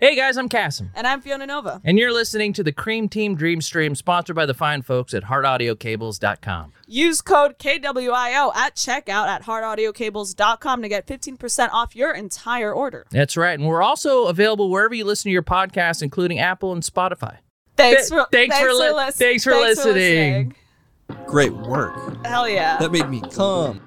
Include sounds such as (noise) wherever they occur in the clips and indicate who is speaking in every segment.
Speaker 1: Hey guys, I'm Cassim,
Speaker 2: And I'm Fiona Nova.
Speaker 1: and you're listening to the Cream Team Dream Stream, sponsored by the fine folks at HeartAudioCables.com.
Speaker 2: Use code KWIO at checkout at hardaudio.cables.com to get 15% off your entire order.
Speaker 1: That's right, and we're also available wherever you listen to your podcasts, including Apple and Spotify.
Speaker 2: Thanks
Speaker 1: Th-
Speaker 2: for,
Speaker 1: thanks for li-
Speaker 2: lis-
Speaker 1: thanks for listening.
Speaker 3: Great work.
Speaker 2: Hell yeah.
Speaker 3: That made me come.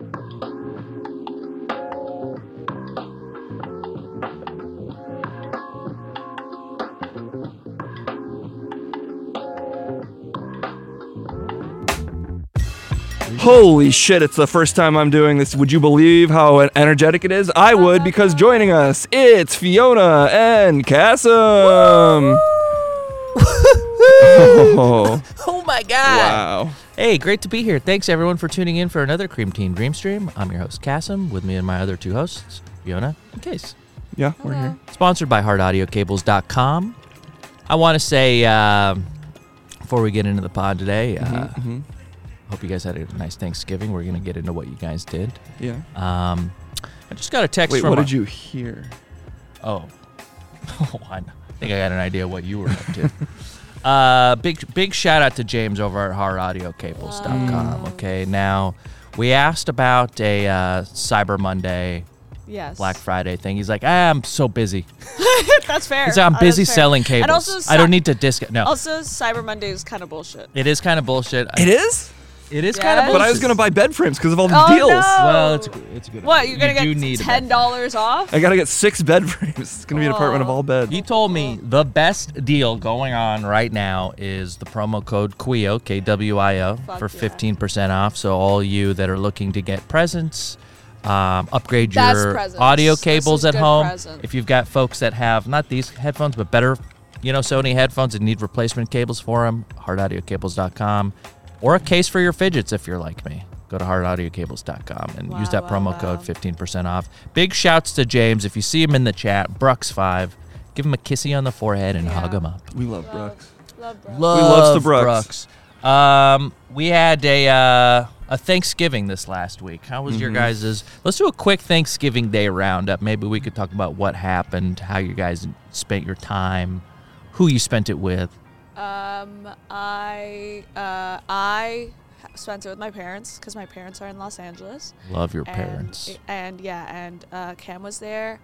Speaker 3: Holy shit, it's the first time I'm doing this. Would you believe how energetic it is? I would because joining us, it's Fiona and Cassim. (laughs) Oh,
Speaker 1: Oh my God!
Speaker 3: wow.
Speaker 1: Hey, great to be here. Thanks everyone for tuning in for another Cream Team Dream Stream. I'm your host Cassim, with me and my other two hosts, Fiona and Case.
Speaker 3: Yeah, we're here.
Speaker 1: sponsored by hardaudio.cables.com. I want to say um before we get into the pod today, uh,
Speaker 3: Mm-hmm,
Speaker 1: hope you guys had a nice Thanksgiving. We're gonna get into what you guys did.
Speaker 3: Yeah.
Speaker 1: Um, I just got a text
Speaker 3: Wait,
Speaker 1: from.
Speaker 3: what
Speaker 1: our-
Speaker 3: did you hear?
Speaker 1: (laughs) Oh, oh, I know. I think I got an idea what you were up to. uh, big big shout out to James over at hardaudio.cables.com. Okay, now we asked about a uh, Cyber Monday,
Speaker 2: Yes. (laughs)
Speaker 1: Black Friday thing. He's like, ah, I'm so busy.
Speaker 2: that's fair.
Speaker 1: Because I'm
Speaker 2: Uh,
Speaker 1: busy
Speaker 2: that's fair.
Speaker 1: selling
Speaker 2: And
Speaker 1: cables.
Speaker 2: also
Speaker 1: I
Speaker 2: Cy- Oh.
Speaker 1: don't need to discount. No,
Speaker 2: Also, Cyber Monday is kind of bullshit.
Speaker 1: it is kind of bullshit.
Speaker 3: It is?
Speaker 1: it is
Speaker 2: Yes.
Speaker 1: kind of bullshit.
Speaker 3: But I was gonna buy bed frames because of all the
Speaker 2: Oh,
Speaker 3: deals.
Speaker 2: no.
Speaker 1: Well, it's a, good- it's a good.
Speaker 2: What,
Speaker 1: idea.
Speaker 2: you're going
Speaker 1: You
Speaker 2: to
Speaker 1: do need
Speaker 2: get
Speaker 1: a
Speaker 2: $10
Speaker 1: bed.
Speaker 2: off?
Speaker 3: I gotta get six bed (laughs) frames. It's gonna be an apartment of
Speaker 2: Oh.
Speaker 3: all beds.
Speaker 1: He told me the best deal going on right now is the promo code Quio K W I O
Speaker 2: Fuck
Speaker 1: for
Speaker 2: yeah.
Speaker 1: fifteen percent off. So all you that are looking to get presents, um, upgrade
Speaker 2: Best
Speaker 1: your
Speaker 2: presents.
Speaker 1: audio
Speaker 2: This
Speaker 1: cables
Speaker 2: is
Speaker 1: at
Speaker 2: good
Speaker 1: home.
Speaker 2: presents.
Speaker 1: If you've got folks that have not these headphones but better, you know Sony headphones and need replacement cables for them, hardaudiocables.com, or a case for your fidgets if you're like me. Go to hardaudiocables.com and use
Speaker 2: Wow,
Speaker 1: that
Speaker 2: wow,
Speaker 1: promo
Speaker 2: wow.
Speaker 1: code 15% off. Big shouts to James. If you see him in the chat, Brux5, give him a kissy on the forehead and hug
Speaker 2: Yeah.
Speaker 1: him up.
Speaker 3: We love Brooks.
Speaker 2: Love, bro.
Speaker 1: Love
Speaker 3: the Brux.
Speaker 1: Brux. Um, we had a uh, a Thanksgiving this last week. How was your
Speaker 3: Mm-hmm.
Speaker 1: guys'? Let's do a quick Thanksgiving Day roundup. Maybe we could talk about what happened, how you guys spent your time, who you spent it with.
Speaker 2: Um, I uh, I spent it with my parents because my parents are in Los Angeles.
Speaker 1: Love your
Speaker 2: And-
Speaker 1: parents.
Speaker 2: And, yeah, and uh, Cam was there,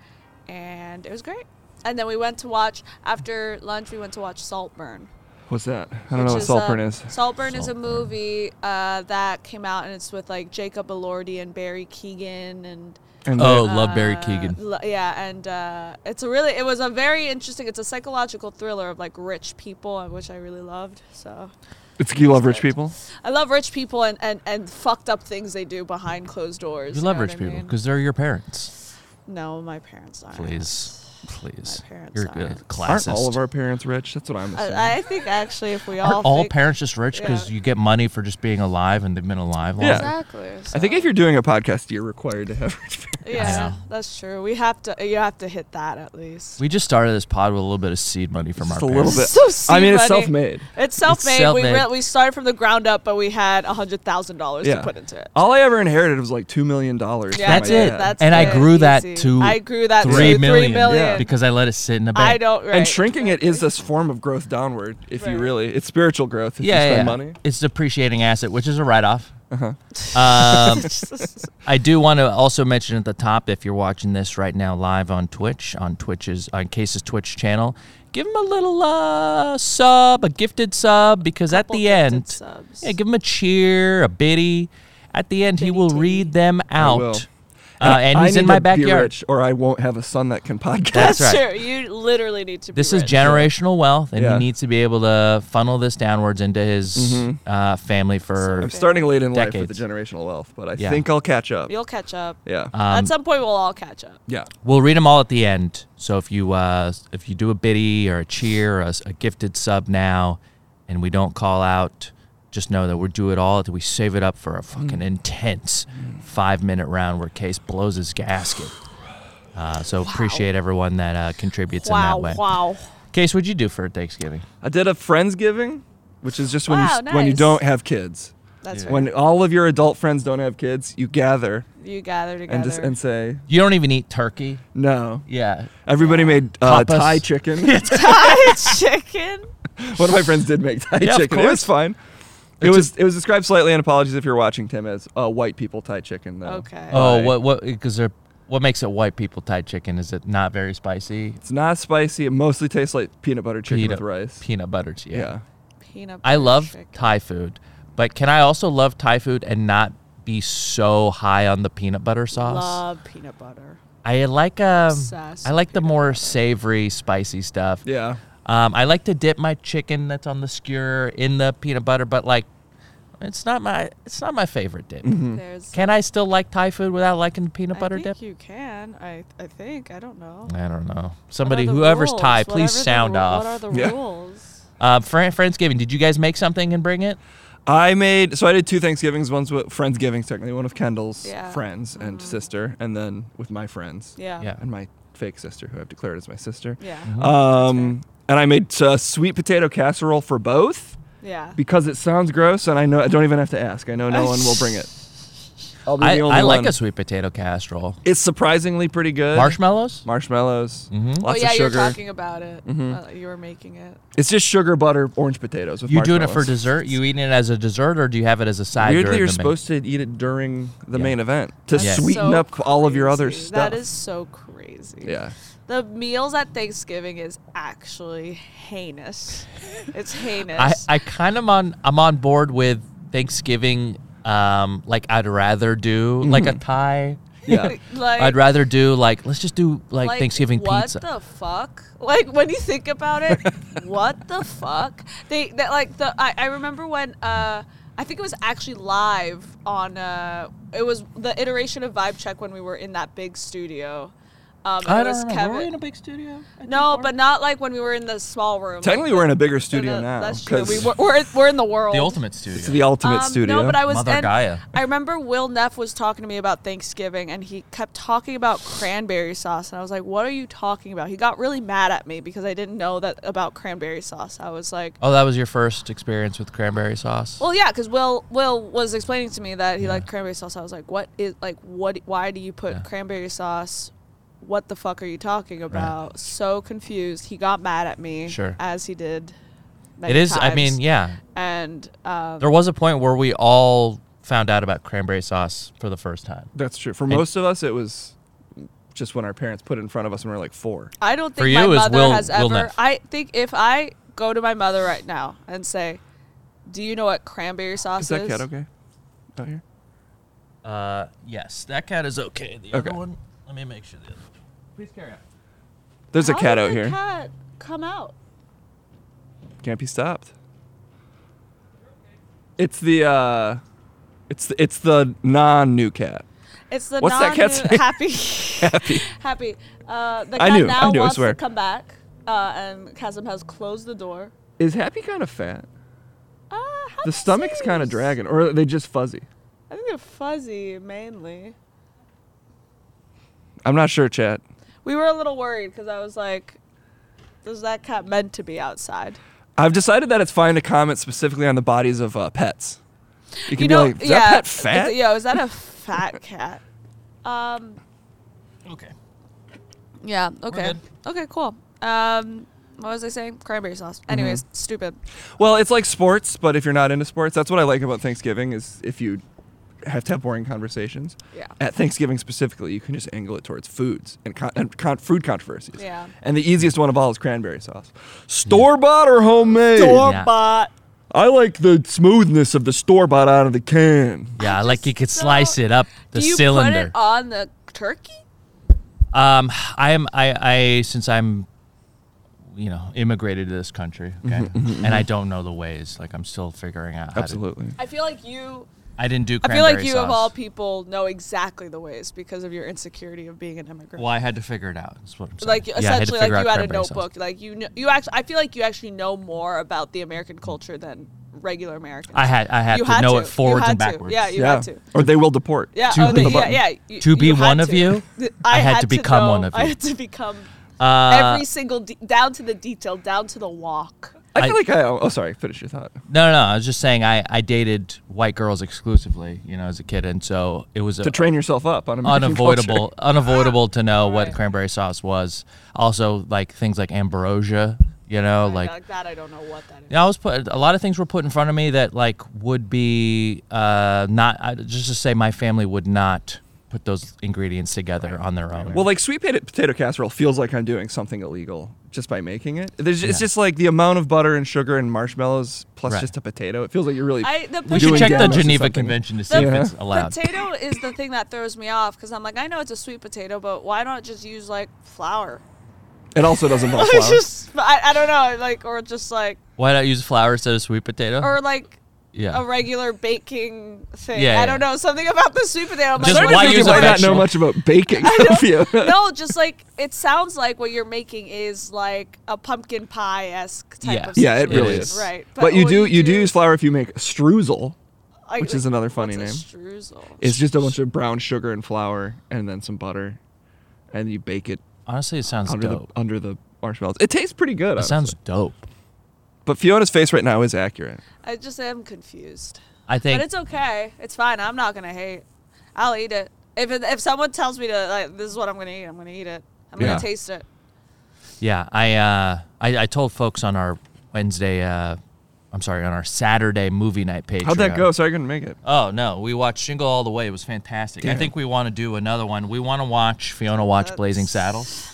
Speaker 2: and it was great. And then we went to watch after lunch. We went to watch Saltburn.
Speaker 3: What's that? I don't know
Speaker 2: which
Speaker 3: what
Speaker 2: is,
Speaker 3: Saltburn
Speaker 2: uh,
Speaker 3: is.
Speaker 2: Saltburn is a
Speaker 1: Saltburn.
Speaker 2: movie uh, that came out, and it's with like Jacob Elordi and Barry Keegan and.
Speaker 3: And
Speaker 1: oh,
Speaker 3: they-
Speaker 1: love Barry
Speaker 2: uh,
Speaker 1: Keegan.
Speaker 2: l- yeah, and uh, it's a really, it was a very interesting. It's a psychological thriller of like rich people, uh, which I really loved. So
Speaker 3: it's you love rich people.
Speaker 2: I love rich people and, and, and fucked up things they do behind closed doors.
Speaker 1: You
Speaker 2: know
Speaker 1: love
Speaker 2: what
Speaker 1: rich
Speaker 2: I
Speaker 1: people
Speaker 2: mean?
Speaker 1: because they're your parents.
Speaker 2: No, my parents aren't.
Speaker 1: Please, please.
Speaker 2: My parents
Speaker 1: You're a
Speaker 2: aren't.
Speaker 1: classist.
Speaker 3: Aren't all of our parents rich? That's what I'm assuming.
Speaker 2: I, I think actually, if we all
Speaker 1: Aren't all
Speaker 2: think-
Speaker 1: parents just rich because
Speaker 2: Yeah.
Speaker 1: you get money for just being alive and they've been alive long?
Speaker 3: Yeah.
Speaker 2: exactly.
Speaker 3: I think if you're doing a podcast, you're required to have rich parents.
Speaker 2: so- yeah,
Speaker 1: Yeah.
Speaker 2: that's true. We have to. You have to hit that at least.
Speaker 1: We just started this pod with a little bit of seed money from
Speaker 3: Just
Speaker 1: our
Speaker 3: a little
Speaker 1: parents.
Speaker 3: bit.
Speaker 2: So seed
Speaker 3: I mean, it's
Speaker 2: money.
Speaker 3: self-made.
Speaker 2: it's self-made. We
Speaker 1: self-made.
Speaker 2: re- we started from the ground up, but we had a hundred thousand dollars
Speaker 3: Yeah.
Speaker 2: to put into it.
Speaker 3: All I ever inherited was like two million dollars.
Speaker 2: Yeah,
Speaker 1: That's it.
Speaker 2: That's
Speaker 1: And I
Speaker 2: it.
Speaker 1: grew that
Speaker 2: Easy.
Speaker 1: to
Speaker 2: I grew that
Speaker 1: three
Speaker 2: to
Speaker 1: million.
Speaker 2: three million.
Speaker 3: Yeah.
Speaker 1: Because I let it sit in the bank.
Speaker 2: I don't. Right.
Speaker 3: And
Speaker 2: (laughs)
Speaker 3: shrinking it is this form of growth downward. If you
Speaker 2: Right.
Speaker 3: really, it's spiritual growth.
Speaker 1: Yeah,
Speaker 3: If you
Speaker 1: yeah, yeah.
Speaker 3: spend money. Uh-huh.
Speaker 1: It's depreciating asset, which is a write-off. (laughs) Um, (laughs) I do want to also mention at the top if you're watching this right now live on Twitch, on Twitch's on Case's Twitch channel, give him a little uh, sub, a gifted sub, because
Speaker 2: Couple
Speaker 1: at the
Speaker 2: gifted
Speaker 1: end,
Speaker 2: subs.
Speaker 1: yeah, give him a cheer, a biddy. At the end, he will
Speaker 2: titty.
Speaker 1: read them out,
Speaker 3: will.
Speaker 1: Uh, and
Speaker 3: I
Speaker 1: he's
Speaker 3: need
Speaker 1: in my
Speaker 3: to be
Speaker 1: backyard.
Speaker 3: rich or I won't have a son that can podcast.
Speaker 1: That's right.
Speaker 2: Sure, you literally need to.
Speaker 1: This
Speaker 2: be
Speaker 1: is
Speaker 2: rich.
Speaker 1: generational wealth, and
Speaker 3: Yeah. Mm-hmm.
Speaker 1: he needs to be able to funnel this downwards into his uh, family for
Speaker 3: (laughs) I'm starting late in life with
Speaker 1: Decades.
Speaker 3: the generational wealth, but I
Speaker 1: Yeah. Uh,
Speaker 3: think I'll catch up.
Speaker 2: You'll catch up.
Speaker 3: yeah.
Speaker 1: Um,
Speaker 2: At some point, we'll all catch up.
Speaker 3: yeah.
Speaker 1: We'll read them all at the end. So if you uh, if you do a biddy or a cheer, or a, s- a gifted sub now, and we don't call out, just know that we do it all. We save it up for a fucking intense five minute round where Case blows his gasket. Uh, so appreciate everyone that uh, contributes
Speaker 2: Wow!
Speaker 1: in that way.
Speaker 2: Wow!
Speaker 1: Case, what'd you do for Thanksgiving?
Speaker 3: I did a friendsgiving, which is just when you
Speaker 2: Wow,
Speaker 3: when you
Speaker 2: nice.
Speaker 3: don't have kids.
Speaker 2: That's
Speaker 3: When all of your adult friends don't have kids, you gather
Speaker 2: you gather together.
Speaker 3: and just and say
Speaker 1: You don't even eat turkey.
Speaker 3: no.
Speaker 1: Yeah.
Speaker 3: Everybody made uh,
Speaker 1: Tapas. (laughs)
Speaker 3: Thai chicken.
Speaker 2: (laughs) Thai chicken.
Speaker 3: One of my friends did make Thai
Speaker 1: Yeah, of
Speaker 3: chicken. It was
Speaker 1: course.
Speaker 3: fine. It
Speaker 1: It's
Speaker 3: was it was described slightly in apologies if you're watching Tim as uh, white people Thai chicken though.
Speaker 2: Okay.
Speaker 1: Oh,
Speaker 3: Right.
Speaker 1: what what because they're what makes it white people Thai chicken? Is it not very spicy?
Speaker 3: It's not spicy. It mostly tastes like peanut butter chicken with rice.
Speaker 1: peanut butter. Yeah.
Speaker 3: yeah.
Speaker 2: Peanut
Speaker 1: I
Speaker 2: butter
Speaker 1: love
Speaker 2: chicken.
Speaker 1: Thai food, but can I also love Thai food and not be so high on the peanut butter sauce?
Speaker 2: Love peanut butter.
Speaker 1: I like um,
Speaker 2: Obsessed
Speaker 1: I like the
Speaker 2: peanut
Speaker 1: more
Speaker 2: butter.
Speaker 1: savory, spicy stuff.
Speaker 3: Yeah.
Speaker 1: Um, I like to dip my chicken that's on the skewer in the peanut butter, but like, it's not my it's not my favorite dip.
Speaker 3: Mm. Mm-hmm. Hmm.
Speaker 2: There's
Speaker 1: Can I still like Thai food without liking the peanut butter
Speaker 2: I think
Speaker 1: dip?
Speaker 2: You can. I I think. I don't know.
Speaker 1: I don't know.
Speaker 2: What
Speaker 1: Somebody,
Speaker 2: are the
Speaker 1: whoever's
Speaker 2: rules?
Speaker 1: Thai,
Speaker 2: Whatever the
Speaker 1: please sound
Speaker 2: ru-
Speaker 1: off.
Speaker 2: What are the
Speaker 3: Yeah.
Speaker 2: rules?
Speaker 1: uh, Fran- Friendsgiving, did you guys make something and bring it?
Speaker 3: I made so I did two Thanksgivings. One's with friendsgivings technically, one with Kendall's
Speaker 2: Yeah. Mm-hmm.
Speaker 3: friends and sister, and then with my friends
Speaker 2: Yeah.
Speaker 1: Yeah. Uh-huh.
Speaker 3: and my fake sister, who I've declared as my sister.
Speaker 2: Yeah.
Speaker 3: Um, and I made uh, sweet potato casserole for both
Speaker 2: Yeah.
Speaker 3: because it sounds gross, and I know I don't even have to ask. I know no one will bring it. (laughs) I'll be
Speaker 1: I,
Speaker 3: the only
Speaker 1: I like
Speaker 3: one.
Speaker 1: a sweet potato casserole.
Speaker 3: It's surprisingly pretty good.
Speaker 1: Marshmallows?
Speaker 3: Marshmallows,
Speaker 1: Mhm.
Speaker 3: lots
Speaker 2: oh yeah,
Speaker 3: of
Speaker 2: you're
Speaker 3: sugar. Mm-hmm.
Speaker 2: talking about it. Uh, you were making it.
Speaker 3: It's just sugar, butter, orange potatoes. With
Speaker 1: You doing it for
Speaker 3: marshmallows.
Speaker 1: dessert? You eating it as a dessert, or do you have it as a side?
Speaker 3: Weirdly,
Speaker 1: during
Speaker 3: you're
Speaker 1: the main-
Speaker 3: supposed to eat it during the
Speaker 1: Yeah.
Speaker 3: main event to
Speaker 1: That's
Speaker 3: sweeten
Speaker 2: so
Speaker 3: up all of your other
Speaker 2: crazy.
Speaker 3: stuff.
Speaker 2: That is so crazy.
Speaker 3: (laughs) yeah.
Speaker 2: The meals at Thanksgiving is actually heinous. it's heinous.
Speaker 1: (laughs) I, I kind of on I'm on board with Thanksgiving. Um, like I'd rather do like a Thai.
Speaker 3: Yeah.
Speaker 2: Mm-hmm. (laughs) like,
Speaker 1: I'd rather do like let's just do like, Thanksgiving
Speaker 2: what
Speaker 1: pizza.
Speaker 2: What the fuck? (laughs) Like when you think about it, (laughs) what the fuck? They that like the I, I remember when uh I think it was actually live on uh it was the iteration of Vibe Check when we were in that big studio. Um, it
Speaker 1: I don't
Speaker 2: was
Speaker 1: remember.
Speaker 2: Kevin.
Speaker 1: Uh, Were we in a big studio?
Speaker 2: no, but not like when we were in the small room. like
Speaker 3: Technically,
Speaker 2: the-
Speaker 3: we're in a bigger
Speaker 2: the-
Speaker 3: studio now.
Speaker 2: That's true.
Speaker 3: 'cause
Speaker 2: We were, we're, we're in the world.
Speaker 1: the ultimate studio.
Speaker 3: it's the ultimate
Speaker 2: Um,
Speaker 3: studio.
Speaker 2: No, but I was.
Speaker 1: Mother
Speaker 2: and
Speaker 1: Gaia.
Speaker 2: I remember Will Neff was talking to me about Thanksgiving, and he kept talking about cranberry sauce, and I was like, "What are you talking about?" He got really mad at me because I didn't know that about cranberry sauce. I was like.
Speaker 1: oh, that was your first experience with cranberry sauce.
Speaker 2: Well, yeah, because Will Will was explaining to me that he liked cranberry sauce. I was like, "What is like what? Why do you put
Speaker 1: Yeah.
Speaker 2: cranberry sauce? What the fuck are you talking about?" So confused. He got mad at me,
Speaker 1: Sure.
Speaker 2: as he did. Many
Speaker 1: it is. I
Speaker 2: times.
Speaker 1: mean, yeah.
Speaker 2: and um,
Speaker 1: There was a point where we all found out about cranberry sauce for the first time.
Speaker 3: that's true. For most of us, it was just when our parents put it in front of us when we were like four.
Speaker 2: I don't
Speaker 1: For
Speaker 2: think
Speaker 1: you,
Speaker 2: my
Speaker 1: it was
Speaker 2: mother
Speaker 1: Will-
Speaker 2: has
Speaker 1: Will
Speaker 2: ever.
Speaker 1: Neff.
Speaker 2: I think if I go to my mother right now and say, "Do you know what cranberry sauce
Speaker 3: Is
Speaker 2: is?"
Speaker 3: that cat okay? Out here?
Speaker 1: Uh, yes, that cat is okay. The
Speaker 3: Okay.
Speaker 1: other one, let me make sure the other. Please carry on.
Speaker 3: There's a
Speaker 2: How
Speaker 3: cat
Speaker 2: did
Speaker 3: out
Speaker 2: the
Speaker 3: here.
Speaker 2: Cat come out.
Speaker 3: Can't be stopped. It's the uh, it's the, it's the non-new cat.
Speaker 2: It's the
Speaker 3: What's that
Speaker 2: non
Speaker 3: cat's name?
Speaker 2: happy, happy,
Speaker 3: (laughs)
Speaker 2: (laughs) happy. Uh, the
Speaker 3: I
Speaker 2: cat
Speaker 3: knew,
Speaker 2: now
Speaker 3: I knew, I
Speaker 2: wants
Speaker 3: swear.
Speaker 2: to come back, uh, and Chasm has closed the door.
Speaker 3: (laughs) Is Happy kind of fat?
Speaker 2: Uh, how do
Speaker 3: The
Speaker 2: I
Speaker 3: stomach's
Speaker 2: say
Speaker 3: kind of
Speaker 2: this?
Speaker 3: dragging, or are they just fuzzy?
Speaker 2: I think they're fuzzy mainly.
Speaker 3: I'm not sure, chat.
Speaker 2: We were a little worried because I was like, "Is that cat meant to be outside?"
Speaker 3: I've decided that it's fine to comment specifically on the bodies of uh, pets. You can be like, is
Speaker 2: yeah,
Speaker 3: that pet
Speaker 2: is-
Speaker 3: fat?
Speaker 2: Yo, is that a fat cat? Um,
Speaker 1: Okay.
Speaker 2: yeah, okay.
Speaker 1: good.
Speaker 2: Okay, cool. Um, what was I saying? Cranberry sauce.
Speaker 1: Mm-hmm.
Speaker 2: Anyways, stupid.
Speaker 3: Well, it's like sports, but if you're not into sports, that's what I like about Thanksgiving is if you have to have boring conversations.
Speaker 2: Yeah.
Speaker 3: At Thanksgiving specifically, you can just angle it towards foods and, con- and con- food controversies.
Speaker 2: Yeah.
Speaker 3: And the easiest one of all is cranberry sauce. Store bought or homemade?
Speaker 1: Yeah.
Speaker 2: bought.
Speaker 3: I like the smoothness of the store bought out of the can.
Speaker 1: Yeah, like you
Speaker 2: just
Speaker 1: could slice
Speaker 2: don't-
Speaker 1: it up the
Speaker 2: Do you put
Speaker 1: cylinder.
Speaker 2: it on the turkey?
Speaker 1: Um, I am I, I since I'm, you know, immigrated to this country, okay, and I don't know the ways. Like I'm still figuring out. how to-
Speaker 3: Absolutely.
Speaker 2: I feel like you.
Speaker 1: I didn't do.
Speaker 2: I feel like
Speaker 1: cranberry
Speaker 2: you
Speaker 1: sauce.
Speaker 2: of all people know exactly the ways because of your insecurity of being an immigrant.
Speaker 1: Well, I had to figure it out. That's what I'm saying.
Speaker 2: Like
Speaker 1: Yeah, I had to
Speaker 2: essentially, like
Speaker 1: figure out
Speaker 2: you had a
Speaker 1: cranberry sauce.
Speaker 2: notebook. Like you, know, you actually. I feel like you actually know more about the American culture than regular Americans.
Speaker 1: I had I had
Speaker 2: You
Speaker 1: to
Speaker 2: had
Speaker 1: know
Speaker 2: to.
Speaker 1: it
Speaker 2: You
Speaker 1: forwards
Speaker 2: had
Speaker 1: and
Speaker 2: to.
Speaker 1: backwards.
Speaker 2: Yeah, you-
Speaker 3: yeah.
Speaker 2: had to.
Speaker 3: Or they will deport.
Speaker 2: Yeah.
Speaker 1: To
Speaker 2: oh, the-
Speaker 1: be-
Speaker 2: yeah, yeah. you-
Speaker 1: to be
Speaker 2: you had
Speaker 1: one of you,
Speaker 2: (laughs) Th-
Speaker 1: I had to become
Speaker 2: know-
Speaker 1: one of
Speaker 2: (laughs) I
Speaker 1: you.
Speaker 2: had to become
Speaker 1: Uh,
Speaker 2: every single de- down to the detail, down to the walk.
Speaker 3: I,
Speaker 1: I-
Speaker 3: feel like I. Oh, sorry. Finish your thought.
Speaker 1: No, no, no. I was just saying I, I dated white girls exclusively, you know, as a kid, and so it was a,
Speaker 3: To train yourself up (laughs) on American
Speaker 1: unavoidable,
Speaker 3: culture.
Speaker 1: unavoidable to know what
Speaker 2: Right.
Speaker 1: cranberry sauce was. Also, like things like ambrosia, you know, like
Speaker 2: like that, I don't know what that is.
Speaker 1: Yeah, I was put a lot of things were put in front of me that like would be uh, not I, just to say my family would not put those ingredients together on their own.
Speaker 3: Well, like sweet pota- potato casserole feels like I'm doing something illegal just by making it. There's, It's just like the amount of butter and sugar and marshmallows plus
Speaker 1: Right.
Speaker 3: just a potato. It feels like you're really.
Speaker 2: I, the
Speaker 1: we should
Speaker 3: doing
Speaker 1: check the
Speaker 3: damage or
Speaker 1: Geneva
Speaker 3: something.
Speaker 1: Convention to see if
Speaker 2: The-
Speaker 1: it's allowed.
Speaker 2: Potato is the thing that throws me off because I'm like, I know it's a sweet potato, but why not just use like flour?
Speaker 3: it
Speaker 1: (laughs)
Speaker 3: also doesn't involve
Speaker 2: (laughs) it's
Speaker 3: flour.
Speaker 2: just I, I don't know, like or just like
Speaker 1: Why not use flour instead of sweet potato?
Speaker 2: or like
Speaker 1: yeah.
Speaker 2: a regular baking thing.
Speaker 1: Yeah,
Speaker 2: I
Speaker 1: yeah.
Speaker 2: don't know something about the sweet potato. I'm
Speaker 1: Just
Speaker 2: like,
Speaker 3: Starting
Speaker 2: what
Speaker 3: to
Speaker 1: why
Speaker 3: think
Speaker 2: is
Speaker 3: you
Speaker 1: use a
Speaker 2: it?
Speaker 3: might not know
Speaker 1: vegetable?
Speaker 3: much
Speaker 1: (laughs)
Speaker 3: about baking. (laughs) Sophia.
Speaker 2: no, just like it sounds like what you're making is like a pumpkin pie esque type
Speaker 1: Yeah.
Speaker 2: of
Speaker 3: yeah, it
Speaker 1: It
Speaker 3: really
Speaker 1: is.
Speaker 3: is.
Speaker 2: right.
Speaker 3: But, you
Speaker 2: what
Speaker 3: do you do use flour if you make streusel,
Speaker 2: like-
Speaker 3: which is
Speaker 2: like,
Speaker 3: another funny name.
Speaker 2: what's a streusel?
Speaker 3: It's just a bunch of brown sugar and flour, and then some butter, and you bake it
Speaker 1: Honestly, it sounds
Speaker 3: under
Speaker 1: dope.
Speaker 3: the under the marshmallows. It tastes pretty good.
Speaker 1: It sounds
Speaker 3: honestly.
Speaker 1: dope.
Speaker 3: But Fiona's face right now is accurate.
Speaker 2: I just am confused.
Speaker 1: I think
Speaker 2: But it's okay. It's fine. I'm not gonna hate. I'll eat it. If it, if someone tells me to like this is what I'm gonna eat, I'm gonna eat it. I'm
Speaker 3: Yeah.
Speaker 2: gonna taste it.
Speaker 1: Yeah, I uh, I, I told folks on our Wednesday, uh, I'm sorry, on our Saturday movie night page.
Speaker 3: How'd that go? Sorry, I couldn't make it.
Speaker 1: Oh no, we watched Shingle All the Way. It was fantastic. I
Speaker 3: Damn.
Speaker 1: think we want to do another one. We want to watch Fiona watch Blazing Saddles.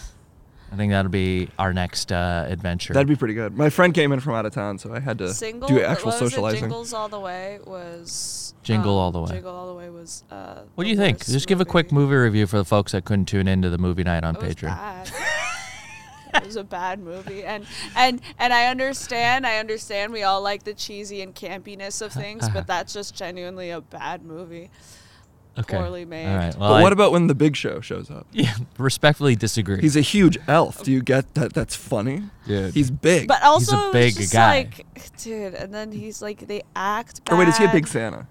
Speaker 1: I think that'll be our next uh, adventure.
Speaker 3: That'd be pretty good. My friend came in from out of town, so I had to
Speaker 2: Single.
Speaker 3: Uh, do
Speaker 2: what
Speaker 3: actual
Speaker 2: was It?
Speaker 3: socializing.
Speaker 2: Jingles all the way was. um,
Speaker 1: Jingle All the Way.
Speaker 2: Jingle all the way was. Uh,
Speaker 1: what do
Speaker 2: the
Speaker 1: you think?
Speaker 2: worst
Speaker 1: Just give a quick movie review for the folks that couldn't tune into the movie night on
Speaker 2: It was
Speaker 1: Patreon.
Speaker 3: (laughs)
Speaker 2: bad. it was a bad movie, and and and I understand. I understand. We all like the cheesy and campiness of things, but that's just genuinely a bad movie. poorly made.
Speaker 1: All right. Well,
Speaker 3: But
Speaker 1: I
Speaker 3: what about when the Big Show shows up?
Speaker 1: (laughs) yeah, respectfully disagree.
Speaker 3: He's a huge elf. Do you get that? That's funny.
Speaker 1: Dude.
Speaker 3: He's big.
Speaker 2: But also, it was
Speaker 1: big
Speaker 2: just
Speaker 1: guy.
Speaker 2: like, dude, and then he's like, they act. Bad.
Speaker 3: or Oh, wait, is he a big Santa?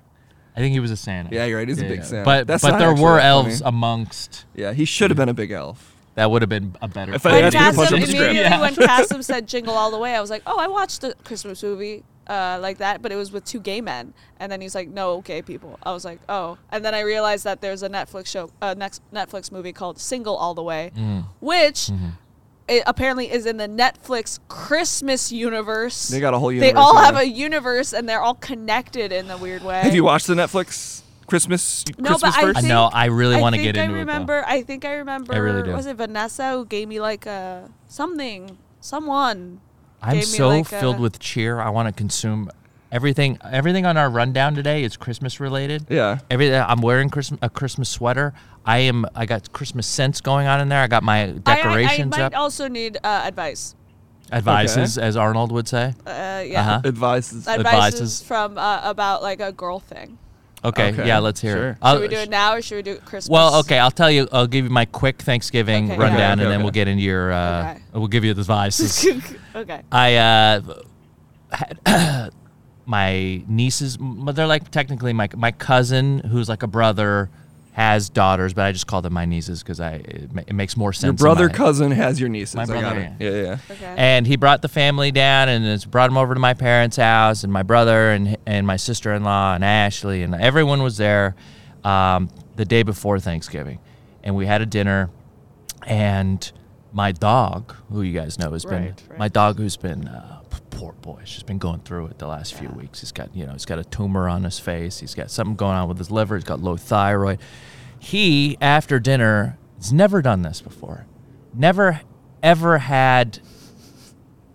Speaker 1: I think he was a Santa.
Speaker 3: Yeah, you're right. He's a big Santa.
Speaker 1: But
Speaker 3: That's
Speaker 1: but
Speaker 3: not
Speaker 1: there
Speaker 3: actually
Speaker 1: were
Speaker 3: that
Speaker 1: elves
Speaker 3: funny.
Speaker 1: amongst.
Speaker 3: Yeah, he should have been a big elf.
Speaker 1: That would have been a better.
Speaker 3: If I
Speaker 2: When
Speaker 3: asked you to punch
Speaker 2: Kasim,
Speaker 3: up the script.
Speaker 2: immediately
Speaker 1: Yeah.
Speaker 2: when Kasim said "Jingle All the Way," I was like, "Oh, I watched the Christmas movie uh, like that, but it was with two gay men." And then he's like, "No, gay people." I was like, "Oh," and then I realized that there's a Netflix show, uh, next Netflix movie called "Single All the Way," which. It apparently is in the Netflix Christmas universe.
Speaker 3: They got a whole
Speaker 2: They
Speaker 3: universe,
Speaker 2: all
Speaker 3: yeah.
Speaker 2: have a universe, and they're all connected in the weird way.
Speaker 3: Have you watched the Netflix Christmas
Speaker 2: No,
Speaker 3: Christmas
Speaker 2: but I
Speaker 3: first?
Speaker 1: I
Speaker 2: think-
Speaker 1: know. I really
Speaker 2: I
Speaker 1: want to
Speaker 2: think
Speaker 1: get into
Speaker 2: I remember, I think I remember.
Speaker 1: really do.
Speaker 2: Was it Vanessa who gave me like a something, someone?
Speaker 1: it. though. I'm
Speaker 2: gave me,
Speaker 1: so
Speaker 2: like,
Speaker 1: filled
Speaker 2: a-
Speaker 1: with cheer. I want to consume everything. Everything on our rundown today is Christmas related.
Speaker 3: yeah.
Speaker 1: Every I'm wearing Christmas a Christmas sweater. I am. I got Christmas scents going on in there. I got my
Speaker 2: I-
Speaker 1: decorations
Speaker 2: I, I, might
Speaker 1: up.
Speaker 2: also need uh, advice.
Speaker 1: Advices, as Arnold would say.
Speaker 2: Uh, yeah.
Speaker 1: Uh-huh.
Speaker 3: Advices.
Speaker 2: Advices
Speaker 1: Advices.
Speaker 2: from uh, about like a girl thing.
Speaker 1: Okay,
Speaker 3: Okay,
Speaker 1: yeah, let's hear
Speaker 3: sure.
Speaker 1: it.
Speaker 2: Should
Speaker 1: I'll-
Speaker 2: we do it now or should we do it Christmas?
Speaker 1: Oh, Well, okay, I'll tell you. I'll give you my quick Thanksgiving
Speaker 2: Okay, yeah.
Speaker 1: rundown,
Speaker 3: Okay, okay,
Speaker 1: and then
Speaker 3: okay.
Speaker 1: we'll get into your. Uh,
Speaker 2: Okay.
Speaker 1: We'll give you the advices.
Speaker 2: (laughs) (laughs) okay.
Speaker 1: I uh, had (coughs) my nieces. m- They're like technically my my cousin, who's like a brother, has daughters, but I just call them my nieces because I it, ma- it makes more sense.
Speaker 3: Your
Speaker 1: in
Speaker 3: brother
Speaker 1: my-
Speaker 3: cousin has your nieces.
Speaker 1: My
Speaker 3: I got
Speaker 1: brother,
Speaker 3: it. Yeah, yeah. yeah.
Speaker 2: Okay.
Speaker 1: And he brought the family down and it's brought them over to my parents' house and my brother and and my sister-in-law and Ashley and everyone was there um, the day before Thanksgiving, and we had a dinner, and my dog, who you guys know has
Speaker 2: Right,
Speaker 1: been
Speaker 2: right.
Speaker 1: my dog, who's been uh, p- poor boy, she's been going through it the last few weeks. He's got you know he's got a tumor on his face. He's got something going on with his liver. He's got low thyroid. He after dinner has never done this before, never ever had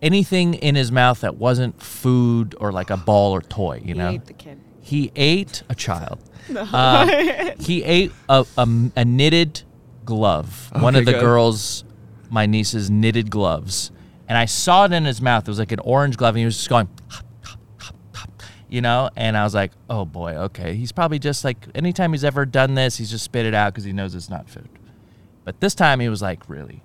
Speaker 1: anything in his mouth that wasn't food or like a ball or toy, you
Speaker 2: He
Speaker 1: know?
Speaker 2: ate the kid.
Speaker 1: He ate a
Speaker 2: (laughs)
Speaker 1: child. Uh, he ate a, a, a knitted glove. One
Speaker 3: Okay,
Speaker 1: of the
Speaker 3: good.
Speaker 1: girls, my niece's knitted gloves. And I saw it in his mouth. It was like an orange glove, and he was just going, you know? And I was like, oh boy, okay. He's probably just like, anytime he's ever done this, he's just spit it out because he knows it's not food. But this time he was like really,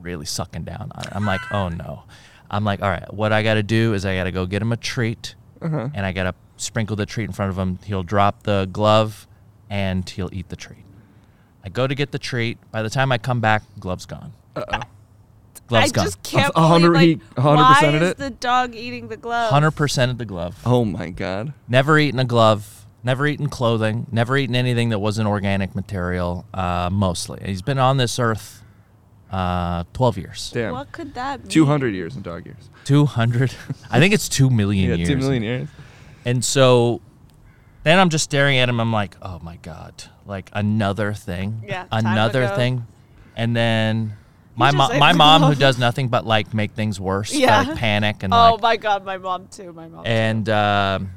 Speaker 1: really sucking down on it. I'm like, oh no. I'm like, all right, what I got to do is I got to go get him a treat and I got to sprinkle the treat in front of him. He'll drop the glove and he'll eat the treat. I go to get the treat. By the time I come back, glove's gone. Glove's
Speaker 2: I
Speaker 1: gone.
Speaker 2: just can't
Speaker 3: A hundred-
Speaker 2: believe like,
Speaker 3: he- a hundred
Speaker 2: why
Speaker 3: percented
Speaker 2: is
Speaker 3: it?
Speaker 2: the dog eating the glove?
Speaker 1: Hundred percent of the glove.
Speaker 3: Oh my god.
Speaker 1: Never eaten a glove. Never eaten clothing. Never eaten anything that wasn't organic material. Uh, mostly, he's been on this earth uh, twelve years.
Speaker 3: Damn.
Speaker 2: What could that be?
Speaker 3: 200 years in dog years.
Speaker 1: Two hundred. I think it's two million
Speaker 3: Yeah,
Speaker 1: years.
Speaker 3: 2 million years.
Speaker 1: And so then I'm just staring at him. I'm like, oh my God, like another thing.
Speaker 2: Yeah, time to
Speaker 1: Another
Speaker 2: go.
Speaker 1: thing. And then my,
Speaker 2: just
Speaker 1: mo-
Speaker 2: ate (laughs)
Speaker 1: my
Speaker 2: the
Speaker 1: mom, who
Speaker 2: glove.
Speaker 1: does nothing but like make things worse, by,
Speaker 2: Yeah.
Speaker 1: like panic and
Speaker 2: Oh
Speaker 1: like,
Speaker 2: my god, my mom too. My mom. too.
Speaker 1: and um,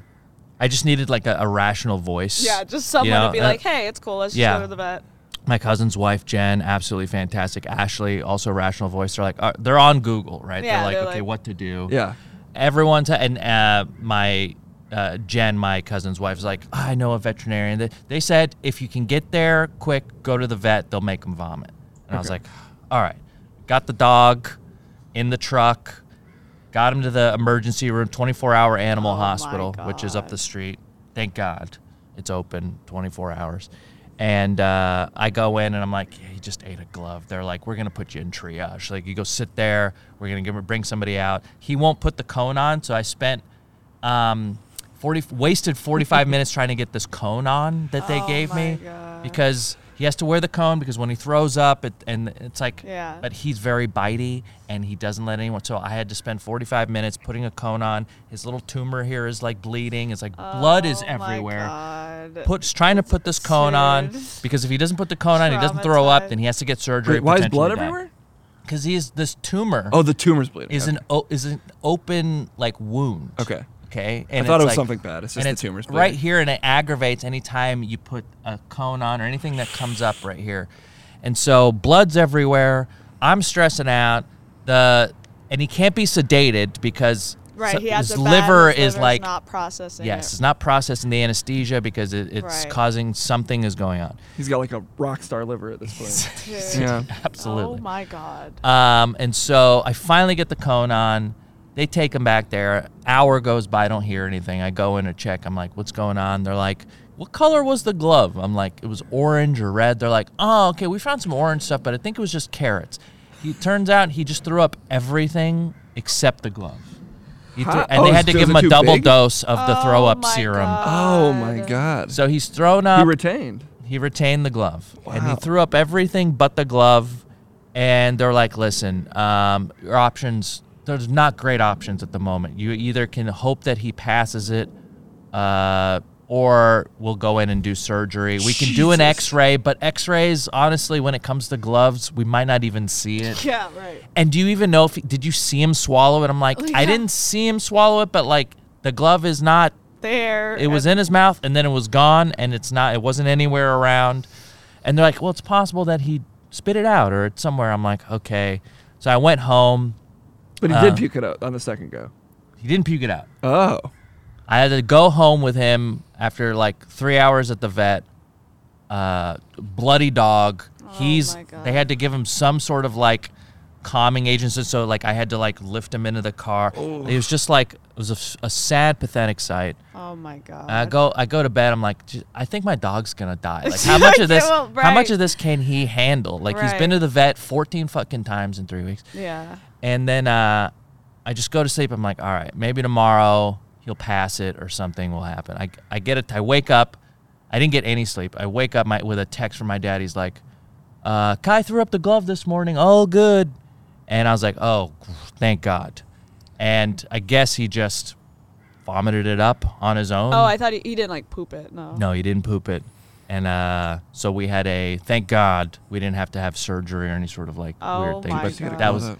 Speaker 1: I just needed like a, a rational voice.
Speaker 2: yeah, just someone
Speaker 1: you know,
Speaker 2: to be
Speaker 1: uh,
Speaker 2: like, hey, it's cool. Let's just
Speaker 1: yeah.
Speaker 2: go to the vet.
Speaker 1: my cousin's wife Jen, absolutely fantastic. Ashley, also rational voice. They're like, uh, they're on Google, right?
Speaker 2: Yeah,
Speaker 1: they're like,
Speaker 2: they're
Speaker 1: okay,
Speaker 2: like-
Speaker 1: what to do?
Speaker 3: Yeah.
Speaker 1: everyone t- and uh, my uh, Jen, my cousin's wife, is like, I know a veterinarian. They, they said if you can get there quick, go to the vet. They'll make him vomit. And I was
Speaker 3: Okay.
Speaker 1: like, all right. Got the dog in the truck. Got him to the emergency room, 24-hour animal
Speaker 2: Oh my
Speaker 1: hospital, which is up the
Speaker 2: God.
Speaker 1: street. Thank God, it's open 24 hours. And uh, I go in and I'm like, yeah, he just ate a glove. They're like, we're gonna put you in triage. Like, you go sit there. We're gonna give, bring somebody out. He won't put the cone on, so I spent um, 40 wasted 45 (laughs) minutes trying to get this cone on that they
Speaker 2: Oh
Speaker 1: gave
Speaker 2: my
Speaker 1: me
Speaker 2: God.
Speaker 1: because he has to wear the cone because when he throws up, it, and it's like,
Speaker 2: Yeah.
Speaker 1: but he's very bitey and he doesn't let anyone. So I had to spend 45 minutes putting a cone on. His little tumor here is like bleeding. It's like blood is
Speaker 2: Oh my
Speaker 1: everywhere.
Speaker 2: God.
Speaker 1: Put trying to put this cone on
Speaker 2: absurd.
Speaker 1: because if he doesn't put the cone on, he doesn't throw up.
Speaker 2: Traumatized.
Speaker 1: Then he has to get surgery.
Speaker 3: Wait, why is blood everywhere?
Speaker 1: Because he is this tumor
Speaker 3: Oh, the tumor's bleeding.
Speaker 1: is
Speaker 3: Okay.
Speaker 1: an o- is an open like wound.
Speaker 3: Okay.
Speaker 1: Okay. And it's
Speaker 3: thought it was
Speaker 1: like-
Speaker 3: something bad. It's just
Speaker 1: and
Speaker 3: the tumor's bleeding.
Speaker 1: right here, and it aggravates anytime you put a cone on or anything that comes up right here, and so blood's everywhere. I'm stressing out. The and he can't be sedated because
Speaker 2: Right,
Speaker 1: so-
Speaker 2: he has
Speaker 1: his
Speaker 2: a bad-
Speaker 1: liver
Speaker 2: his
Speaker 1: is
Speaker 2: liver's
Speaker 1: like
Speaker 2: not processing.
Speaker 1: yes,
Speaker 2: it.
Speaker 1: it's not processing the anesthesia because it, it's
Speaker 2: Right.
Speaker 1: causing something is going on.
Speaker 3: He's got like a rock star liver at this point.
Speaker 2: Dude.
Speaker 3: (laughs) yeah.
Speaker 1: (laughs) Absolutely.
Speaker 2: Oh my god.
Speaker 1: Um, and so I finally get the cone on. They take him back there. Hour goes by. I don't hear anything. I go in to check. I'm like, what's going on? They're like, what color was the glove? I'm like, it was orange or red. They're like, oh, okay, we found some orange stuff, but I think it was just carrots. He turns out he just threw up everything except the glove. He threw,
Speaker 3: How-
Speaker 1: and they
Speaker 3: oh,
Speaker 1: had to
Speaker 3: is
Speaker 1: give him
Speaker 3: it
Speaker 1: a
Speaker 3: too
Speaker 1: double
Speaker 3: big?
Speaker 1: dose of the throw
Speaker 2: Oh
Speaker 1: up
Speaker 2: my
Speaker 1: serum.
Speaker 2: God.
Speaker 3: Oh my god.
Speaker 1: So um, he's thrown
Speaker 3: he
Speaker 1: up.
Speaker 3: retained.
Speaker 1: He retained the glove, and he
Speaker 3: Wow.
Speaker 1: threw up everything but the glove. And they're like, "Listen, um, your options. There's not great options at the moment. You either can hope that he passes it, uh, or we'll go in and do surgery. We can do an
Speaker 3: Jesus.
Speaker 1: X-ray, but X-rays, honestly, when it comes to gloves, we might not even see it.
Speaker 2: Yeah, right.
Speaker 1: And do you even know if did you see him swallow it? I'm
Speaker 3: Oh,
Speaker 1: like,
Speaker 2: Like,
Speaker 1: I
Speaker 2: yeah.
Speaker 1: didn't see him swallow it, but like the glove is not
Speaker 2: There.
Speaker 1: it was in his mouth and then it was gone and it's not it wasn't anywhere around and they're like well it's possible that he spit it out or it's somewhere i'm like okay so i went home
Speaker 3: But he
Speaker 1: Uh.
Speaker 3: did puke it out on the second go.
Speaker 1: he didn't puke it out
Speaker 3: Oh.
Speaker 1: i had to go home with him after like three hours at the vet uh, bloody dog he's
Speaker 2: Oh my God.
Speaker 1: they had to give him some sort of like calming agency so like i had to like lift him into the car it was just like it was a s a a sad pathetic sight
Speaker 2: Oh my god.
Speaker 1: I go I go to bed. I'm like, "J- I think my dog's gonna
Speaker 2: (laughs)
Speaker 1: die. Like, how much of this?
Speaker 2: Well,
Speaker 1: How much
Speaker 2: right.
Speaker 1: of this can he handle? Like, he's been
Speaker 2: Right.
Speaker 1: to the vet 14 fucking times in three weeks,
Speaker 2: Yeah.
Speaker 1: and then uh, I just go to sleep. I'm like, all right, maybe tomorrow he'll pass it or something will happen. I I get it. I wake up. I didn't get any sleep. I wake up my, with a text from my dad. He's like, uh, Kai threw up the glove this morning. All good. And I was like, oh, thank God. And I guess he just vomited it up on his own.
Speaker 2: Oh, I thought he, he didn't like poop it. No.
Speaker 1: No, he didn't poop it. And uh, so we had a thank God we didn't have to have surgery or any sort of like
Speaker 2: Oh
Speaker 1: weird thing.
Speaker 2: my
Speaker 1: But
Speaker 2: God.
Speaker 1: that was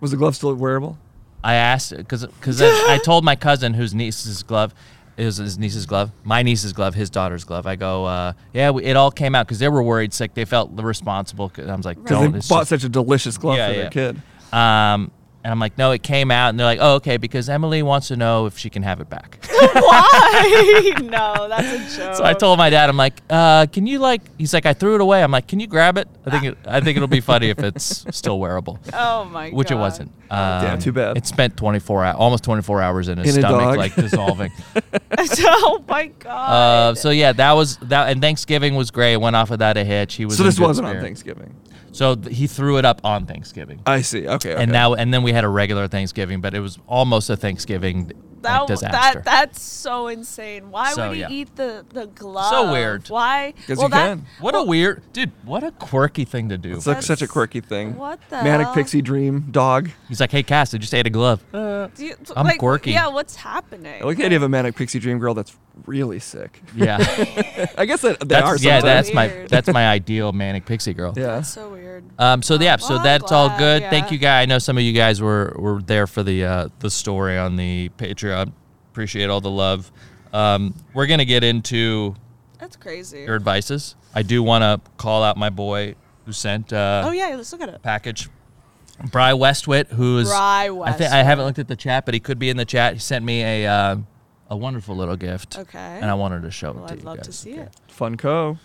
Speaker 3: Was the glove still wearable?
Speaker 1: I asked because because I,
Speaker 2: (laughs)
Speaker 1: I told my cousin whose niece's glove is his niece's glove, my niece's glove, his daughter's glove. I go, uh, yeah, we, it all came out because they were worried sick. They felt responsible. 'Cause I was like,
Speaker 3: Because
Speaker 1: don't.
Speaker 3: they
Speaker 1: it's
Speaker 3: bought
Speaker 1: just-
Speaker 3: such a delicious glove
Speaker 1: Yeah,
Speaker 3: for
Speaker 1: yeah.
Speaker 3: their kid.
Speaker 1: um, and I'm like, no, it came out. And they're like, oh, okay, because Emily wants to know if she can have it back.
Speaker 2: (laughs) Why? (laughs) no, that's a joke.
Speaker 1: (laughs) So I told my dad, I'm like, uh, can you like? He's like, I threw it away. I'm like, can you grab it? I think it, I think it'll be funny if it's
Speaker 3: (laughs)
Speaker 1: still wearable,
Speaker 2: Oh my god.
Speaker 1: which it
Speaker 2: (laughs)
Speaker 1: wasn't. Um,
Speaker 3: Damn, too bad.
Speaker 1: It spent 24 hours, almost 24 hours in his
Speaker 3: In a
Speaker 1: stomach,
Speaker 3: dog.
Speaker 1: like
Speaker 3: (laughs)
Speaker 1: dissolving.
Speaker 2: oh my god.
Speaker 1: uh, so yeah, that was that. And Thanksgiving was great. Went off without a hitch. He was
Speaker 3: So
Speaker 1: in
Speaker 3: this
Speaker 1: good
Speaker 3: wasn't on
Speaker 1: spirits.
Speaker 3: Thanksgiving.
Speaker 1: So th- he threw it up on Thanksgiving.
Speaker 3: I see. Okay. okay.
Speaker 1: And now and then we had a regular Thanksgiving, but it was almost a Thanksgiving
Speaker 2: That,
Speaker 1: like,
Speaker 2: w-
Speaker 1: disaster.
Speaker 2: that that's so insane. Why
Speaker 1: So,
Speaker 2: would he
Speaker 1: yeah.
Speaker 2: eat the the glove?
Speaker 1: weird.
Speaker 2: Why?
Speaker 3: 'Cause he
Speaker 2: that,
Speaker 3: can.
Speaker 1: what a weird dude! What a quirky thing to do.
Speaker 3: it's like such a
Speaker 2: that's-
Speaker 3: quirky thing.
Speaker 2: what the
Speaker 3: manic
Speaker 2: hell?
Speaker 3: pixie dream dog?
Speaker 1: He's like, "Hey, Cass, I just ate a glove."
Speaker 2: do you-
Speaker 1: I'm
Speaker 2: like,
Speaker 1: quirky.
Speaker 2: Yeah, what's happening?
Speaker 3: I like the idea of a manic pixie dream girl that's
Speaker 1: (laughs)
Speaker 3: really sick.
Speaker 1: yeah,
Speaker 3: (laughs) I guess that they are.
Speaker 1: that's, yeah,
Speaker 3: sometimes.
Speaker 1: that's my
Speaker 2: Weird.
Speaker 1: that's
Speaker 2: (laughs)
Speaker 1: my ideal manic pixie girl.
Speaker 3: yeah. (laughs)
Speaker 2: That's so weird.
Speaker 1: Um, so yeah, so
Speaker 2: Well, Oh, I'm
Speaker 1: that's all
Speaker 2: glad,
Speaker 1: good. Thank
Speaker 2: yeah.
Speaker 1: you, guys. I know some of you guys were were there for the uh, the story on the Patreon. Appreciate all the love. Um, we're gonna get into
Speaker 2: That's crazy.
Speaker 1: your advices. I do want to call out my boy who sent uh,
Speaker 2: oh yeah, let's look at it.
Speaker 1: package. Bry Westwit, who's
Speaker 2: Bry
Speaker 1: I think I haven't looked at the chat, but he could be in the chat. He sent me a uh, a wonderful little gift.
Speaker 2: Okay.
Speaker 1: And I wanted to show
Speaker 2: Well,
Speaker 1: it to
Speaker 2: I'd
Speaker 1: you
Speaker 2: love
Speaker 1: guys.
Speaker 2: to see
Speaker 1: okay?
Speaker 2: it.
Speaker 3: Funko.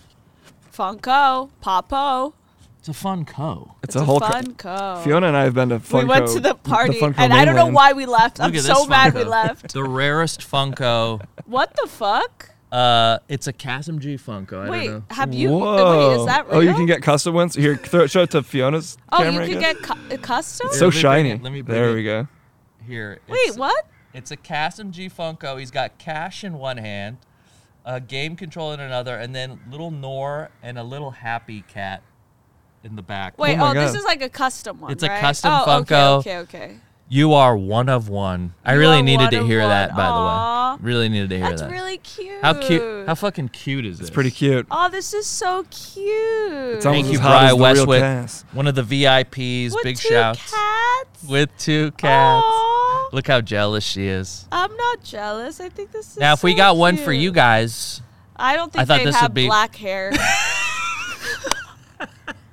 Speaker 2: Funko, Popo.
Speaker 1: It's a fun co.
Speaker 3: It's, a whole. co-
Speaker 2: Funko.
Speaker 3: Fiona and I have been to Funko.
Speaker 2: we went to the party,
Speaker 3: Funko
Speaker 2: and I don't know
Speaker 3: mainland.
Speaker 2: why we left. I'm
Speaker 1: Look at
Speaker 2: so
Speaker 1: this
Speaker 2: mad we
Speaker 1: Funko. (laughs)
Speaker 2: left.
Speaker 1: The rarest Funko.
Speaker 2: What the fuck?
Speaker 1: Uh, it's a Chasm G Funko. I
Speaker 2: Wait,
Speaker 1: don't know.
Speaker 2: have you?
Speaker 3: Whoa.
Speaker 2: Wait, is that real?
Speaker 3: Oh, you can get custom ones here. Throw, show it to Fiona's
Speaker 2: Oh,
Speaker 3: camera.
Speaker 2: you can
Speaker 3: I guess.
Speaker 2: get cu- uh, custom.
Speaker 3: It's so
Speaker 1: Let me bring
Speaker 3: shiny.
Speaker 1: it- let me bring
Speaker 3: there
Speaker 1: it.
Speaker 3: we go.
Speaker 1: Here.
Speaker 2: Wait,
Speaker 1: it's-
Speaker 2: what?
Speaker 1: It's a Chasm G Funko. He's got cash in one hand, a game control in another, and then little Nor and a little happy cat in the back.
Speaker 2: Wait,
Speaker 3: my
Speaker 2: oh, this
Speaker 3: God.
Speaker 2: is like a custom one.
Speaker 1: It's a
Speaker 2: right?
Speaker 1: custom
Speaker 2: oh,
Speaker 1: Funko.
Speaker 2: Okay, okay, okay.
Speaker 1: You are one of one. I
Speaker 2: You
Speaker 1: really
Speaker 2: are
Speaker 1: needed
Speaker 2: one
Speaker 1: to
Speaker 2: of
Speaker 1: hear that,
Speaker 2: one.
Speaker 1: by
Speaker 2: Aw.
Speaker 1: the way. Really needed to hear
Speaker 2: That's
Speaker 1: that.
Speaker 2: really cute.
Speaker 1: How cute! How fucking cute is this?
Speaker 3: It's pretty cute.
Speaker 2: oh, this is so cute.
Speaker 3: It's almost
Speaker 1: Thank you,
Speaker 3: as hot
Speaker 1: Bry
Speaker 3: as the real
Speaker 1: Westwood,
Speaker 3: Cass.
Speaker 1: one of the VIPs.
Speaker 2: With
Speaker 1: Big
Speaker 2: two
Speaker 1: shouts
Speaker 2: Cats.
Speaker 1: with two cats.
Speaker 2: Aw.
Speaker 1: Look how jealous she is.
Speaker 2: I'm not jealous. I think this is.
Speaker 1: Now, if we
Speaker 2: so
Speaker 1: got one for
Speaker 2: cute.
Speaker 1: you guys,
Speaker 2: I don't think
Speaker 1: thought
Speaker 2: they
Speaker 1: this would
Speaker 2: have
Speaker 1: be- (laughs)
Speaker 2: black hair.
Speaker 3: (laughs)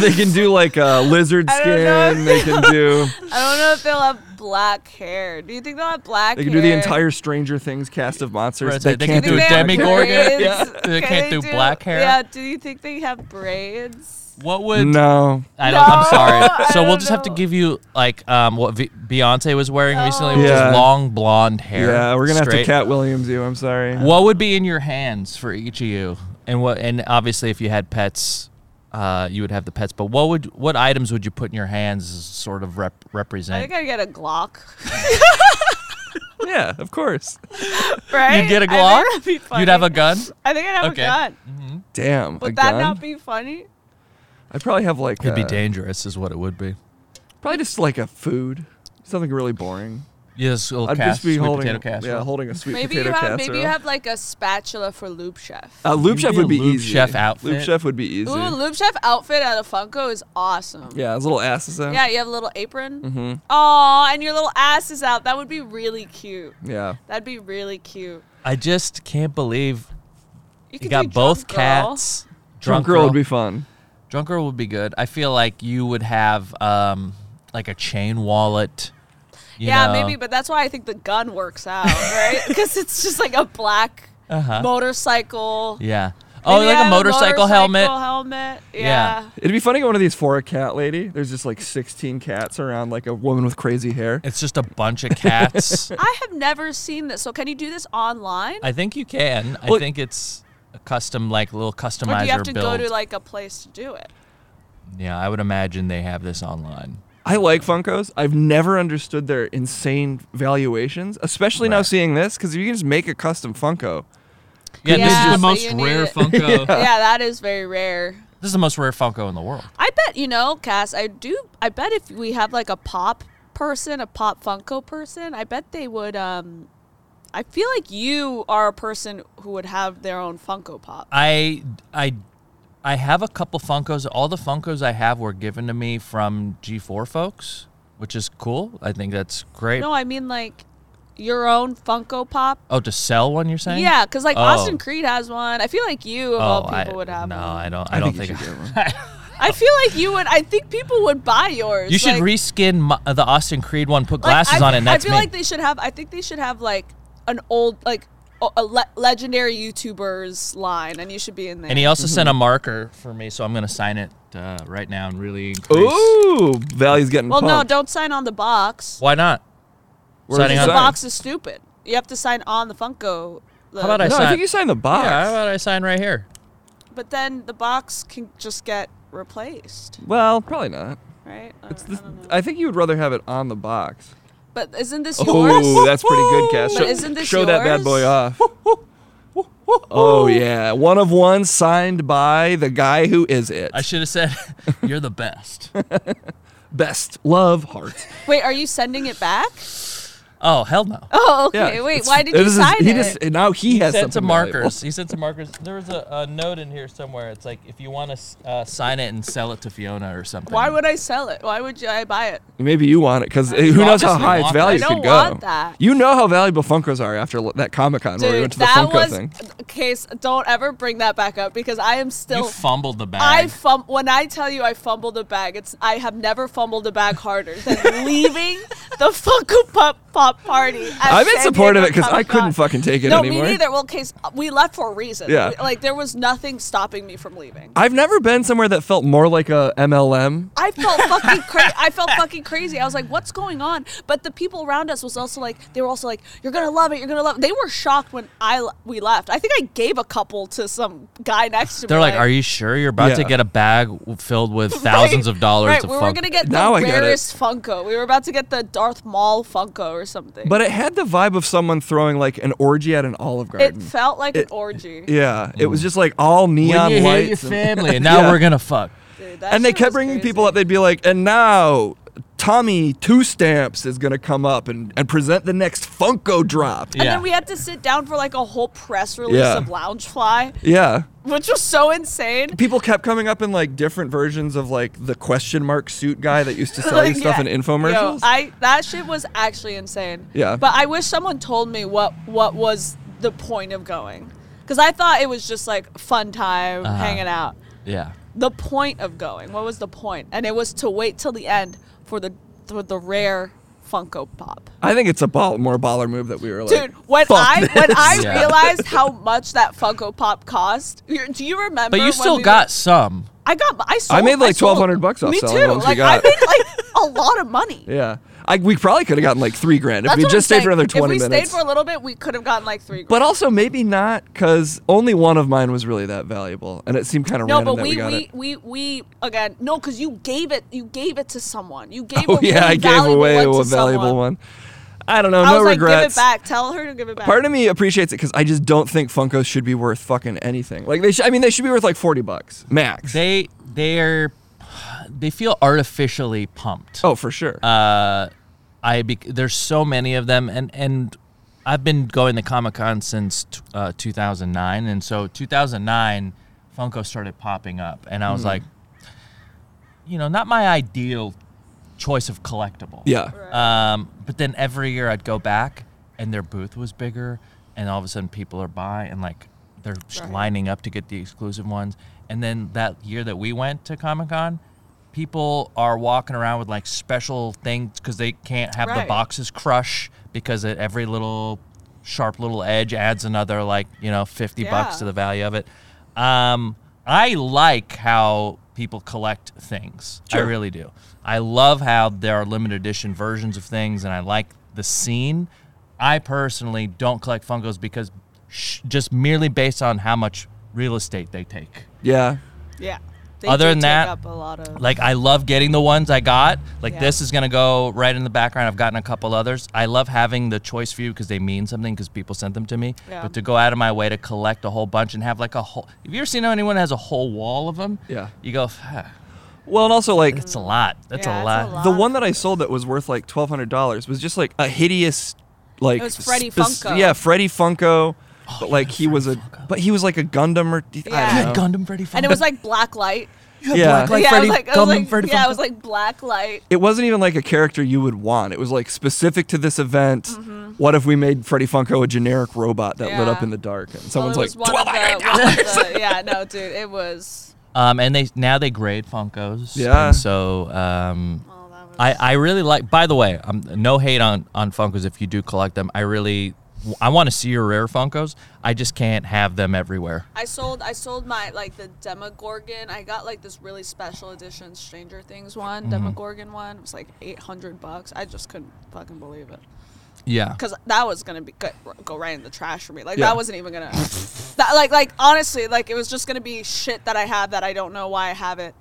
Speaker 3: They can do like uh, lizard
Speaker 2: I don't know if
Speaker 3: skin. They can
Speaker 2: (laughs)
Speaker 3: do.
Speaker 2: I don't know if they'll have black hair. Do you think they'll have black
Speaker 3: They
Speaker 2: hair?
Speaker 3: can do the entire Stranger Things cast of monsters.
Speaker 1: Right, they can
Speaker 3: can't
Speaker 2: Do
Speaker 1: do
Speaker 2: they
Speaker 1: a
Speaker 2: have
Speaker 1: demigorgon?
Speaker 2: braids? (laughs)
Speaker 1: Yeah. They can't do black hair?
Speaker 2: Yeah. Do you think they have braids?
Speaker 1: what would?
Speaker 3: No.
Speaker 1: I don't. I'm
Speaker 2: No,
Speaker 1: sorry.
Speaker 2: (laughs) I
Speaker 1: So we'll
Speaker 2: don't
Speaker 1: just have to
Speaker 2: know.
Speaker 1: give you like um, what v- Beyonce was wearing recently, which
Speaker 3: Yeah.
Speaker 1: is long blonde hair.
Speaker 3: Yeah, we're gonna have
Speaker 1: Straight.
Speaker 3: to Cat Williams you. I'm sorry.
Speaker 1: What would be in your hands for each of you? And what? And obviously, if you had pets, uh, you would have the pets. But what would? What items would you put in your hands? as Sort of rep-
Speaker 2: I
Speaker 1: represent.
Speaker 2: think I get a Glock. (laughs)
Speaker 3: Yeah, of course.
Speaker 2: Right?
Speaker 1: You'd get a
Speaker 2: I think
Speaker 1: Glock?
Speaker 2: that'd be funny.
Speaker 1: You'd have a
Speaker 3: (laughs)
Speaker 1: gun.
Speaker 2: I think I'd have
Speaker 1: Okay.
Speaker 2: a gun.
Speaker 3: Damn. a
Speaker 2: Would that
Speaker 3: gun?
Speaker 2: not be funny?
Speaker 3: I'd probably have like.
Speaker 1: It'd be
Speaker 3: uh,
Speaker 1: dangerous, is what it would be.
Speaker 3: Probably just like a food. Something really boring.
Speaker 1: Yes, little
Speaker 3: I'd
Speaker 1: cas-
Speaker 3: just be
Speaker 1: sweet
Speaker 3: holding.
Speaker 1: potato casserole.
Speaker 3: Yeah, holding a sweet
Speaker 2: Maybe
Speaker 3: potato
Speaker 2: you have
Speaker 3: casserole.
Speaker 2: maybe you have like a spatula for Loop Chef.
Speaker 3: Uh, Loop
Speaker 1: You'd
Speaker 3: Chef
Speaker 1: be a
Speaker 3: would be
Speaker 1: Loop
Speaker 3: easy.
Speaker 1: Chef outfit.
Speaker 3: Loop Chef would be easy.
Speaker 2: Ooh, Loop Chef outfit at a Funko is awesome.
Speaker 3: yeah, his little ass is out.
Speaker 2: Yeah, you have a little apron. Mm-hmm. Aw, and your little ass is out. That would be really cute.
Speaker 3: Yeah.
Speaker 2: That'd be really cute.
Speaker 1: I just can't believe
Speaker 2: You
Speaker 1: you
Speaker 2: could
Speaker 1: got
Speaker 2: do
Speaker 1: both
Speaker 2: Drunk Girl.
Speaker 1: cats.
Speaker 3: Drunk girl would be fun.
Speaker 1: Drunk girl would be good. I feel like you would have um like a chain wallet. you
Speaker 2: yeah,
Speaker 1: know.
Speaker 2: maybe, but that's why I think the gun works out, right?
Speaker 1: (laughs)
Speaker 2: Because it's just like a black
Speaker 1: Uh-huh.
Speaker 2: motorcycle.
Speaker 1: Yeah. Oh,
Speaker 2: Maybe
Speaker 1: like
Speaker 2: have
Speaker 1: a motorcycle, helmet.
Speaker 2: helmet.
Speaker 1: Yeah.
Speaker 2: Yeah.
Speaker 3: It'd be fun to get one of these for a cat lady. There's just like 16 cats around like a woman with crazy hair.
Speaker 1: It's just a bunch of cats. (laughs)
Speaker 2: I have never seen this. So can you do this online?
Speaker 1: I think you can. I
Speaker 3: Well-
Speaker 1: think it's a custom, like little customizer
Speaker 2: or do you have to
Speaker 1: build.
Speaker 2: go to like a place to
Speaker 1: (laughs)
Speaker 2: do it?
Speaker 1: yeah, I would imagine they have this online.
Speaker 3: I like Funkos. I've never understood their insane valuations, especially now
Speaker 1: Right.
Speaker 3: seeing this because if you can just make a custom Funko,
Speaker 1: Yeah, this
Speaker 2: Yeah,
Speaker 1: is the
Speaker 2: so
Speaker 1: most
Speaker 2: you need
Speaker 1: rare
Speaker 2: it.
Speaker 1: (laughs) Funko.
Speaker 2: yeah, that is very rare.
Speaker 1: This is the most rare Funko in the world.
Speaker 2: I bet you know, Cass. I do. I bet if we have like a pop person, a pop Funko person, I bet they would. Um, I feel like you are a person who would have their own Funko Pop.
Speaker 1: I I I have a couple Funkos. All the Funkos I have were given to me from G4 folks, which is cool. I think that's great.
Speaker 2: No, I mean like your own Funko Pop.
Speaker 1: oh, to sell one, you're
Speaker 2: Yeah, 'cause
Speaker 1: saying?
Speaker 2: Yeah, because like
Speaker 1: Oh.
Speaker 2: Austin Creed has one. I feel like you of
Speaker 1: Oh,
Speaker 2: all
Speaker 1: I-
Speaker 2: people would have
Speaker 1: no,
Speaker 2: one.
Speaker 1: I don't. I, don't think.
Speaker 3: you
Speaker 1: You
Speaker 3: should
Speaker 1: should,
Speaker 3: get one.
Speaker 1: (laughs)
Speaker 2: feel like you would. I think people would buy yours. like-
Speaker 1: reskin my, the Austin Creed one. Put
Speaker 2: like,
Speaker 1: glasses
Speaker 2: I,
Speaker 1: on it. And that's
Speaker 2: I feel
Speaker 1: me.
Speaker 2: like they should have. I think they should have like an old like a a le- legendary YouTubers line, and you should be in there.
Speaker 1: and he also (laughs) sent a marker for me, so I'm gonna sign it uh, right now and really increase.
Speaker 3: Ooh, value's getting
Speaker 2: well, no,
Speaker 3: pumped.
Speaker 2: don't sign on the box.
Speaker 1: Why not?
Speaker 3: Where's
Speaker 1: signing
Speaker 3: it
Speaker 1: on-
Speaker 2: The
Speaker 1: Sign.
Speaker 2: box is stupid. You have to sign on the Funko. the-
Speaker 1: about I
Speaker 3: No, I
Speaker 1: sign-
Speaker 3: think you signed the box.
Speaker 1: Yeah, how about I sign right here?
Speaker 2: but then the box can just get replaced,
Speaker 3: Well, probably not.
Speaker 2: right? I don't-
Speaker 3: It's
Speaker 2: I
Speaker 3: this,
Speaker 2: don't know.
Speaker 3: I think you would rather have it on the box.
Speaker 2: but isn't this
Speaker 3: Oh,
Speaker 2: yours?
Speaker 3: that's pretty good, Cass.
Speaker 2: But
Speaker 3: Show,
Speaker 2: isn't this
Speaker 3: show that bad
Speaker 2: yours?
Speaker 3: boy off. Oh yeah, one of one signed by the guy who is it.
Speaker 1: I should have said, (laughs) "You're the best." (laughs)
Speaker 3: Best love heart.
Speaker 2: Wait, are you sending it back?
Speaker 1: Oh hell no!
Speaker 2: (laughs) Oh,
Speaker 3: Yeah,
Speaker 2: okay. Wait,
Speaker 3: it's-
Speaker 2: why did
Speaker 3: it
Speaker 2: you
Speaker 3: is-
Speaker 2: sign
Speaker 3: he
Speaker 2: it?
Speaker 3: Just, now he has
Speaker 1: Sent some
Speaker 3: something valuable.
Speaker 1: markers. He sent some markers. There was a, a note in here somewhere. It's like if you want to uh, sign it and sell it to Fiona or something.
Speaker 2: why would I sell it? Why would you, I buy it?
Speaker 3: Maybe you want it because who knows how
Speaker 1: obviously
Speaker 3: high its
Speaker 1: want that.
Speaker 3: value
Speaker 2: I
Speaker 3: could
Speaker 2: don't
Speaker 3: go.
Speaker 2: want that.
Speaker 3: You know how valuable Funkos are after l- that Comic Con where we went to the
Speaker 2: that
Speaker 3: Funko
Speaker 2: was
Speaker 3: thing.
Speaker 2: case. Don't ever bring that back up because I am
Speaker 1: you
Speaker 2: still.
Speaker 1: fumbled the bag?
Speaker 2: I fum- when I tell you I fumbled a bag, it's I have never fumbled a bag harder
Speaker 3: (laughs)
Speaker 2: than leaving the Funko Pop Pop party. at
Speaker 3: I'm in
Speaker 2: San
Speaker 3: support of it
Speaker 2: Diego
Speaker 3: because I
Speaker 2: Comic-Con.
Speaker 3: couldn't fucking take it
Speaker 2: No,
Speaker 3: anymore.
Speaker 2: me neither. Well, case we left for a reason.
Speaker 3: Yeah.
Speaker 2: We- like there was nothing stopping me from leaving.
Speaker 3: I've never been somewhere that felt more like a MLM.
Speaker 2: I
Speaker 1: (laughs)
Speaker 2: felt fucking crazy. I felt fucking crazy. I was like, "What's going on?" But the people around us was also like, they were also like, "You're gonna love it. You're gonna love." It. They were shocked when I le- we left. I think I gave a couple to some guy next to me.
Speaker 1: They're like, "Are you sure you're about to
Speaker 3: Yeah.
Speaker 1: get a bag w- filled with thousands
Speaker 2: (laughs) Right,
Speaker 1: of dollars
Speaker 2: Right,
Speaker 1: of
Speaker 2: we were
Speaker 1: Funko?"
Speaker 2: gonna get
Speaker 3: Now I
Speaker 2: the
Speaker 3: get it.
Speaker 2: rarest Funko. We were about to get the Darth Maul Funko or something.
Speaker 3: But it had the vibe of someone throwing like an orgy at an Olive
Speaker 2: it
Speaker 3: Garden.
Speaker 2: felt like an
Speaker 3: It-
Speaker 2: orgy.
Speaker 3: yeah, it
Speaker 2: Mm.
Speaker 3: was just like all
Speaker 1: when
Speaker 3: neon
Speaker 1: you hear your
Speaker 3: lights.
Speaker 1: (laughs)
Speaker 3: and-
Speaker 1: family, and now
Speaker 3: Yeah.
Speaker 1: we're gonna fuck.
Speaker 2: Dude, that
Speaker 3: and they
Speaker 2: shit
Speaker 3: kept
Speaker 2: was
Speaker 3: bringing
Speaker 2: crazy.
Speaker 3: people up. They'd be like, and now Tommy Two Stamps is going to come up and, and present the next Funko drop.
Speaker 2: And
Speaker 1: Yeah.
Speaker 2: then we had to sit down for like a whole press release
Speaker 3: Yeah.
Speaker 2: of Loungefly,
Speaker 3: Yeah.
Speaker 2: which was so insane.
Speaker 3: People kept coming up in like different versions of like the question mark suit guy that used
Speaker 2: (laughs)
Speaker 3: to sell you
Speaker 2: Like,
Speaker 3: stuff
Speaker 2: yeah.
Speaker 3: in infomercials.
Speaker 2: Yo, I that shit was actually insane.
Speaker 3: Yeah.
Speaker 2: But I wish someone told me what what was the point of going, because I thought it was just like fun time
Speaker 1: Uh-huh.
Speaker 2: hanging out.
Speaker 1: Yeah.
Speaker 2: The point of going, what was the point? And it was to wait till the end for the for the rare Funko Pop.
Speaker 3: I think it's a ball, more baller move that we were like.
Speaker 2: Dude, when
Speaker 3: "Fuck
Speaker 2: I
Speaker 3: this."
Speaker 2: when I
Speaker 1: (laughs) Yeah.
Speaker 2: realized how much that Funko Pop cost, you- do you remember?
Speaker 1: But you
Speaker 2: when
Speaker 1: still
Speaker 2: we
Speaker 1: got
Speaker 2: went-
Speaker 1: some.
Speaker 2: I got. I sold.
Speaker 3: made, like,
Speaker 2: sold-
Speaker 3: 1,200 bucks off
Speaker 2: Me
Speaker 3: selling
Speaker 2: too.
Speaker 3: ones we
Speaker 2: like
Speaker 3: got.
Speaker 2: I made like a lot of money.
Speaker 3: (laughs) yeah, I, we probably could have gotten like three grand if
Speaker 2: That's
Speaker 3: we
Speaker 2: what
Speaker 3: just
Speaker 2: I'm
Speaker 3: stayed for
Speaker 2: saying.
Speaker 3: another twenty
Speaker 2: if we
Speaker 3: minutes.
Speaker 2: stayed for a little bit, we could have gotten like three.
Speaker 3: but
Speaker 2: grand.
Speaker 3: also maybe not because only one of mine was really that valuable, and it seemed kind of
Speaker 2: no,
Speaker 3: random
Speaker 2: but
Speaker 3: that
Speaker 2: we
Speaker 3: we got
Speaker 2: we,
Speaker 3: it.
Speaker 2: we we again no, because you gave it you gave it to someone. You gave
Speaker 3: Oh
Speaker 2: a
Speaker 3: (laughs) yeah,
Speaker 2: really
Speaker 3: I gave
Speaker 2: valuable
Speaker 3: away
Speaker 2: one to
Speaker 3: a valuable
Speaker 2: someone.
Speaker 3: one. I don't know,
Speaker 2: I
Speaker 3: no
Speaker 2: was like,
Speaker 3: regrets.
Speaker 2: give it back. Tell her to give it back.
Speaker 3: Part of me appreciates it because I just don't think Funkos should be worth fucking anything. Like they, sh- I mean, they should be worth like forty bucks max.
Speaker 1: They they're they feel artificially pumped.
Speaker 3: oh, for sure.
Speaker 1: uh, I bec there's so many of them, and and I've been going to Comic Con since t- uh, 2009, and so 2009 Funko started popping up, and I was like, you know, not my ideal choice of collectible.
Speaker 3: yeah.
Speaker 1: Um, but then every year I'd go back, and their booth was bigger, and all of a sudden people are buying, and like they're just
Speaker 2: Right.
Speaker 1: lining up to get the exclusive ones. And then that year that we went to Comic Con, people are walking around with like special things because they can't have the
Speaker 2: Right.
Speaker 1: boxes crush because at every little sharp little edge adds another like you know 50 bucks
Speaker 2: Yeah.
Speaker 1: to the value of it. Um, I like how people collect things. I
Speaker 3: Sure.
Speaker 1: really do. I love how there are limited edition versions of things, and I like the scene. I personally don't collect Funkos because sh- just merely based on how much real estate they take.
Speaker 3: Yeah.
Speaker 2: yeah. They
Speaker 1: Other
Speaker 2: do
Speaker 1: than
Speaker 2: take
Speaker 1: that,
Speaker 2: up a lot of
Speaker 1: Like I love getting the ones I got. Like
Speaker 2: Yeah.
Speaker 1: this is gonna go right in the background. I've gotten a couple others. I love having the choice view because they mean something because people sent them to me.
Speaker 2: Yeah.
Speaker 1: But to go out of my way to collect a whole bunch and have like a whole. Have you ever seen how anyone has a whole wall of them?
Speaker 3: Yeah.
Speaker 1: You go. "Ah,
Speaker 3: Well, and also like
Speaker 1: That's a lot. That's
Speaker 2: Yeah,
Speaker 1: a
Speaker 2: it's
Speaker 1: lot.
Speaker 2: a lot.
Speaker 3: the one that I sold that was worth like twelve hundred dollars was just like a hideous, like
Speaker 2: It was Freddy Funko.
Speaker 3: Yeah, Freddy
Speaker 1: Oh,
Speaker 3: Funko. but like he was a, but he was like a Gundam or
Speaker 2: Yeah.
Speaker 3: I
Speaker 1: You
Speaker 3: don't
Speaker 1: had
Speaker 3: know.
Speaker 1: Gundam Freddy Funko. (laughs)
Speaker 2: and it was like black light.
Speaker 3: yeah,
Speaker 1: Like Freddy-
Speaker 2: yeah, I was like, I was
Speaker 1: Gundam
Speaker 2: like-
Speaker 1: Freddy
Speaker 2: yeah,
Speaker 1: Funko.
Speaker 2: it was like black light.
Speaker 3: it wasn't even like a character you would want. It was like specific to this event. What if we made Freddy Funko a generic robot that lit
Speaker 2: Mm-hmm.
Speaker 3: up
Speaker 2: Yeah.
Speaker 3: in the dark? And
Speaker 2: Well,
Speaker 3: someone's
Speaker 2: it
Speaker 3: like
Speaker 2: was one of
Speaker 3: twelve hundred
Speaker 2: the- one
Speaker 3: (laughs)
Speaker 2: of the- yeah, no, dude, it was.
Speaker 1: um, and they now they grade Funkos.
Speaker 3: Yeah.
Speaker 1: And so um,
Speaker 2: Oh, that was
Speaker 1: I, I really like. By the way, um, no hate on on Funkos if you do collect them. I really I want to see your rare Funkos. I just can't have them everywhere.
Speaker 2: I sold I sold my like the Demogorgon. I got like this really special edition
Speaker 3: Mm-hmm.
Speaker 2: Stranger Things one, Demogorgon one. It was like eight hundred bucks. I just couldn't fucking believe it.
Speaker 1: Yeah.
Speaker 2: because that was gonna be go, go right in the trash for me. Like
Speaker 3: Yeah.
Speaker 2: that wasn't even gonna. that like like honestly like it was just gonna be shit that I have that I don't know why I have it.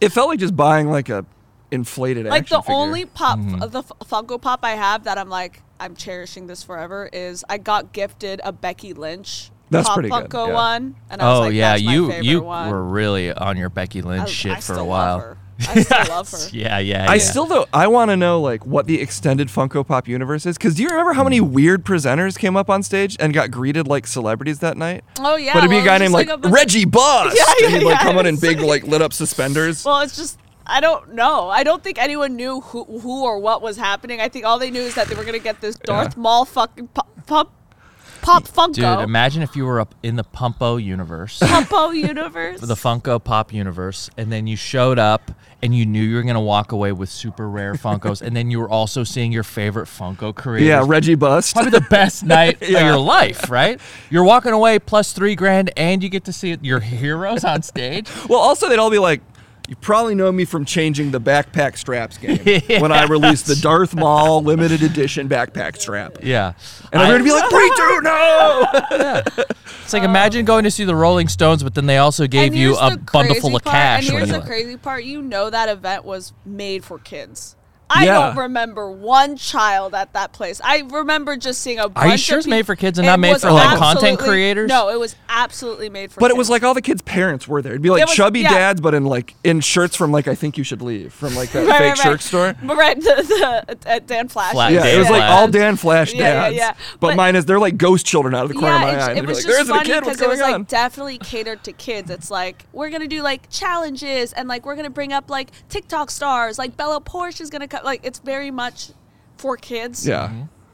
Speaker 3: It felt like just buying like a inflated
Speaker 2: Like
Speaker 3: action
Speaker 2: the
Speaker 3: figure. Mm-hmm.
Speaker 2: only pop the F- Funko Pop I have that I'm like I'm cherishing this forever is I got gifted a Becky Lynch
Speaker 3: That's
Speaker 2: Pop
Speaker 3: pretty good,
Speaker 2: Funko
Speaker 3: yeah.
Speaker 2: one, and I was
Speaker 1: Oh
Speaker 2: like,
Speaker 1: yeah,
Speaker 2: that's my
Speaker 1: you
Speaker 2: favorite
Speaker 1: you
Speaker 2: one.
Speaker 1: were really on your Becky Lynch
Speaker 2: I-
Speaker 1: shit
Speaker 2: Oh, I
Speaker 1: for
Speaker 2: still
Speaker 1: a
Speaker 2: love
Speaker 1: while.
Speaker 2: her. I still
Speaker 1: (laughs)
Speaker 2: love her.
Speaker 1: Yeah, yeah.
Speaker 3: I
Speaker 1: yeah.
Speaker 3: still though I want to know like what the extended Funko Pop universe is because do you remember how many weird presenters came up on stage and got greeted like celebrities that night?
Speaker 2: Oh yeah,
Speaker 3: but it'd be
Speaker 2: well,
Speaker 3: a guy
Speaker 2: it's just
Speaker 3: named like,
Speaker 2: a bunch of-
Speaker 3: Reggie Boss,
Speaker 2: (laughs) Yeah, yeah,
Speaker 3: and he'd like
Speaker 2: yeah,
Speaker 3: come
Speaker 2: (laughs)
Speaker 3: out in
Speaker 2: it's
Speaker 3: big like lit up suspenders.
Speaker 2: Well, it's just I don't know. I don't think anyone knew who who or what was happening. I think all they knew is that they were gonna get this Darth Maul fucking pop pop, pop Funko
Speaker 1: Dude, imagine if you were up in the Pumpo universe, (laughs)
Speaker 2: Pumpo (laughs) universe.
Speaker 1: the Funko Pop universe, and then you showed up and you knew you were gonna walk away with super rare Funkos, and then you were also seeing your favorite Funko creators.
Speaker 3: yeah, Reggie Bust.
Speaker 1: Probably the (laughs) best night
Speaker 3: Yeah.
Speaker 1: of your life, right? You're walking away plus three grand, and you get to see your heroes on stage.
Speaker 3: Well, also they'd all be like, "You probably know me from changing the backpack
Speaker 2: (laughs)
Speaker 3: straps game when I released the Darth Maul limited edition backpack strap."
Speaker 1: (laughs) Yeah,
Speaker 3: And
Speaker 1: I-
Speaker 3: I'm gonna be like, "We do know."
Speaker 1: (laughs)
Speaker 2: (laughs)
Speaker 1: It's like imagine going to see the Rolling Stones, but then they also gave
Speaker 2: And
Speaker 1: you
Speaker 2: here's
Speaker 1: a
Speaker 2: the
Speaker 1: bundle
Speaker 2: crazy
Speaker 1: full of
Speaker 2: part-
Speaker 1: cash.
Speaker 2: And
Speaker 1: when
Speaker 2: here's
Speaker 1: you
Speaker 2: the
Speaker 1: left.
Speaker 2: crazy part: you know that event was made for kids. I
Speaker 3: Yeah.
Speaker 2: don't remember one child at that place. I remember just seeing a bunch
Speaker 1: you
Speaker 2: of
Speaker 1: sure it's
Speaker 2: people-
Speaker 1: made for kids and not
Speaker 2: It
Speaker 1: made
Speaker 2: was
Speaker 1: for, like, content
Speaker 2: absolutely-
Speaker 1: creators?
Speaker 2: No, it was absolutely made for.
Speaker 3: But it
Speaker 2: kids.
Speaker 3: was like all the kids' parents were there. It'd be like
Speaker 2: It was-
Speaker 3: chubby
Speaker 2: yeah.
Speaker 3: dads, but in like in shirts from like I think you should leave from like
Speaker 2: (laughs)
Speaker 3: that fake shirt store.
Speaker 2: But right, the, the, at Dan Flash.
Speaker 1: Flash,
Speaker 3: Yeah, it
Speaker 1: Dan
Speaker 3: was like
Speaker 1: Flash.
Speaker 3: all Dan Flash
Speaker 2: Yeah, yeah,
Speaker 3: dads.
Speaker 2: yeah.
Speaker 3: But,
Speaker 2: But-
Speaker 3: mine is they're like ghost children out of the corner
Speaker 2: Yeah,
Speaker 3: of my
Speaker 2: it's-
Speaker 3: eye.
Speaker 2: it
Speaker 3: and they'd be
Speaker 2: was
Speaker 3: like,
Speaker 2: just
Speaker 3: There's a
Speaker 2: funny
Speaker 3: kid. What's
Speaker 2: because it was
Speaker 3: going on?
Speaker 2: like definitely catered to kids. It's like we're gonna do like challenges and like we're gonna bring up like TikTok stars. Like Bella Porsche is gonna come. Like it's very much for kids.
Speaker 3: yeah.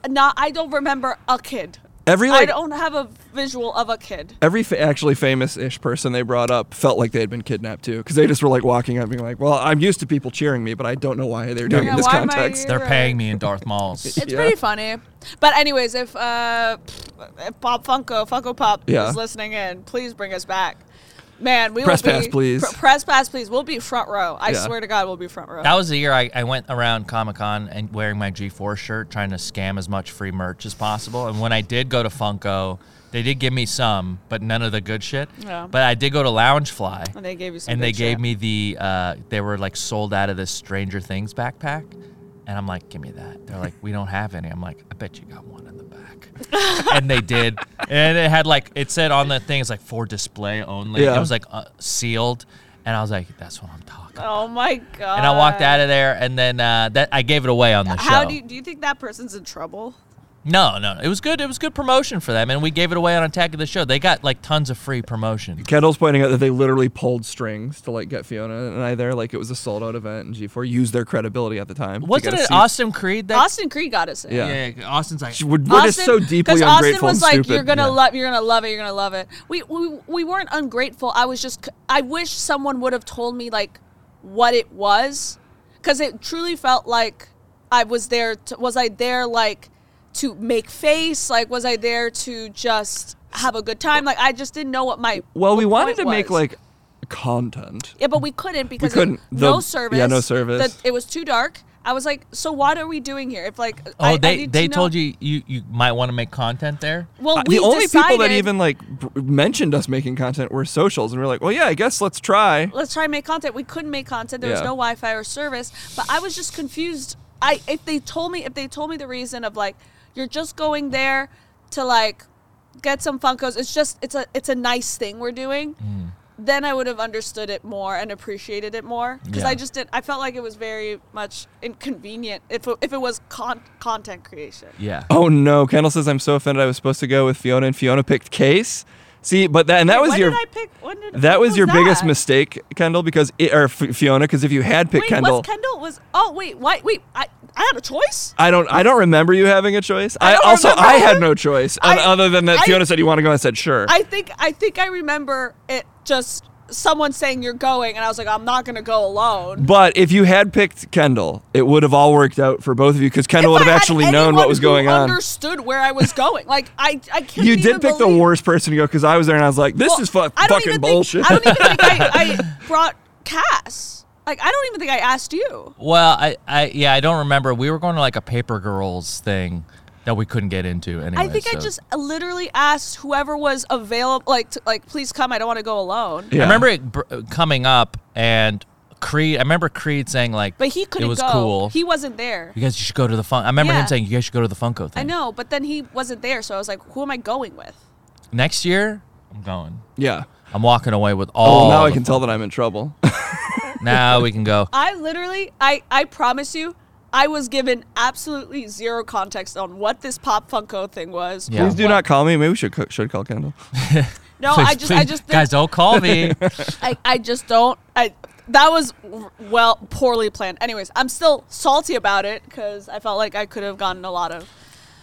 Speaker 2: Not I don't remember a kid.
Speaker 3: Every
Speaker 2: I
Speaker 3: like
Speaker 2: don't have a visual of a kid.
Speaker 3: every fa- actually famous-ish person they brought up felt like they had been kidnapped too, because they just were like walking up, being like, "Well, I'm used to people cheering me, but I don't know why they're doing it
Speaker 2: Yeah,
Speaker 3: in this
Speaker 2: why am I
Speaker 3: context."
Speaker 2: here?
Speaker 1: They're paying me in Darth Maul's.
Speaker 2: It's
Speaker 3: Yeah.
Speaker 2: pretty funny. But anyways, if uh, if Bob Funko Funko Pop
Speaker 3: Yeah.
Speaker 2: is listening in, please bring us back. Man, we
Speaker 3: Press
Speaker 2: will be,
Speaker 3: pass, please.
Speaker 2: pr- press pass, please. We'll be front row. I
Speaker 3: Yeah.
Speaker 2: swear to God, we'll be front row.
Speaker 1: That was the year I, I went around Comic Con and wearing my G4 shirt, trying to scam as much free merch as possible. And when I did go to Funko, they did give me some, but none of the good shit.
Speaker 2: Yeah.
Speaker 1: But I did go to Loungefly,
Speaker 2: and they gave you some.
Speaker 1: and
Speaker 2: good
Speaker 1: they gave
Speaker 2: shit.
Speaker 1: me the uh, they were like sold out of this Stranger Things backpack, and I'm like, give me that. They're like, we don't have any. I'm like, I bet you got one in the
Speaker 2: (laughs)
Speaker 1: back, and they did, and it had like it said on the thing, it's like for display only.
Speaker 3: Yeah.
Speaker 1: It was like uh, sealed, and I was like, that's what I'm talking. about.
Speaker 2: Oh my god!
Speaker 1: And I walked out of there, and then uh, that I gave it away on the
Speaker 2: How
Speaker 1: show.
Speaker 2: do you, do you think that person's in trouble?
Speaker 1: no, no, it was good. It was good promotion for them, and we gave it away on Attack of the Show. They got like tons of free promotion.
Speaker 3: Kendall's pointing out that they literally pulled strings to like get Fiona and I there, like it was a sold-out event, and G4 used their credibility at the time. to
Speaker 1: Wasn't
Speaker 3: get us
Speaker 1: it
Speaker 3: seats.
Speaker 1: Austin Creed that?
Speaker 2: Austin Creed got us in.
Speaker 3: Yeah.
Speaker 1: Austin's like.
Speaker 3: She would- We're just so deeply
Speaker 2: 'cause Austin
Speaker 3: ungrateful
Speaker 2: was
Speaker 3: and
Speaker 2: like,
Speaker 3: stupid.
Speaker 2: "You're gonna
Speaker 3: Yeah.
Speaker 2: love, you're gonna love it, you're gonna love it." We, we we weren't ungrateful. I was just, c- I wish someone would have told me like what it was, because it truly felt like I was there. To, was I there like to make face? Like, was I there to just have a good time? Like, I just didn't know what my
Speaker 3: Well, we
Speaker 2: what
Speaker 3: wanted
Speaker 2: point
Speaker 3: to make
Speaker 2: was.
Speaker 3: like content.
Speaker 2: Yeah, but we couldn't because it-
Speaker 3: couldn't.
Speaker 2: no
Speaker 3: The-
Speaker 2: service.
Speaker 3: yeah, no service.
Speaker 2: The- it was too dark. I was like, so what are we doing here? If like,
Speaker 1: Oh,
Speaker 2: I, I
Speaker 1: they,
Speaker 2: need
Speaker 1: they
Speaker 2: to know-
Speaker 1: told you, you you might want to make content there.
Speaker 2: Well,
Speaker 3: Uh,
Speaker 2: we
Speaker 3: the only people that
Speaker 2: decided-
Speaker 3: even like b- mentioned us making content were socials, and we are like, "Well, yeah, I guess let's try."
Speaker 2: let's try and make content. We couldn't make content. There was
Speaker 3: Yeah.
Speaker 2: no Wi-Fi or service. But I was just confused. I if they told me if they told me the reason of like you're just going there to like get some Funkos. It's just it's a it's a nice thing we're doing.
Speaker 3: Mm.
Speaker 2: Then I would have understood it more and appreciated it more because
Speaker 1: Yeah.
Speaker 2: I just did. I felt like it was very much inconvenient if it, if it was con- content creation.
Speaker 1: Yeah.
Speaker 3: Oh no, Kendall says I'm so offended. I was supposed to go with Fiona, and Fiona picked Case. See, but that and that
Speaker 2: Wait,
Speaker 3: was
Speaker 2: when
Speaker 3: your
Speaker 2: did I pick, when did,
Speaker 3: that
Speaker 2: when
Speaker 3: was your biggest
Speaker 2: that?
Speaker 3: mistake, Kendall, because it, or F- Fiona, because if you had picked
Speaker 2: Wait,
Speaker 3: Kendall,
Speaker 2: was Kendall was oh wait why wait I I had a choice.
Speaker 3: I don't I don't remember you having a choice. I,
Speaker 2: don't
Speaker 3: also
Speaker 2: remember
Speaker 3: I had
Speaker 2: it.
Speaker 3: no choice
Speaker 2: I-
Speaker 3: o- other than that
Speaker 2: I-
Speaker 3: Fiona said you want to go. I said sure.
Speaker 2: I think I think I remember it just someone saying you're going and I was like I'm not gonna go alone.
Speaker 3: but if you had picked Kendall, it would have all worked out for both of you because Kendall
Speaker 2: If
Speaker 3: would have
Speaker 2: I had
Speaker 3: actually known
Speaker 2: anyone
Speaker 3: what was
Speaker 2: who
Speaker 3: going on.
Speaker 2: Understood where I was going. Like I I couldn't
Speaker 3: You did
Speaker 2: even
Speaker 3: pick the
Speaker 2: believe-
Speaker 3: worst person to go because I was there and I was like, this
Speaker 2: Well,
Speaker 3: is fu-
Speaker 2: I don't
Speaker 3: fucking
Speaker 2: even
Speaker 3: bullshit.
Speaker 2: Think,
Speaker 3: (laughs)
Speaker 2: I don't even think I, I brought Cass. Like I don't even think I asked you.
Speaker 1: Well, I, I yeah, I don't remember. We were going to like a Paper Girls thing, that we couldn't get into. Anyway,
Speaker 2: I think I
Speaker 1: so-
Speaker 2: just literally asked whoever was available, like, to, like, please come. I don't want to go alone.
Speaker 3: Yeah.
Speaker 1: I remember it br- coming up and Creed. I remember Creed saying like,
Speaker 2: But he couldn't
Speaker 1: It was
Speaker 2: go.
Speaker 1: cool.
Speaker 2: He wasn't there.
Speaker 1: "You guys should go to the fun." I remember
Speaker 2: Yeah.
Speaker 1: him saying, "You guys should go to the Funko thing."
Speaker 2: I know, but then he wasn't there, so I was like, who am I going with?
Speaker 1: Next year, I'm going.
Speaker 3: Yeah.
Speaker 1: I'm walking away with
Speaker 3: Oh,
Speaker 1: all.
Speaker 3: now I
Speaker 1: the Fun-
Speaker 3: can tell that I'm in trouble.
Speaker 1: Now we can go.
Speaker 2: I literally, I, I promise you, I was given absolutely zero context on what this pop Funko thing was.
Speaker 1: Yeah.
Speaker 3: Please do not call me. Maybe we should co- should call Kendall.
Speaker 2: No,
Speaker 1: Please,
Speaker 2: Oh, I just, I
Speaker 1: please,
Speaker 2: just,
Speaker 1: guys,
Speaker 2: think,
Speaker 1: don't call
Speaker 2: (laughs)
Speaker 1: me. (laughs)
Speaker 2: I, I just don't. I that was well poorly planned. Anyways, I'm still salty about it because I felt like I could have gotten a lot of.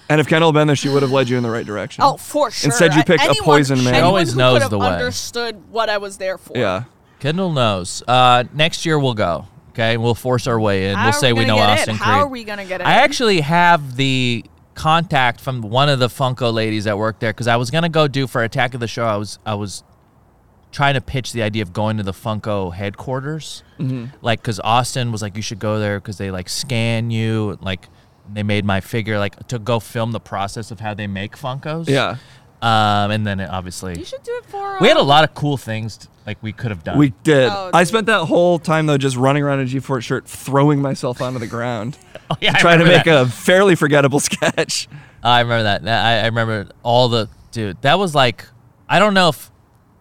Speaker 3: And if Kendall had been there, she would have led you in the right direction.
Speaker 2: Oh, for sure.
Speaker 3: Instead, you
Speaker 2: I-
Speaker 3: picked a
Speaker 2: anyone-
Speaker 3: poison man.
Speaker 2: anyone
Speaker 1: always
Speaker 2: who
Speaker 1: knows
Speaker 2: could have
Speaker 1: the way.
Speaker 2: Understood what I was there for.
Speaker 3: Yeah.
Speaker 1: Kendall knows. Uh, next year we'll go. Okay, we'll force our way in.
Speaker 2: How
Speaker 1: we'll
Speaker 2: are
Speaker 1: say we
Speaker 2: gonna
Speaker 1: know
Speaker 2: get
Speaker 1: Austin
Speaker 2: in?
Speaker 1: Creed.
Speaker 2: How are we gonna get it?
Speaker 1: I actually have the contact from one of the Funko ladies that worked there because I was gonna go do for Attack of the Show. I was I was trying to pitch the idea of going to the Funko headquarters,
Speaker 2: Mm-hmm.
Speaker 1: like because Austin was like, you should go there because they like scan you, like they made my figure like to go film the process of how they make Funkos.
Speaker 3: Yeah.
Speaker 1: um, and then it obviously
Speaker 2: you should do it for.
Speaker 1: we had a
Speaker 2: um,
Speaker 1: lot of cool things t- like we could have done.
Speaker 3: We did.
Speaker 2: Oh,
Speaker 3: I
Speaker 2: dude.
Speaker 3: spent that whole time though just running around in a G4 shirt, throwing myself onto the ground,
Speaker 1: Oh, yeah, (laughs) I
Speaker 3: trying to
Speaker 1: remember
Speaker 3: make
Speaker 1: that.
Speaker 3: a fairly forgettable (laughs) sketch.
Speaker 1: I remember that. That- I, I remember all the dude. That was like I don't know if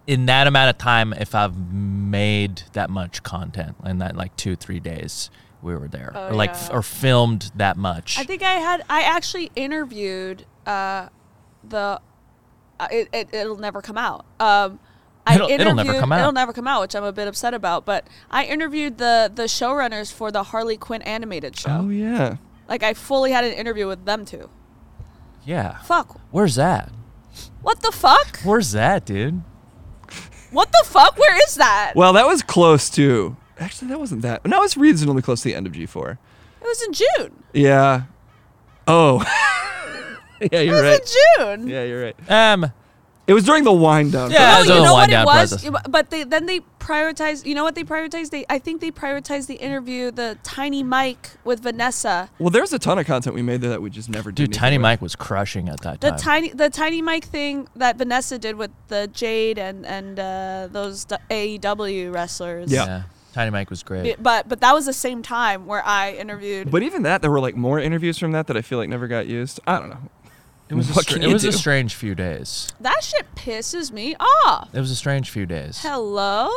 Speaker 1: in that amount of time if I've made that much content in that like two three days we were there
Speaker 2: Oh,
Speaker 1: or like
Speaker 2: yeah.
Speaker 1: f- or filmed that much.
Speaker 2: I think I had. I actually interviewed uh, the. Uh, it, it it'll never come out. Um, I
Speaker 1: It'll- it'll never
Speaker 2: interviewed-
Speaker 1: come out.
Speaker 2: It'll never come out, which I'm a bit upset about. But I interviewed the the showrunners for the Harley Quinn animated show.
Speaker 3: Oh yeah.
Speaker 2: Like I fully had an interview with them too.
Speaker 1: yeah.
Speaker 2: Fuck.
Speaker 1: Where's that?
Speaker 2: What the fuck?
Speaker 1: Where's that, dude?
Speaker 2: What the fuck? Where is that?
Speaker 3: Well, that was close to. Actually, that wasn't that. No, it's reasonably close to the end of G4.
Speaker 2: It was in June.
Speaker 3: Yeah. Oh. (laughs) yeah,
Speaker 2: It
Speaker 3: you're
Speaker 2: was
Speaker 3: right.
Speaker 2: in June.
Speaker 3: Yeah, you're right.
Speaker 1: Um,
Speaker 3: It was during the wind down.
Speaker 1: Yeah.
Speaker 2: No,
Speaker 1: it was a
Speaker 2: you know
Speaker 1: little
Speaker 2: what
Speaker 1: wind-down
Speaker 2: it was,
Speaker 1: process.
Speaker 2: but they then they prioritized. You know what they prioritized? They I think they prioritized the interview, the tiny mic with Vanessa,
Speaker 3: Well, there's a ton of content we made there that we just never did.
Speaker 1: dude, Tiny
Speaker 3: anything with.
Speaker 1: Mike was crushing at that
Speaker 2: the
Speaker 1: time.
Speaker 2: tiny the tiny mic thing that Vanessa did with the Jade and and uh, those d- AEW wrestlers.
Speaker 3: Yeah.
Speaker 1: Tiny Mike was great.
Speaker 2: It- but but that was the same time where I interviewed.
Speaker 3: But even that, there were like more interviews from that that I feel like never got used. I don't know.
Speaker 1: It was a
Speaker 3: What
Speaker 1: str-
Speaker 3: can
Speaker 1: it
Speaker 3: you
Speaker 1: was a
Speaker 3: do?
Speaker 1: strange few days.
Speaker 2: that shit pisses me off.
Speaker 1: It was a strange few days.
Speaker 2: Hello.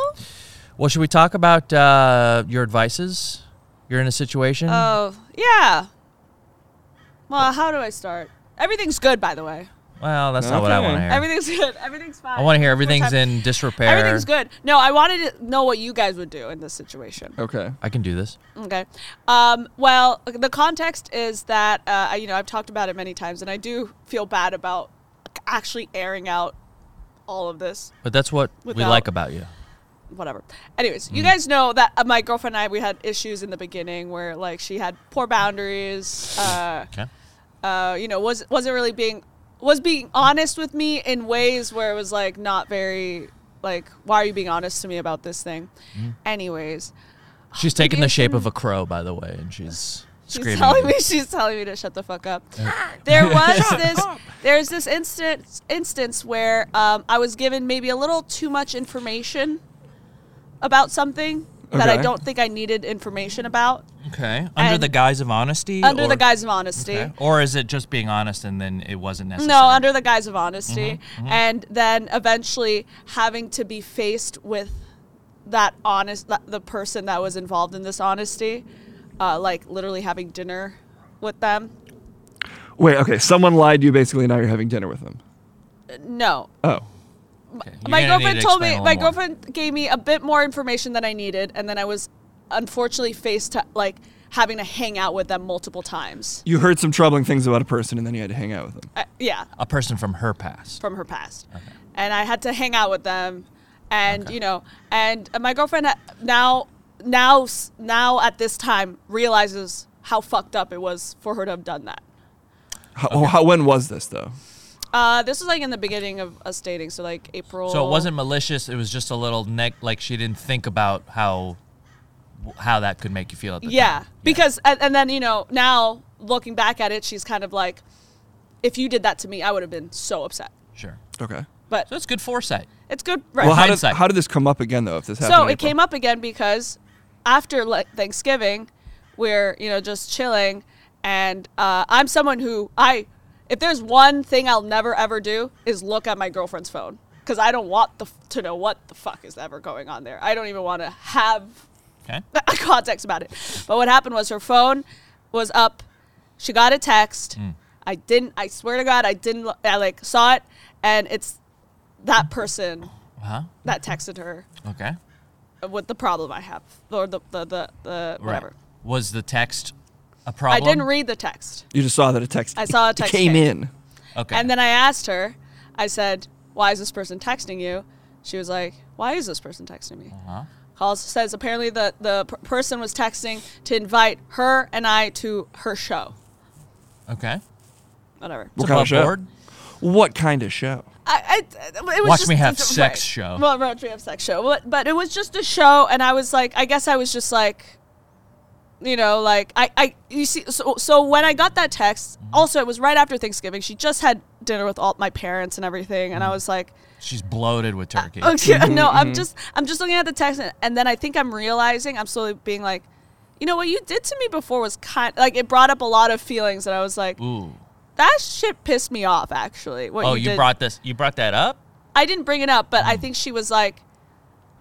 Speaker 1: Well, should we talk about uh, your advices? You're in a situation.
Speaker 2: Oh yeah. Well, how do I start? Everything's good, by the way.
Speaker 1: well, that's not what I
Speaker 3: Okay.
Speaker 1: want to hear.
Speaker 2: Everything's good. Everything's fine.
Speaker 1: I want to hear
Speaker 2: More
Speaker 1: everything's
Speaker 2: time.
Speaker 1: in disrepair.
Speaker 2: Everything's good. No, I wanted to know what you guys would do in this situation.
Speaker 3: Okay.
Speaker 1: I can do this.
Speaker 2: Okay. Um, well, the context is that uh, I- you know I've talked about it many times, and I do feel bad about actually airing out all of this.
Speaker 1: But that's what we
Speaker 2: Without-
Speaker 1: like about you.
Speaker 2: Whatever. Anyways, you guys know that uh, my girlfriend and I we had issues in the beginning where like she had poor boundaries. Uh,
Speaker 1: Okay.
Speaker 2: uh, you know, was wasn't really being was being honest with me in ways where it was like not very like why are you being honest to me about this thing? Anyways,
Speaker 1: She's taking the shape of a crow, by the way, and she's
Speaker 2: she's
Speaker 1: screaming. Uh,
Speaker 2: telling me she's telling me to shut the fuck up. there
Speaker 1: (laughs)
Speaker 2: was this there's this instance instance where um, I was given maybe a little too much information about something that I
Speaker 3: Okay.
Speaker 2: don't think I needed information about
Speaker 1: Okay. Under
Speaker 2: And-
Speaker 1: the guise of honesty.
Speaker 2: under the
Speaker 1: or-
Speaker 2: guise of honesty.
Speaker 1: Okay. Or is it just being honest and then it wasn't necessary?
Speaker 2: No, under the guise of honesty.
Speaker 1: Mm-hmm,
Speaker 2: And then eventually having to be faced with that honest, that, the person that was involved in this honesty, uh, like literally having dinner with them.
Speaker 3: Wait. Okay. Someone lied to you. Basically, now you're having dinner with them.
Speaker 2: No.
Speaker 3: Oh.
Speaker 1: Okay. You're
Speaker 2: my
Speaker 1: gonna need
Speaker 2: girlfriend
Speaker 1: to
Speaker 2: told
Speaker 1: explain
Speaker 2: me,
Speaker 1: a
Speaker 2: my
Speaker 1: little more.
Speaker 2: girlfriend gave me a bit more information than I needed. And then I was unfortunately faced to like having to hang out with them multiple times.
Speaker 3: You heard some troubling things about a person, and then you had to hang out with them.
Speaker 2: Uh, yeah.
Speaker 1: A person from her past.
Speaker 2: from her past, and I had to hang out with them, and you know, and my girlfriend ha- now, now, s- now at this time realizes how fucked up it was for her to have done that.
Speaker 3: How, oh, how, when was this though?
Speaker 2: Uh, this was like in the beginning of us dating, so like April.
Speaker 1: So it wasn't malicious. It was just a little neck. Like she didn't think about how how that could make you feel at the
Speaker 2: Yeah,
Speaker 1: time.
Speaker 2: because and, and then you know now looking back at it, she's kind of like, if you did that to me, I would have been so upset.
Speaker 1: Sure.
Speaker 3: Okay.
Speaker 2: But
Speaker 1: So that's good foresight.
Speaker 2: it's good. Right.
Speaker 3: Well, how did,
Speaker 1: hindsight.
Speaker 3: how did this come up again though? If this happened,
Speaker 2: so
Speaker 3: in
Speaker 2: it
Speaker 3: April?
Speaker 2: came up again because after like, Thanksgiving, we're you know just chilling, and uh, I'm someone who I, if there's one thing I'll never ever do is look at my girlfriend's phone because I don't want the f- to know what the fuck is ever going on there. I don't even want to have
Speaker 1: Okay.
Speaker 2: (laughs) context about it. But what happened was her phone was up. She got a text.
Speaker 1: Mm.
Speaker 2: I didn't. I swear to God, I didn't. lo- I like saw it, and it's that person
Speaker 1: Huh?
Speaker 2: that texted her
Speaker 1: Uh-huh. Okay.
Speaker 2: with the problem I have, or the the the, the whatever.
Speaker 1: Right. Was the text a
Speaker 2: I
Speaker 1: problem?
Speaker 2: didn't read the text,
Speaker 3: You just saw that a text.
Speaker 2: I saw a
Speaker 3: it
Speaker 2: text
Speaker 3: came
Speaker 2: came.
Speaker 3: in.
Speaker 1: Okay.
Speaker 2: and then I asked her. I said, "Why is this person texting you?" She was like, "Why is this person texting me?"
Speaker 1: huh?
Speaker 2: Calls says apparently the the per- person was texting to invite her and I to her show.
Speaker 1: Okay.
Speaker 2: Whatever.
Speaker 3: What
Speaker 1: It's
Speaker 3: kind of
Speaker 1: above
Speaker 3: show?
Speaker 1: board.
Speaker 3: What kind of show?
Speaker 2: I, I it was
Speaker 1: Watch
Speaker 2: just-
Speaker 1: Me Have
Speaker 2: it's-
Speaker 1: Sex
Speaker 2: right.
Speaker 1: show.
Speaker 2: Well, watch me have sex show, but, but it was just a show, and I was like, I guess I was just like, you know, like I, I you see, so so when I got that text,
Speaker 1: Mm-hmm.
Speaker 2: also it was right after Thanksgiving. She just had dinner with all my parents and everything,
Speaker 1: Mm-hmm.
Speaker 2: and I was like,
Speaker 1: She's bloated with turkey.
Speaker 2: (laughs) okay, no, I'm just I'm just looking at the text, and, and then I think I'm realizing I'm slowly being like, you know, what you did to me before was kind like it brought up a lot of feelings, and I was like,
Speaker 1: Ooh.
Speaker 2: that shit pissed me off actually. What
Speaker 1: Oh,
Speaker 2: you,
Speaker 1: you,
Speaker 2: did.
Speaker 1: brought this. You brought that up.
Speaker 2: I didn't bring it up, but I think she was like,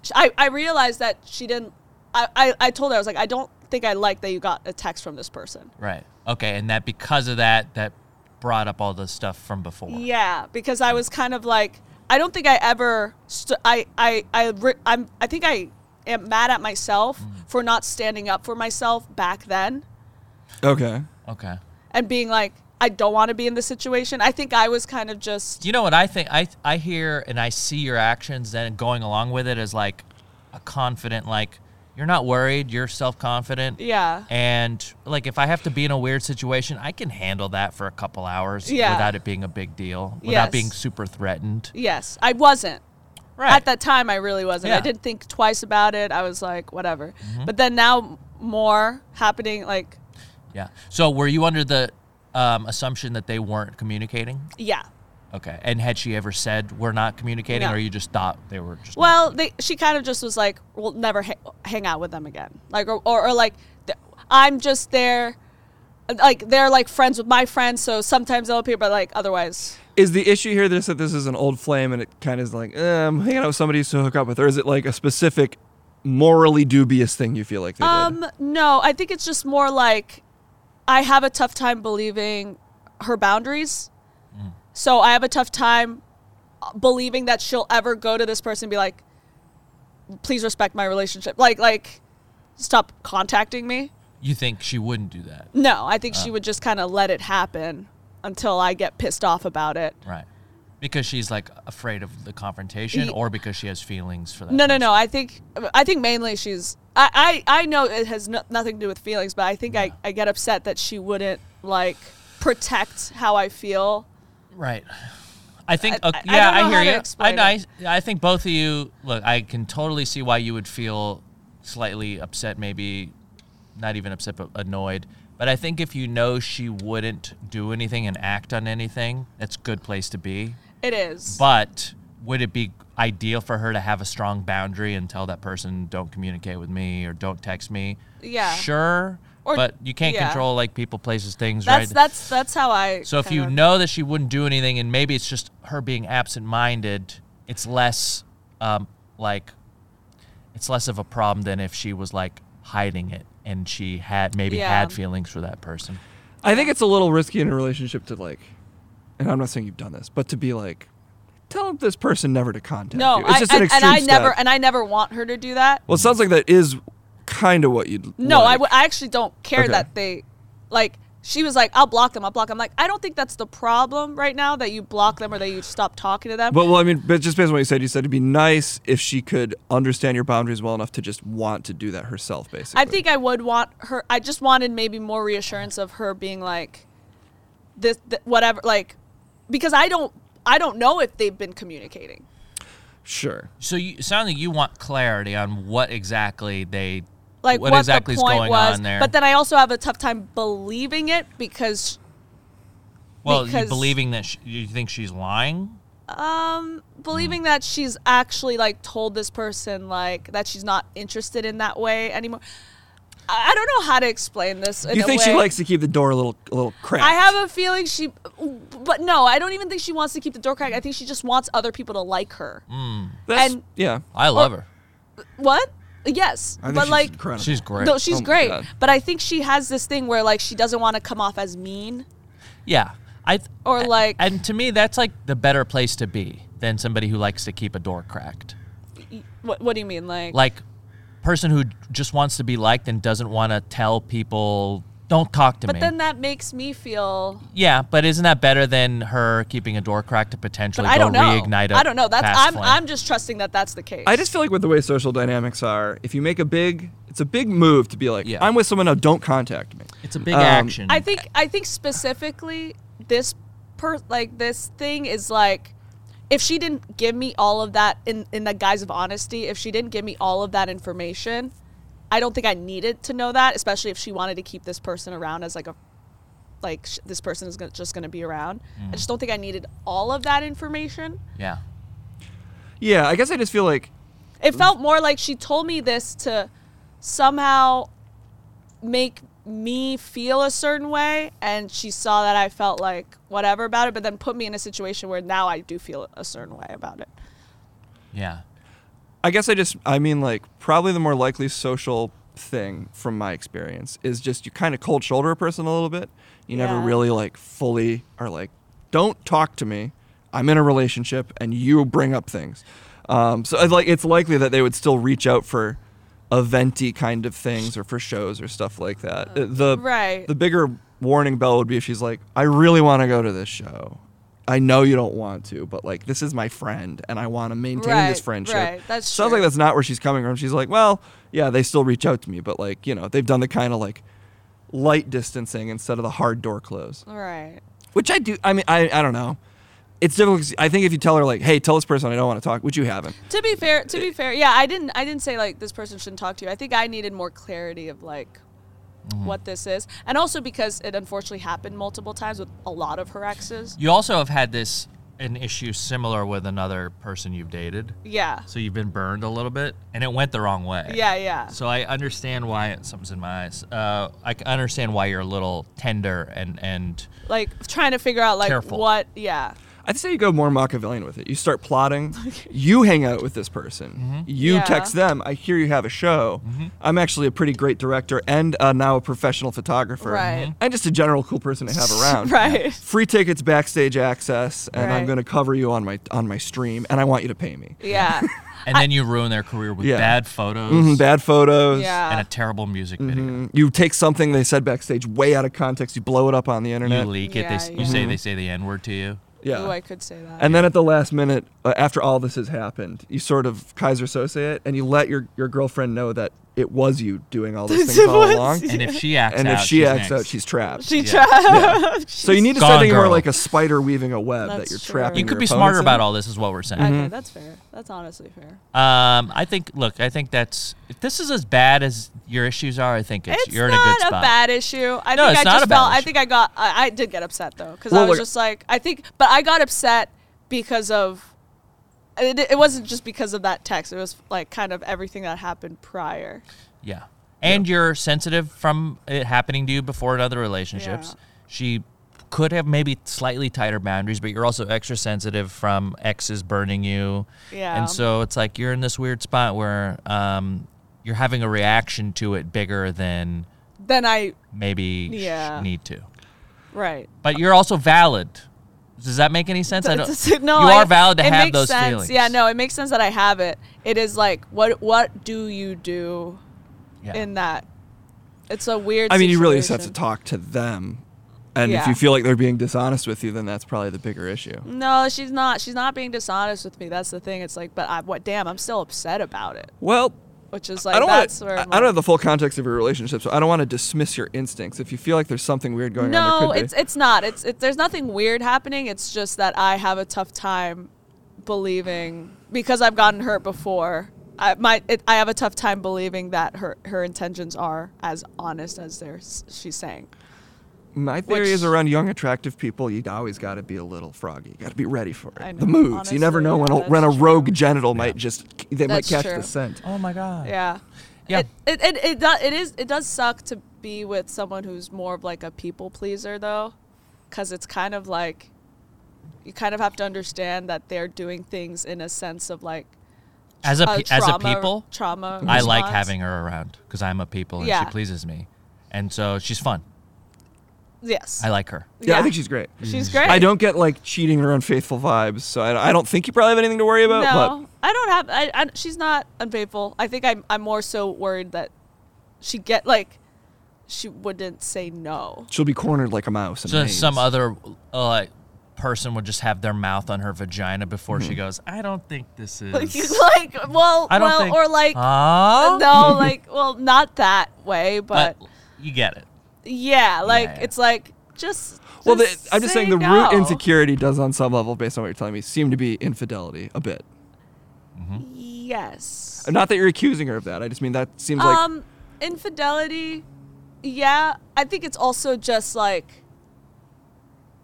Speaker 2: sh- I, I realized that she didn't. I, I, I told her, I was like, I don't think I like that you got a text from this person.
Speaker 1: Right. Okay. And that because of that, that brought up all the stuff from before.
Speaker 2: Yeah, because I was kind of like, I don't think I ever. St- I, I, I, re- I'm, I think I am mad at myself for not standing up for myself back then
Speaker 3: Okay.
Speaker 1: Okay.
Speaker 2: and being like, I don't want to be in this situation. I think I was kind of just.
Speaker 1: You know what I think? I I hear and I see your actions, then going along with it is like a confident, like you're not worried, you're self confident.
Speaker 2: Yeah.
Speaker 1: And like if I have to be in a weird situation, I can handle that for a couple hours
Speaker 2: Yeah.
Speaker 1: without it being a big deal, without
Speaker 2: Yes.
Speaker 1: being super threatened.
Speaker 2: Yes, I wasn't.
Speaker 1: Right.
Speaker 2: at that time i really wasn't i
Speaker 1: Yeah. Mm-hmm.
Speaker 2: didn't think twice about it i was like whatever but then now m- more happening like
Speaker 1: yeah. So were you under the um, assumption that they weren't communicating?
Speaker 2: yeah
Speaker 1: Okay. And had she ever said we're not communicating,
Speaker 2: No.
Speaker 1: or you just thought they were just not-
Speaker 2: well they she kind of just was like we'll never ha- hang out with them again like or, or, or like th- i'm just there like they're like friends with my friends so sometimes they'll appear but like otherwise
Speaker 3: Is the issue here this that this is an old flame and it kind of is like eh, I'm hanging out with somebody to hook up with, or is it like a specific morally dubious thing you feel like they
Speaker 2: um no i think it's just more like i have a tough time believing her boundaries so i have a tough time believing that she'll ever go to this person and be like please respect my relationship like like stop contacting me
Speaker 1: you think she wouldn't do that?
Speaker 2: no i think she would just kind of let it happen until i get pissed off about it
Speaker 1: Right. Because she's like afraid of the confrontation
Speaker 2: Ye-
Speaker 1: or because she has feelings for that.
Speaker 2: no no
Speaker 1: person?
Speaker 2: no i think i think mainly she's i i, I know it has no, nothing to do with feelings but i think I, I get upset that she wouldn't like protect how i feel
Speaker 1: Right. I think,
Speaker 2: I-
Speaker 1: okay,
Speaker 2: I- I
Speaker 1: yeah,
Speaker 2: don't know
Speaker 1: I,
Speaker 2: how to
Speaker 1: hear you.
Speaker 2: explain
Speaker 1: I, I, I think both of you, look, I can totally see why you would feel slightly upset, maybe not even upset, but annoyed. But I think if you know she wouldn't do anything and act on anything, that's a good place to be.
Speaker 2: it is
Speaker 1: But would it be ideal for her to have a strong boundary and tell that person, don't communicate with me or don't text me?
Speaker 2: Yeah.
Speaker 1: Sure.
Speaker 2: Or-
Speaker 1: but you can't
Speaker 2: yeah.
Speaker 1: control like people, places, things,
Speaker 2: that's
Speaker 1: right?
Speaker 2: that's that's how i
Speaker 1: So if
Speaker 2: kind
Speaker 1: you
Speaker 2: of-
Speaker 1: know that she wouldn't do anything, and maybe it's just her being absent-minded, it's less um, like it's less of a problem than if she was like hiding it and she had maybe
Speaker 2: Yeah.
Speaker 1: had feelings for that person.
Speaker 3: did? I think it's a little risky in a relationship to like, and I'm not saying you've done this, but to be like, tell this person never to contact
Speaker 2: no
Speaker 3: you. It's
Speaker 2: I,
Speaker 3: just an
Speaker 2: and,
Speaker 3: extreme
Speaker 2: and i
Speaker 3: step.
Speaker 2: never and i never want her to do that
Speaker 3: well, it sounds like that is kind of what you'd.
Speaker 2: no I
Speaker 3: like.
Speaker 2: w- I actually don't care
Speaker 3: Okay.
Speaker 2: that they like she was like i'll block them i'll block them like i don't think that's the problem right now that you block them or that you stop talking to them
Speaker 3: But well, I mean, but just based on what you said, you said it'd be nice if she could understand your boundaries well enough to just want to do that herself, basically.
Speaker 2: I think I would want her. I just wanted maybe more reassurance of her being like, this, th- whatever, like, because I don't, I don't know if they've been communicating.
Speaker 3: Sure.
Speaker 1: So you it sounds like you want clarity on what exactly they
Speaker 2: Like
Speaker 1: what,
Speaker 2: what,
Speaker 1: exactly
Speaker 2: the point
Speaker 1: is going
Speaker 2: was.
Speaker 1: on there.
Speaker 2: But then I also have a tough time believing it because
Speaker 1: Well, you
Speaker 2: Because-
Speaker 1: believing that sh you think she's lying?
Speaker 2: Um,
Speaker 3: Mm.
Speaker 2: believing that she's actually like told this person like that she's not interested in that way anymore. I, I don't know how to explain this. in
Speaker 3: you
Speaker 2: a
Speaker 3: think she
Speaker 2: way.
Speaker 3: likes to keep the door a little a little cracked?
Speaker 2: I have a feeling she, but no, I don't even think she wants to keep the door cracked. I think she just wants other people to like her.
Speaker 3: That's,
Speaker 2: and-
Speaker 3: yeah.
Speaker 1: I love her.
Speaker 2: What? Yes,
Speaker 4: I think
Speaker 2: but
Speaker 4: she's
Speaker 2: like,
Speaker 4: incredible.
Speaker 1: She's great.
Speaker 2: no, she's
Speaker 3: Oh my
Speaker 2: great.
Speaker 3: God.
Speaker 2: But I think she has this thing where like she doesn't want to come off as mean
Speaker 1: yeah. I th-
Speaker 2: or like
Speaker 1: and to me that's like the better place to be than somebody who likes to keep a door cracked.
Speaker 2: what? What do you mean? Like,
Speaker 1: Like person who just wants to be liked and doesn't want to tell people don't talk to
Speaker 2: but
Speaker 1: me.
Speaker 2: then that makes me feel.
Speaker 1: yeah, but isn't that better than her keeping a door cracked to potentially
Speaker 2: But
Speaker 1: go
Speaker 2: I don't know.
Speaker 1: reignite a
Speaker 2: I don't know. That's
Speaker 1: past
Speaker 2: I'm.
Speaker 1: flame?
Speaker 2: I'm just trusting that that's the case.
Speaker 3: I just feel like with the way social dynamics are, if you make a big, it's a big move to be like,
Speaker 1: Yeah.
Speaker 3: I'm with someone now, don't contact me.
Speaker 1: It's a big
Speaker 3: Um,
Speaker 1: action.
Speaker 2: I think I think specifically this per like this thing is like if she didn't give me all of that in in the guise of honesty, if she didn't give me all of that information, I don't think I needed to know that, especially if she wanted to keep this person around as like a like sh- this person is gonna, just going to be around. I just don't think I needed all of that information.
Speaker 1: yeah.
Speaker 3: Yeah, I guess I just feel like
Speaker 2: It felt more like she told me this to somehow make me feel a certain way, and she saw that I felt like whatever about it, but then put me in a situation where now I do feel a certain way about it.
Speaker 1: Yeah.
Speaker 3: I guess I just I mean like probably the more likely social thing from my experience is just you kind of cold shoulder a person a little bit. You never
Speaker 2: Yeah.
Speaker 3: really like fully are like don't talk to me. I'm in a relationship and you bring up things. Um, so it's like it's likely that they would still reach out for eventy kind of things or for shows or stuff like that. Uh, the
Speaker 2: right.
Speaker 3: the bigger warning bell would be if she's like, I really want to go to this show. I know you don't want to, but like this is my friend and I want to maintain
Speaker 2: Right,
Speaker 3: this friendship.
Speaker 2: right, that's
Speaker 3: Sounds
Speaker 2: true.
Speaker 3: like that's not where she's coming from. She's like, well, yeah, they still reach out to me, but like, you know, they've done the kind of like light distancing instead of the hard door close,
Speaker 2: Right.
Speaker 3: which I do. I mean, I, I don't know. It's difficult. 'cause I think if you tell her like, hey, tell this person I don't want to talk, which you haven't.
Speaker 2: To be fair, to be fair, yeah, I didn't I didn't say like this person shouldn't talk to you. I think I needed more clarity of like what this is. And also because it unfortunately happened multiple times with a lot of her exes.
Speaker 1: You also have had this an issue similar with another person you've dated.
Speaker 2: Yeah.
Speaker 1: So you've been burned a little bit, and it went the wrong way.
Speaker 2: Yeah, yeah.
Speaker 1: So I understand why it, something's in my eyes. Uh, I can understand why you're a little tender and and
Speaker 2: Like trying to figure out like
Speaker 1: Careful.
Speaker 2: what yeah.
Speaker 3: I'd say you go more Machiavellian with it. You start
Speaker 2: (laughs)
Speaker 3: plotting. you hang out with this person. You
Speaker 2: Yeah.
Speaker 3: text them. I hear you have a show. I'm actually a pretty great director and uh, now a professional photographer.
Speaker 2: Right. Mhm.
Speaker 3: And just a general cool person
Speaker 2: (laughs)
Speaker 3: to have around.
Speaker 2: Right.
Speaker 3: Free tickets, backstage access, and I'm
Speaker 2: Right.
Speaker 3: going to cover you on my on my stream. And I want you to pay me.
Speaker 1: (laughs)
Speaker 2: Yeah.
Speaker 1: and then you ruin their career with
Speaker 3: Yeah.
Speaker 1: Mm-hmm, bad photos
Speaker 3: Mhm, bad photos.
Speaker 2: yeah.
Speaker 1: and a terrible music video.
Speaker 3: Mm, You take something they said backstage way out of context. You blow it up on the
Speaker 1: You
Speaker 3: internet.
Speaker 1: leak it. They, s-
Speaker 2: Yeah,
Speaker 1: you
Speaker 2: yeah.
Speaker 1: say they say the n word to (laughs) you.
Speaker 3: yeah.
Speaker 2: Ooh, I could say that.
Speaker 3: And then at the last minute, uh, after all this has happened, you sort of Kaiser Sose it, and you let your, your girlfriend know that it was you doing all
Speaker 2: (laughs)
Speaker 3: these
Speaker 2: It
Speaker 3: things all
Speaker 2: was
Speaker 3: along.
Speaker 1: And if she acts
Speaker 3: And
Speaker 1: out,
Speaker 3: if she
Speaker 1: she's
Speaker 3: acts
Speaker 1: next.
Speaker 3: out, she's
Speaker 2: (laughs)
Speaker 3: trapped.
Speaker 2: she
Speaker 1: Yeah.
Speaker 2: (laughs) tried.
Speaker 3: so you need to
Speaker 1: Gone
Speaker 3: start thinking more
Speaker 1: girl.
Speaker 3: like a spider weaving a web that
Speaker 2: That's
Speaker 3: you're
Speaker 2: true.
Speaker 3: trapping.
Speaker 1: you
Speaker 2: bring
Speaker 1: could be smarter about all this, is what we're saying.
Speaker 2: Okay, that's fair. That's honestly fair.
Speaker 1: Um, I think. Look, I think that's. If this is as bad as your issues are, I think it's,
Speaker 2: It's
Speaker 1: you're in a
Speaker 2: not
Speaker 1: good
Speaker 2: a,
Speaker 1: spot.
Speaker 2: bad issue. I
Speaker 1: No,
Speaker 2: think
Speaker 1: it's
Speaker 2: I
Speaker 1: not
Speaker 2: just
Speaker 1: a bad
Speaker 2: felt. I
Speaker 1: issue.
Speaker 2: think I got. I, I did get upset though, because
Speaker 3: Well,
Speaker 2: I was
Speaker 3: look-
Speaker 2: just like, I think. But I got upset because of. It, it wasn't just because of that text. It was like kind of everything that happened prior.
Speaker 1: Yeah. And you're sensitive from it happening to you before in other relationships.
Speaker 2: Yeah.
Speaker 1: She could have maybe slightly tighter boundaries, but you're also extra sensitive from exes burning you.
Speaker 2: Yeah.
Speaker 1: And so it's like you're in this weird spot where um, you're having a reaction to it bigger than
Speaker 2: Then I
Speaker 1: maybe sh-
Speaker 2: Yeah.
Speaker 1: need to.
Speaker 2: right.
Speaker 1: But you're also valid. Does that make any sense? I don't,
Speaker 2: no,
Speaker 1: you
Speaker 2: I-
Speaker 1: are valid to
Speaker 2: it
Speaker 1: have
Speaker 2: makes
Speaker 1: those
Speaker 2: sense.
Speaker 1: feelings.
Speaker 2: Yeah, no, it makes sense that I have it. It is like, what what do you do
Speaker 1: Yeah.
Speaker 2: in that? It's a weird.
Speaker 3: I mean, you really just have to
Speaker 2: situation.
Speaker 3: talk to them. And if
Speaker 2: Yeah.
Speaker 3: you feel like they're being dishonest with you, then that's probably the bigger issue.
Speaker 2: No, she's not. She's not being dishonest with me. That's the thing. It's like, but I, what? Damn, I'm still upset about it.
Speaker 3: Well,
Speaker 2: Which is like,
Speaker 3: I don't
Speaker 2: that's
Speaker 3: wanna,
Speaker 2: where
Speaker 3: I,
Speaker 2: I'm
Speaker 3: I don't have
Speaker 2: like-
Speaker 3: the full context of your relationship, so I don't want to dismiss your instincts. If you feel like there's something weird going on, there
Speaker 2: No,
Speaker 3: could be.
Speaker 2: it's it's not. It's it, there's nothing weird happening. It's just that I have a tough time believing because I've gotten hurt before. I my it, I have a tough time believing that her her intentions are as honest as they're s- she's saying.
Speaker 3: My theory is
Speaker 2: Which-
Speaker 3: around young, attractive people, you always got to be a little froggy. You got to be ready for it.
Speaker 2: I
Speaker 3: the
Speaker 2: know,
Speaker 3: moods. you never
Speaker 2: honestly,
Speaker 3: know when a,
Speaker 2: that's
Speaker 3: when a
Speaker 2: true.
Speaker 3: rogue genital might just they
Speaker 2: That's
Speaker 3: might catch
Speaker 2: true.
Speaker 3: the scent.
Speaker 1: Oh my god.
Speaker 2: Yeah.
Speaker 1: Yeah.
Speaker 2: It it it, it, do, it is it does suck to be with someone who's more of like a people pleaser though, because it's kind of like you kind of have to understand that they're doing things in a sense of like
Speaker 1: As a,
Speaker 2: uh,
Speaker 1: pe- as
Speaker 2: trauma,
Speaker 1: a people,
Speaker 2: trauma.
Speaker 1: I like
Speaker 2: response.
Speaker 1: having her around because I'm a people and
Speaker 2: Yeah.
Speaker 1: she pleases me, and so she's fun.
Speaker 2: yes.
Speaker 1: I like her.
Speaker 3: Yeah, I think she's great.
Speaker 2: she's great.
Speaker 3: I don't get like cheating or unfaithful vibes, so I, I don't think you probably have anything to worry about.
Speaker 2: No, I don't have. I, I she's not unfaithful. I think I'm I'm more so worried that she get like she wouldn't say no. (laughs)
Speaker 3: But she'll be cornered like a mouse. In a
Speaker 1: So
Speaker 3: maze.
Speaker 1: some other uh, like, person would just have their mouth on her vagina before she goes. I don't think this is.
Speaker 2: (laughs) Like like well
Speaker 1: I don't
Speaker 2: well
Speaker 1: think. uh,
Speaker 2: or like
Speaker 3: Oh.
Speaker 1: Huh?
Speaker 2: Uh, no like well not that way
Speaker 3: Uh,
Speaker 2: but,
Speaker 1: but you get it.
Speaker 2: yeah like
Speaker 1: yeah.
Speaker 2: it's like just
Speaker 3: Well, the,
Speaker 2: just
Speaker 3: I'm just
Speaker 2: say
Speaker 3: saying the
Speaker 2: no.
Speaker 3: root insecurity does, on some level, based on what you're telling me, seem to be infidelity a bit.
Speaker 2: yes
Speaker 3: Not that you're accusing her of that. I just mean that seems like
Speaker 2: um infidelity yeah i think it's also just like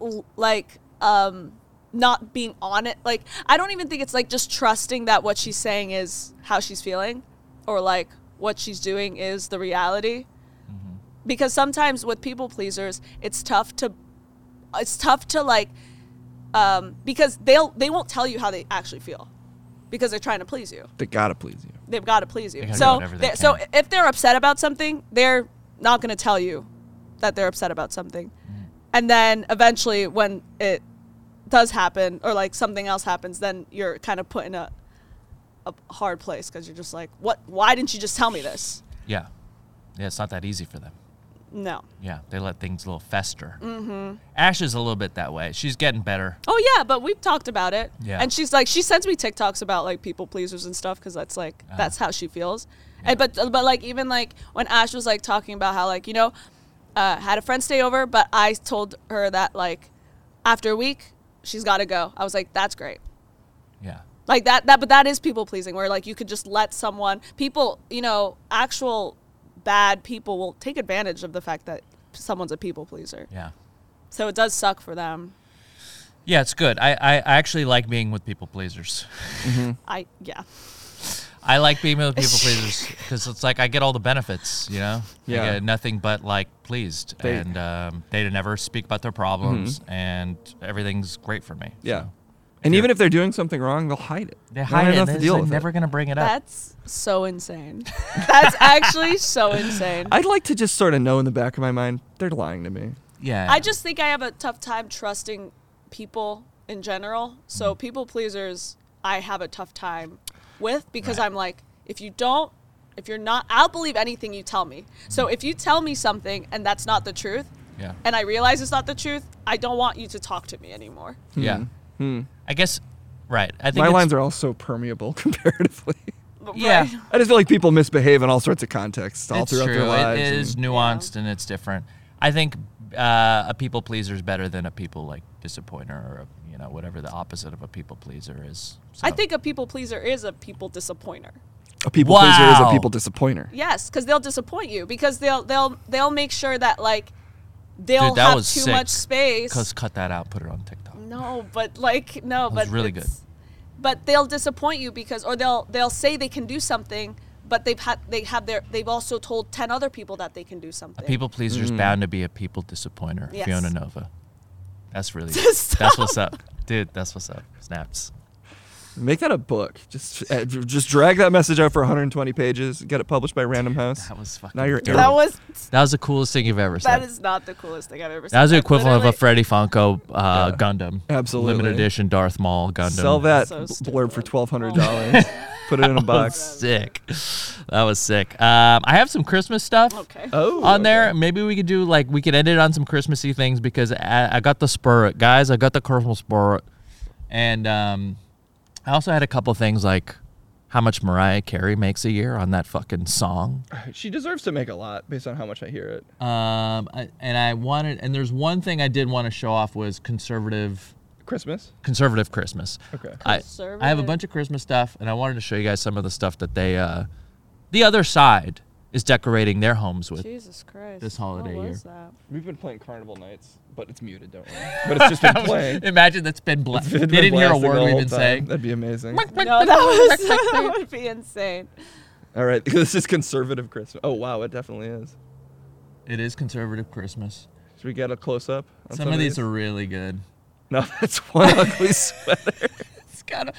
Speaker 2: l- like um not being on it like i don't even think it's like just trusting that what she's saying is how she's feeling or like what she's doing is the reality
Speaker 3: Mm-hmm.
Speaker 2: because sometimes with people pleasers it's tough to it's tough to like um because they'll they won't tell you how they actually feel because they're trying to please you
Speaker 3: they gotta please you.
Speaker 2: they've got to please you.
Speaker 1: gotta do
Speaker 2: So,
Speaker 1: whatever they
Speaker 2: they so
Speaker 1: can.
Speaker 2: if they're upset about something, they're not going to tell you that they're upset about something.
Speaker 1: Mm.
Speaker 2: And then eventually, when it does happen, or like something else happens, then you're kind of put in a a hard place because you're just like, what? Why didn't you just tell me this?
Speaker 1: Yeah, yeah. It's not that easy for them.
Speaker 2: No.
Speaker 1: Yeah, they let things a little fester. Mm-hmm. Ash is a little bit that way. She's getting better.
Speaker 2: Oh yeah, but we've talked about it.
Speaker 1: Yeah.
Speaker 2: And she's like, she sends me TikToks about like people pleasers and stuff because that's like
Speaker 1: Uh-huh.
Speaker 2: that's how she feels. And but but like even like when Ash was like talking about how like you know, uh, had a friend stay over, but I told her that like after a week she's got to go. I was like, that's great.
Speaker 1: Yeah.
Speaker 2: Like that that but that is people pleasing where like you could just let someone people you know actual bad people will take advantage of the fact that someone's a people pleaser.
Speaker 1: Yeah.
Speaker 2: So it does suck for them.
Speaker 1: Yeah, it's good. I, I, I actually like being with people pleasers.
Speaker 2: I yeah.
Speaker 1: I like being with
Speaker 3: (laughs)
Speaker 1: people pleasers because it's like I get all the benefits, you know. I
Speaker 3: Yeah.
Speaker 1: get nothing but like pleased,
Speaker 3: They- Mm-hmm.
Speaker 1: and um, they never speak about their problems, and everything's great for me.
Speaker 3: Yeah.
Speaker 1: so.
Speaker 3: And
Speaker 1: Sure.
Speaker 3: even if they're doing something wrong, they'll hide it.
Speaker 1: they
Speaker 3: don't
Speaker 1: hide
Speaker 3: have
Speaker 1: it.
Speaker 3: enough
Speaker 1: They're
Speaker 3: to deal with
Speaker 1: never
Speaker 3: it.
Speaker 1: gonna bring it up.
Speaker 2: That's so insane. (laughs) That's actually so insane. I,
Speaker 3: I'd like to just sort of know in the back of my mind they're lying to me.
Speaker 1: yeah,
Speaker 2: just think I have a tough time trusting people in general. So
Speaker 1: Mm-hmm.
Speaker 2: people pleasers, I have a tough time with because
Speaker 1: Right.
Speaker 2: I'm like, if you don't, if you're not, I'll believe anything you tell me. So
Speaker 1: Mm-hmm.
Speaker 2: if you tell me something and that's not the truth,
Speaker 1: yeah,
Speaker 2: and I realize it's not the truth, I don't want you to talk to me anymore.
Speaker 1: yeah. I guess right. I think
Speaker 3: Hmm. My
Speaker 1: it's-
Speaker 3: lines are all so permeable (laughs) comparatively.
Speaker 1: yeah.
Speaker 2: Right?
Speaker 3: I just feel like people misbehave in all sorts of contexts all
Speaker 1: It's
Speaker 3: throughout
Speaker 1: true.
Speaker 3: their lives.
Speaker 1: it is
Speaker 3: and-
Speaker 1: nuanced and it's different. I think uh, a people pleaser is better than a people like disappointer or a, you know whatever the opposite of a people pleaser is.
Speaker 2: I
Speaker 1: So-
Speaker 2: think a people pleaser is a people disappointer.
Speaker 3: a people pleaser is a
Speaker 1: Wow.
Speaker 3: people disappointer.
Speaker 2: Yes, because they'll disappoint you because they'll they'll they'll make sure that like they'll
Speaker 1: Dude, that
Speaker 2: have too
Speaker 1: was sick.
Speaker 2: much space.
Speaker 1: Cause cut that out, put it on TikTok.
Speaker 2: no, but like no,
Speaker 1: was
Speaker 2: but
Speaker 1: really
Speaker 2: it's- But they'll disappoint you because or they'll they'll say they can do something, but they've had they have their they've also told ten other people that they can do
Speaker 1: A
Speaker 2: something.
Speaker 1: people pleaser is
Speaker 3: Mm.
Speaker 1: bound to be a people disappointer.
Speaker 2: Yes.
Speaker 1: Fiona Nova. That's
Speaker 2: (laughs)
Speaker 1: really
Speaker 2: Stop.
Speaker 1: that's what's up, dude. That's what's up. Snaps.
Speaker 3: Make that a book. Just uh, just drag that message out for 120 pages. Get it published by Random House.
Speaker 1: That was fucking.
Speaker 3: Now you're
Speaker 1: terrible.
Speaker 2: that
Speaker 3: terrible.
Speaker 2: was
Speaker 1: (laughs) That was the coolest thing you've ever
Speaker 2: that
Speaker 1: said.
Speaker 2: is not the coolest thing I've ever seen.
Speaker 1: That was the
Speaker 2: Like,
Speaker 1: equivalent of a Freddy
Speaker 2: literally-
Speaker 1: Funko uh, Gundam.
Speaker 3: Absolutely.
Speaker 1: Limited edition Darth Maul Gundam.
Speaker 3: Sell that
Speaker 2: So
Speaker 3: b-
Speaker 2: stupid.
Speaker 3: blurb
Speaker 1: (laughs)
Speaker 3: for $1,200. Put it in a box.
Speaker 1: Sick. That was sick. Um, I have some Christmas stuff.
Speaker 2: Okay.
Speaker 3: Oh,
Speaker 1: on there.
Speaker 3: okay.
Speaker 1: Maybe we could do like we could end it on some Christmassy things because I, I got the spur, guys. I got the Christmas spur, and um, I also had a couple things like how much Mariah Carey makes a year on that fucking song.
Speaker 3: She deserves to make a lot based on how much I hear it.
Speaker 1: Um, I, and I wanted, and there's one thing I did want to show off was conservative,
Speaker 3: Christmas.
Speaker 1: conservative Christmas.
Speaker 3: Okay.
Speaker 1: I, I have a
Speaker 2: Conservative.
Speaker 1: bunch of Christmas stuff, and I wanted to show you guys some of the stuff that they, uh, the other side is decorating their homes with.
Speaker 2: Jesus Christ.
Speaker 1: This holiday
Speaker 2: what
Speaker 1: year.
Speaker 2: was that? (laughs)
Speaker 3: We've been playing Carnival Nights, but it's muted, don't worry. But it's
Speaker 1: (laughs)
Speaker 3: just been playing.
Speaker 1: Imagine that's been bla-
Speaker 3: (laughs) It's
Speaker 1: They
Speaker 3: been
Speaker 1: didn't hear a
Speaker 3: blasting the
Speaker 1: word we've
Speaker 3: whole
Speaker 1: been (laughs)
Speaker 3: time.
Speaker 1: saying.
Speaker 3: That'd be amazing.
Speaker 2: No, that, was, that would be insane.
Speaker 3: All right, (laughs) this is conservative Christmas. Oh wow, it definitely is.
Speaker 1: It is conservative Christmas.
Speaker 3: Should we get a close up?
Speaker 1: Some, of these are really good.
Speaker 3: (laughs) No, that's one ugly (laughs) sweater.
Speaker 1: It's got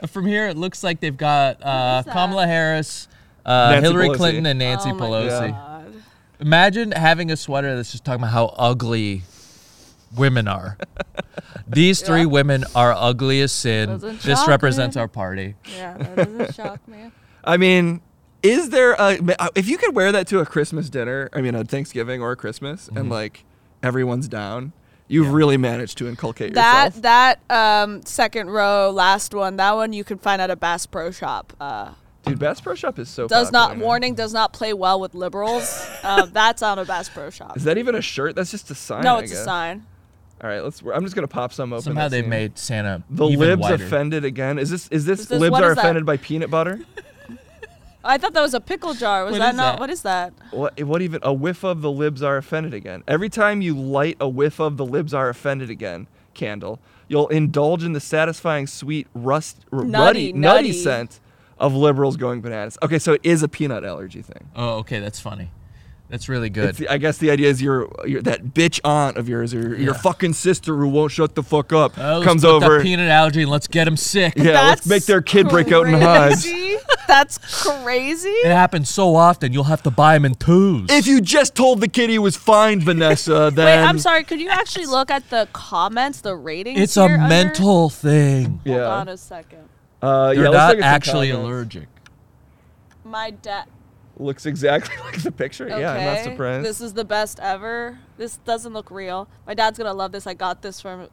Speaker 1: a, from here. It looks like they've got uh,
Speaker 2: is that?
Speaker 1: Kamala Harris, uh,
Speaker 3: Nancy
Speaker 1: Hillary
Speaker 3: Pelosi.
Speaker 1: Clinton, and Nancy
Speaker 2: Oh my
Speaker 1: Pelosi.
Speaker 2: God.
Speaker 1: Imagine having a sweater that's just talking about how ugly women
Speaker 3: (laughs)
Speaker 1: are. These three
Speaker 2: Yeah.
Speaker 1: women are ugly as sin.
Speaker 2: Doesn't
Speaker 1: this
Speaker 2: shock
Speaker 1: represents
Speaker 2: me.
Speaker 1: our party.
Speaker 2: Yeah, that doesn't shock me.
Speaker 3: I mean, is there a if you could wear that to a Christmas dinner? I mean, a Thanksgiving or a Christmas,
Speaker 1: Mm-hmm.
Speaker 3: and like everyone's down. You've really managed to inculcate
Speaker 2: That
Speaker 3: yourself.
Speaker 2: that um, second row, last one, that one you can find at a Bass Pro Shop. Uh,
Speaker 3: Dude, Bass Pro Shop is so.
Speaker 2: does
Speaker 3: popular
Speaker 2: not
Speaker 3: now.
Speaker 2: warning does not play well with liberals.
Speaker 3: (laughs)
Speaker 2: uh, that's on a Bass Pro Shop.
Speaker 3: Is that even a shirt? That's just a sign.
Speaker 2: no,
Speaker 3: I
Speaker 2: it's a
Speaker 3: guess.
Speaker 2: sign.
Speaker 3: All right, let's. I'm just gonna pop some open.
Speaker 1: Somehow
Speaker 3: and
Speaker 1: they
Speaker 3: see.
Speaker 1: made Santa
Speaker 3: the
Speaker 1: even
Speaker 3: libs
Speaker 1: whiter.
Speaker 3: offended again. Is this? Is this,
Speaker 2: Is this-
Speaker 3: libs
Speaker 2: what
Speaker 3: are
Speaker 2: is that?
Speaker 3: offended by peanut butter?
Speaker 2: I thought that was a pickle jar. Was
Speaker 1: What
Speaker 2: that
Speaker 1: is
Speaker 2: not?
Speaker 1: that?
Speaker 2: What is that?
Speaker 3: What, what even? A whiff of the libs are offended again. Every time you light a whiff of the libs are offended again candle, you'll indulge in the satisfying sweet rust, r-
Speaker 2: Nutty,
Speaker 3: ruddy, nutty
Speaker 2: nutty.
Speaker 3: scent of liberals going bananas. Okay, so it is a peanut allergy thing.
Speaker 1: Oh, okay, that's funny. That's really good.
Speaker 3: It's the, I guess the idea is your, your that bitch aunt of yours or your, your
Speaker 1: Yeah.
Speaker 3: fucking sister who won't shut the fuck up
Speaker 1: Oh, let's
Speaker 3: comes
Speaker 1: put that
Speaker 3: over.
Speaker 1: peanut allergy and let's get him sick.
Speaker 3: Yeah, let's make their kid break out and hide.
Speaker 2: crazy. (laughs) That's crazy.
Speaker 1: It happens so often. You'll have to buy him in twos.
Speaker 3: If you just told the kid he was
Speaker 2: (laughs)
Speaker 3: fine, Vanessa,
Speaker 2: Wait,
Speaker 3: then
Speaker 2: I'm sorry. Could you actually look at the comments, the ratings?
Speaker 1: it's a
Speaker 2: here under?
Speaker 1: mental thing.
Speaker 2: Hold
Speaker 3: Yeah.
Speaker 2: on a second.
Speaker 3: Uh,
Speaker 1: They're
Speaker 3: yeah, let's
Speaker 1: not
Speaker 3: look at some
Speaker 1: actually
Speaker 3: comments.
Speaker 1: allergic.
Speaker 2: My dad.
Speaker 3: Looks exactly (laughs) like the picture. Yeah, I'm not surprised.
Speaker 2: This is the best ever. This doesn't look real. My dad's gonna love this. I got this from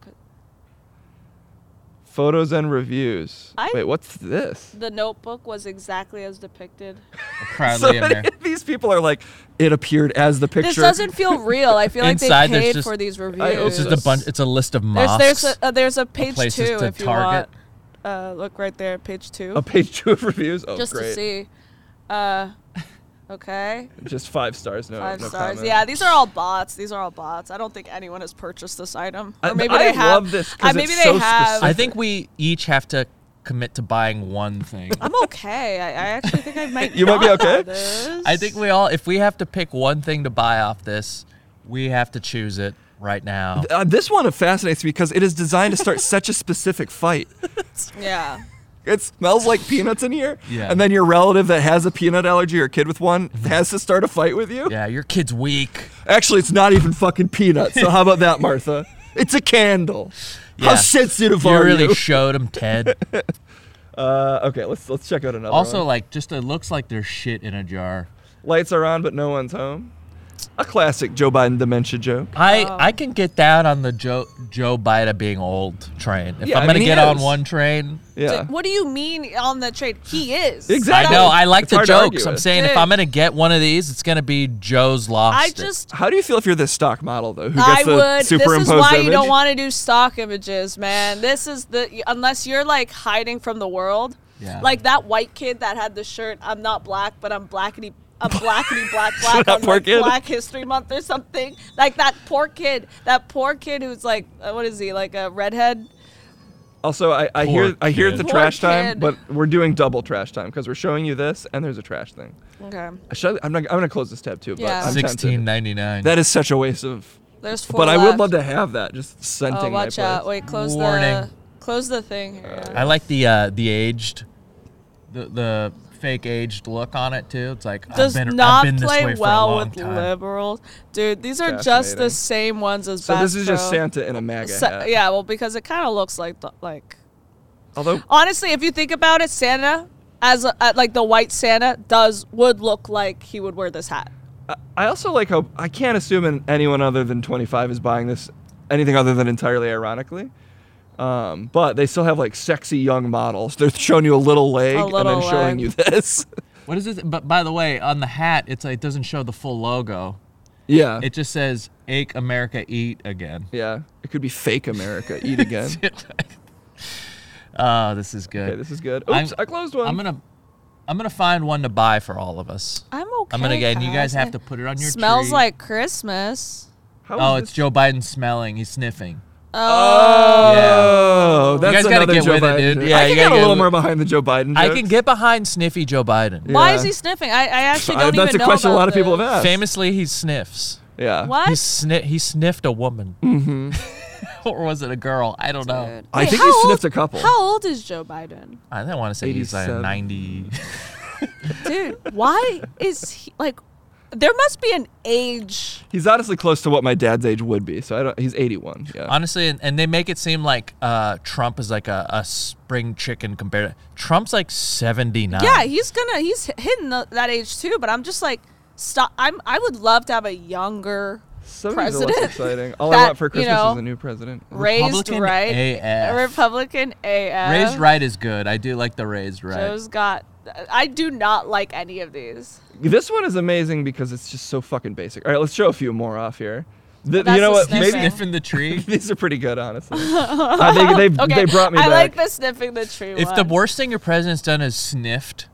Speaker 3: Photos and reviews.
Speaker 2: I-
Speaker 3: Wait, what's this?
Speaker 2: the Notebook. Was exactly as depicted.
Speaker 3: So
Speaker 1: Proudly in there.
Speaker 3: many of these people are like, it appeared as the picture.
Speaker 2: This doesn't feel real. I feel like
Speaker 1: Inside,
Speaker 2: they
Speaker 1: there's
Speaker 2: paid
Speaker 1: just-
Speaker 2: for these reviews.
Speaker 3: hope
Speaker 1: It's just a bunch. It's a list of
Speaker 2: There's
Speaker 1: mosques.
Speaker 2: there's a, uh, there's a page
Speaker 1: places
Speaker 2: two
Speaker 1: to
Speaker 2: if you
Speaker 1: target.
Speaker 2: want. Uh, look right there, page two.
Speaker 3: a page two of reviews. Oh,
Speaker 2: just
Speaker 3: great.
Speaker 2: to see. Uh, okay.
Speaker 3: Just five stars. (laughs) No,
Speaker 2: Five
Speaker 3: no
Speaker 2: stars.
Speaker 3: comment.
Speaker 2: Yeah, these are all bots. These are all bots. I don't think anyone has purchased this item.
Speaker 3: I-
Speaker 2: Or maybe
Speaker 3: I
Speaker 2: they have.
Speaker 3: love this 'cause
Speaker 2: I,
Speaker 3: it's
Speaker 2: maybe
Speaker 3: so
Speaker 2: they have.
Speaker 1: I think we each have to commit to buying one thing.
Speaker 2: I'm okay. I, I actually think I might.
Speaker 3: You might be
Speaker 2: not
Speaker 3: okay?
Speaker 2: do this.
Speaker 1: I think we all, if we have to pick one thing to buy off this, we have to choose it right now.
Speaker 3: Uh, this one fascinates me because it is designed
Speaker 2: (laughs)
Speaker 3: to start such a specific fight.
Speaker 2: Yeah.
Speaker 3: It smells like peanuts in here,
Speaker 1: Yeah. Mm-hmm.
Speaker 3: and then your relative that has a peanut allergy or kid with one has to start a fight with you.
Speaker 1: Yeah, your kid's
Speaker 3: (laughs)
Speaker 1: weak.
Speaker 3: Actually, it's not even fucking peanuts. So how about that, Martha? It's a candle. How
Speaker 1: Yeah.
Speaker 3: sensitive
Speaker 1: You
Speaker 3: are
Speaker 1: really
Speaker 3: you?
Speaker 1: showed him,
Speaker 3: (laughs)
Speaker 1: Ted.
Speaker 3: uh, okay, let's let's check out another.
Speaker 1: also,
Speaker 3: one.
Speaker 1: like, just it looks like there's shit in a jar.
Speaker 3: lights are on, but no one's home. A classic Joe Biden dementia joke.
Speaker 1: I
Speaker 2: Oh.
Speaker 1: I can get down on the Joe Joe Biden being old train. If
Speaker 3: Yeah, I
Speaker 1: I'm gonna
Speaker 3: mean, he
Speaker 1: get on
Speaker 3: is.
Speaker 1: one train,
Speaker 2: It's
Speaker 3: Yeah.
Speaker 2: like, what do you mean on the trade? He is.
Speaker 3: Exactly.
Speaker 1: I know I like
Speaker 3: It's
Speaker 1: the
Speaker 3: hard to argue
Speaker 1: jokes. I'm
Speaker 3: with.
Speaker 1: saying if
Speaker 2: Dude.
Speaker 1: I'm gonna get one of these, it's gonna be Joe's lost.
Speaker 2: I
Speaker 1: it.
Speaker 2: just.
Speaker 3: How do you feel if you're this stock model though, who
Speaker 2: I
Speaker 3: gets the
Speaker 2: would. This
Speaker 3: superimposed
Speaker 2: is why
Speaker 3: image?
Speaker 2: you don't want to do stock images, man. This is the unless you're like hiding from the world.
Speaker 1: Yeah.
Speaker 2: Like that white kid that had the shirt. I'm not black, but I'm blackity.
Speaker 3: (laughs)
Speaker 2: I'm blackity black black
Speaker 3: that
Speaker 2: on
Speaker 3: poor
Speaker 2: like
Speaker 3: kid.
Speaker 2: Black History Month or something. Like that poor kid. That poor kid who's like, uh, what is he? Like a redhead.
Speaker 3: also, I, I hear
Speaker 1: Poor
Speaker 3: I hear
Speaker 1: kid.
Speaker 3: the
Speaker 2: Poor
Speaker 3: trash time,
Speaker 2: kid.
Speaker 3: but we're doing double trash time because we're showing you this and there's a trash thing.
Speaker 2: Okay.
Speaker 3: Should I, am not, I'm gonna close this tab too,
Speaker 2: Yeah.
Speaker 3: but I'm tempted.
Speaker 1: sixteen ninety nine.
Speaker 3: That is such a waste of.
Speaker 2: There's four.
Speaker 3: But I would
Speaker 2: left.
Speaker 3: love to have that just scenting
Speaker 2: Oh, watch
Speaker 3: my place.
Speaker 2: out! Wait, close
Speaker 1: Warning.
Speaker 2: the close the thing. Here.
Speaker 1: I like the uh, the aged, the the fake aged look on it too. It's like
Speaker 2: Does
Speaker 1: I've been, I've
Speaker 2: not
Speaker 1: been this
Speaker 2: play
Speaker 1: way
Speaker 2: well
Speaker 1: for a long
Speaker 2: with
Speaker 1: time.
Speaker 2: liberals, dude. These are just
Speaker 3: Fascinating.
Speaker 2: the same ones as.
Speaker 3: So this
Speaker 2: Bass
Speaker 3: is just
Speaker 2: Pro.
Speaker 3: Santa in a MAGA
Speaker 2: Sa-
Speaker 3: hat.
Speaker 2: yeah, well, because it kind of looks like the, like
Speaker 3: Although
Speaker 2: honestly, if you think about it, Santa as a, uh, like the white Santa does would look like he would wear this hat.
Speaker 3: I- I also like how I can't assume an- anyone other than 25 is buying this anything other than entirely ironically. Um, but they still have like sexy young models. They're showing you a little leg and then
Speaker 2: little
Speaker 3: showing
Speaker 2: leg.
Speaker 3: you
Speaker 1: (laughs)
Speaker 3: this.
Speaker 1: What is it? But by the way, on the hat, it's like, it doesn't show the full logo.
Speaker 3: yeah.
Speaker 1: It just says "Ache America, Eat Again." (laughs)
Speaker 3: yeah. It could be fake America. Eat again.
Speaker 1: oh, this is good.
Speaker 3: okay, this is good.
Speaker 1: I'm-
Speaker 3: Oops, I closed one.
Speaker 1: I'm gonna I'm gonna find one to buy for all of us.
Speaker 2: I'm okay.
Speaker 1: I'm gonna get. And you guys
Speaker 2: guys.
Speaker 1: have to put it on your.
Speaker 2: Smells
Speaker 1: tree.
Speaker 2: like Christmas.
Speaker 3: How
Speaker 1: Oh,
Speaker 3: is
Speaker 1: it's
Speaker 3: this-
Speaker 1: Joe Biden smelling. He's sniffing.
Speaker 2: Oh.
Speaker 3: Oh,
Speaker 1: guys
Speaker 3: that's
Speaker 1: gotta
Speaker 3: another
Speaker 1: get
Speaker 3: Joe
Speaker 1: with it,
Speaker 3: Biden.
Speaker 1: dude.
Speaker 3: joke.
Speaker 1: Yeah,
Speaker 3: I
Speaker 1: you gotta
Speaker 3: can get a
Speaker 1: get
Speaker 3: little
Speaker 1: with
Speaker 3: more
Speaker 1: it.
Speaker 3: behind the Joe Biden.
Speaker 1: I can
Speaker 3: jokes.
Speaker 1: get behind sniffy Joe Biden.
Speaker 2: Why
Speaker 3: Yeah.
Speaker 2: is he sniffing? I, I actually
Speaker 3: I-
Speaker 2: don't
Speaker 3: Uh, that's
Speaker 2: even
Speaker 3: a
Speaker 2: know
Speaker 3: question a
Speaker 2: about
Speaker 3: lot of people have
Speaker 2: this.
Speaker 3: asked.
Speaker 1: Famously, he sniffs.
Speaker 3: Yeah.
Speaker 2: What?
Speaker 1: He sni- He sniffed a woman,
Speaker 3: Mm-hmm.
Speaker 1: (laughs) or was it a girl? I don't know.
Speaker 2: Dude.
Speaker 3: I
Speaker 2: Wait,
Speaker 3: think
Speaker 2: how
Speaker 3: he sniffed
Speaker 2: old-
Speaker 3: a couple.
Speaker 2: How old is Joe Biden?
Speaker 1: I don't want to say he's like
Speaker 3: 87.
Speaker 1: 90.
Speaker 2: Dude, why is he like there must be an age
Speaker 3: He's honestly close to what my dad's age would be. So I don't. He's 81. Yeah.
Speaker 1: Honestly, and, and they make it seem like uh, Trump is like a, a spring chicken compared to Trump's like 79.
Speaker 2: Yeah, he's gonna he's hitting the, that age too. But I'm just like, stop. I'm I would love to have a younger
Speaker 3: Somebody's
Speaker 2: president.
Speaker 3: less exciting. All I
Speaker 2: (laughs) that,
Speaker 3: want for
Speaker 2: you
Speaker 3: Christmas
Speaker 2: know,
Speaker 3: is a new president.
Speaker 2: Raised
Speaker 1: Republican
Speaker 2: right,
Speaker 1: AF.
Speaker 2: A Republican AF.
Speaker 1: Raised right is good. I do like the raised right.
Speaker 2: Joe's got. I do not like any of these.
Speaker 3: This one is amazing because it's just so fucking basic. All right, let's show a few more off here. Th-
Speaker 2: That's
Speaker 3: you know
Speaker 2: the
Speaker 3: what?
Speaker 1: He's
Speaker 2: sniffing.
Speaker 3: Maybe (laughs)
Speaker 1: sniffing the (laughs) tree.
Speaker 3: these are pretty
Speaker 2: (laughs)
Speaker 3: good, honestly. Uh, they, they,
Speaker 2: Okay,
Speaker 3: they brought me
Speaker 2: I
Speaker 3: back.
Speaker 2: like the sniffing the tree.
Speaker 1: if
Speaker 2: one.
Speaker 1: the worst thing your president's done is sniffed,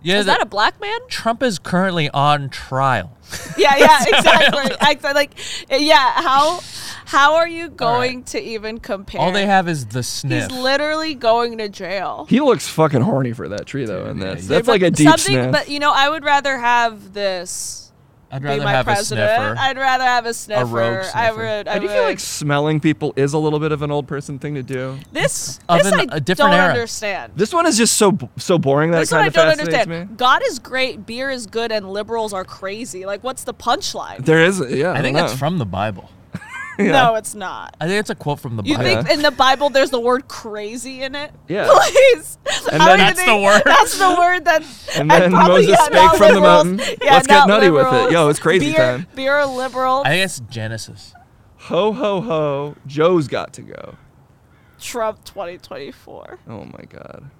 Speaker 1: yeah,
Speaker 2: is that a black man?
Speaker 1: Trump is currently on trial.
Speaker 2: (laughs) Yeah, yeah, exactly. Exactly. Like, yeah. How how are you going to even compare?
Speaker 1: All they have is the
Speaker 2: He's
Speaker 1: sniff.
Speaker 2: literally going to jail.
Speaker 3: He looks fucking horny for that tree though, and
Speaker 1: yeah,
Speaker 3: that's
Speaker 1: yeah.
Speaker 3: that's
Speaker 2: But
Speaker 3: like a deep
Speaker 2: something.
Speaker 3: sniff.
Speaker 2: But you know, I would rather have this.
Speaker 1: I'd
Speaker 2: be
Speaker 1: rather
Speaker 2: my
Speaker 1: have
Speaker 2: president.
Speaker 1: a sniffer.
Speaker 2: I'd rather have a sniffer. I
Speaker 1: sniffer.
Speaker 2: would. I
Speaker 3: I do
Speaker 2: would.
Speaker 3: feel like smelling people is a little bit of an old person thing to do.
Speaker 2: this.
Speaker 1: Of
Speaker 2: this
Speaker 1: an-
Speaker 2: I
Speaker 1: a different
Speaker 2: don't
Speaker 1: era.
Speaker 2: understand.
Speaker 3: This one is just so b- so boring that
Speaker 2: This
Speaker 3: it
Speaker 2: one
Speaker 3: kind
Speaker 2: I
Speaker 3: of
Speaker 2: don't
Speaker 3: fascinates
Speaker 2: understand.
Speaker 3: me.
Speaker 2: God is great, beer is good, and liberals are crazy. Like, what's the punchline?
Speaker 3: (laughs) There is, yeah.
Speaker 1: I think
Speaker 3: don't
Speaker 1: that's
Speaker 3: (laughs) know.
Speaker 1: from the Bible.
Speaker 2: No, it's not.
Speaker 1: I think it's a quote from the
Speaker 2: You
Speaker 1: Bible.
Speaker 2: think in the Bible there's the word crazy in it?
Speaker 3: Yeah.
Speaker 2: (laughs) Please.
Speaker 3: And
Speaker 2: I don't even
Speaker 3: then-
Speaker 1: That's the
Speaker 2: think
Speaker 1: word.
Speaker 2: That's the word that.
Speaker 3: And then
Speaker 2: probably,
Speaker 3: Moses
Speaker 2: yeah,
Speaker 3: spake
Speaker 2: not
Speaker 3: from the
Speaker 2: liberals.
Speaker 3: mountain.
Speaker 2: Yeah,
Speaker 3: Let's get
Speaker 2: not
Speaker 3: nutty with
Speaker 2: liberals.
Speaker 3: it. Yo, it's crazy
Speaker 2: beer,
Speaker 3: time.
Speaker 2: Beer liberal.
Speaker 1: I think it's Genesis.
Speaker 3: Ho ho ho! Joe's got to go.
Speaker 2: Trump 2024.
Speaker 3: Oh my god.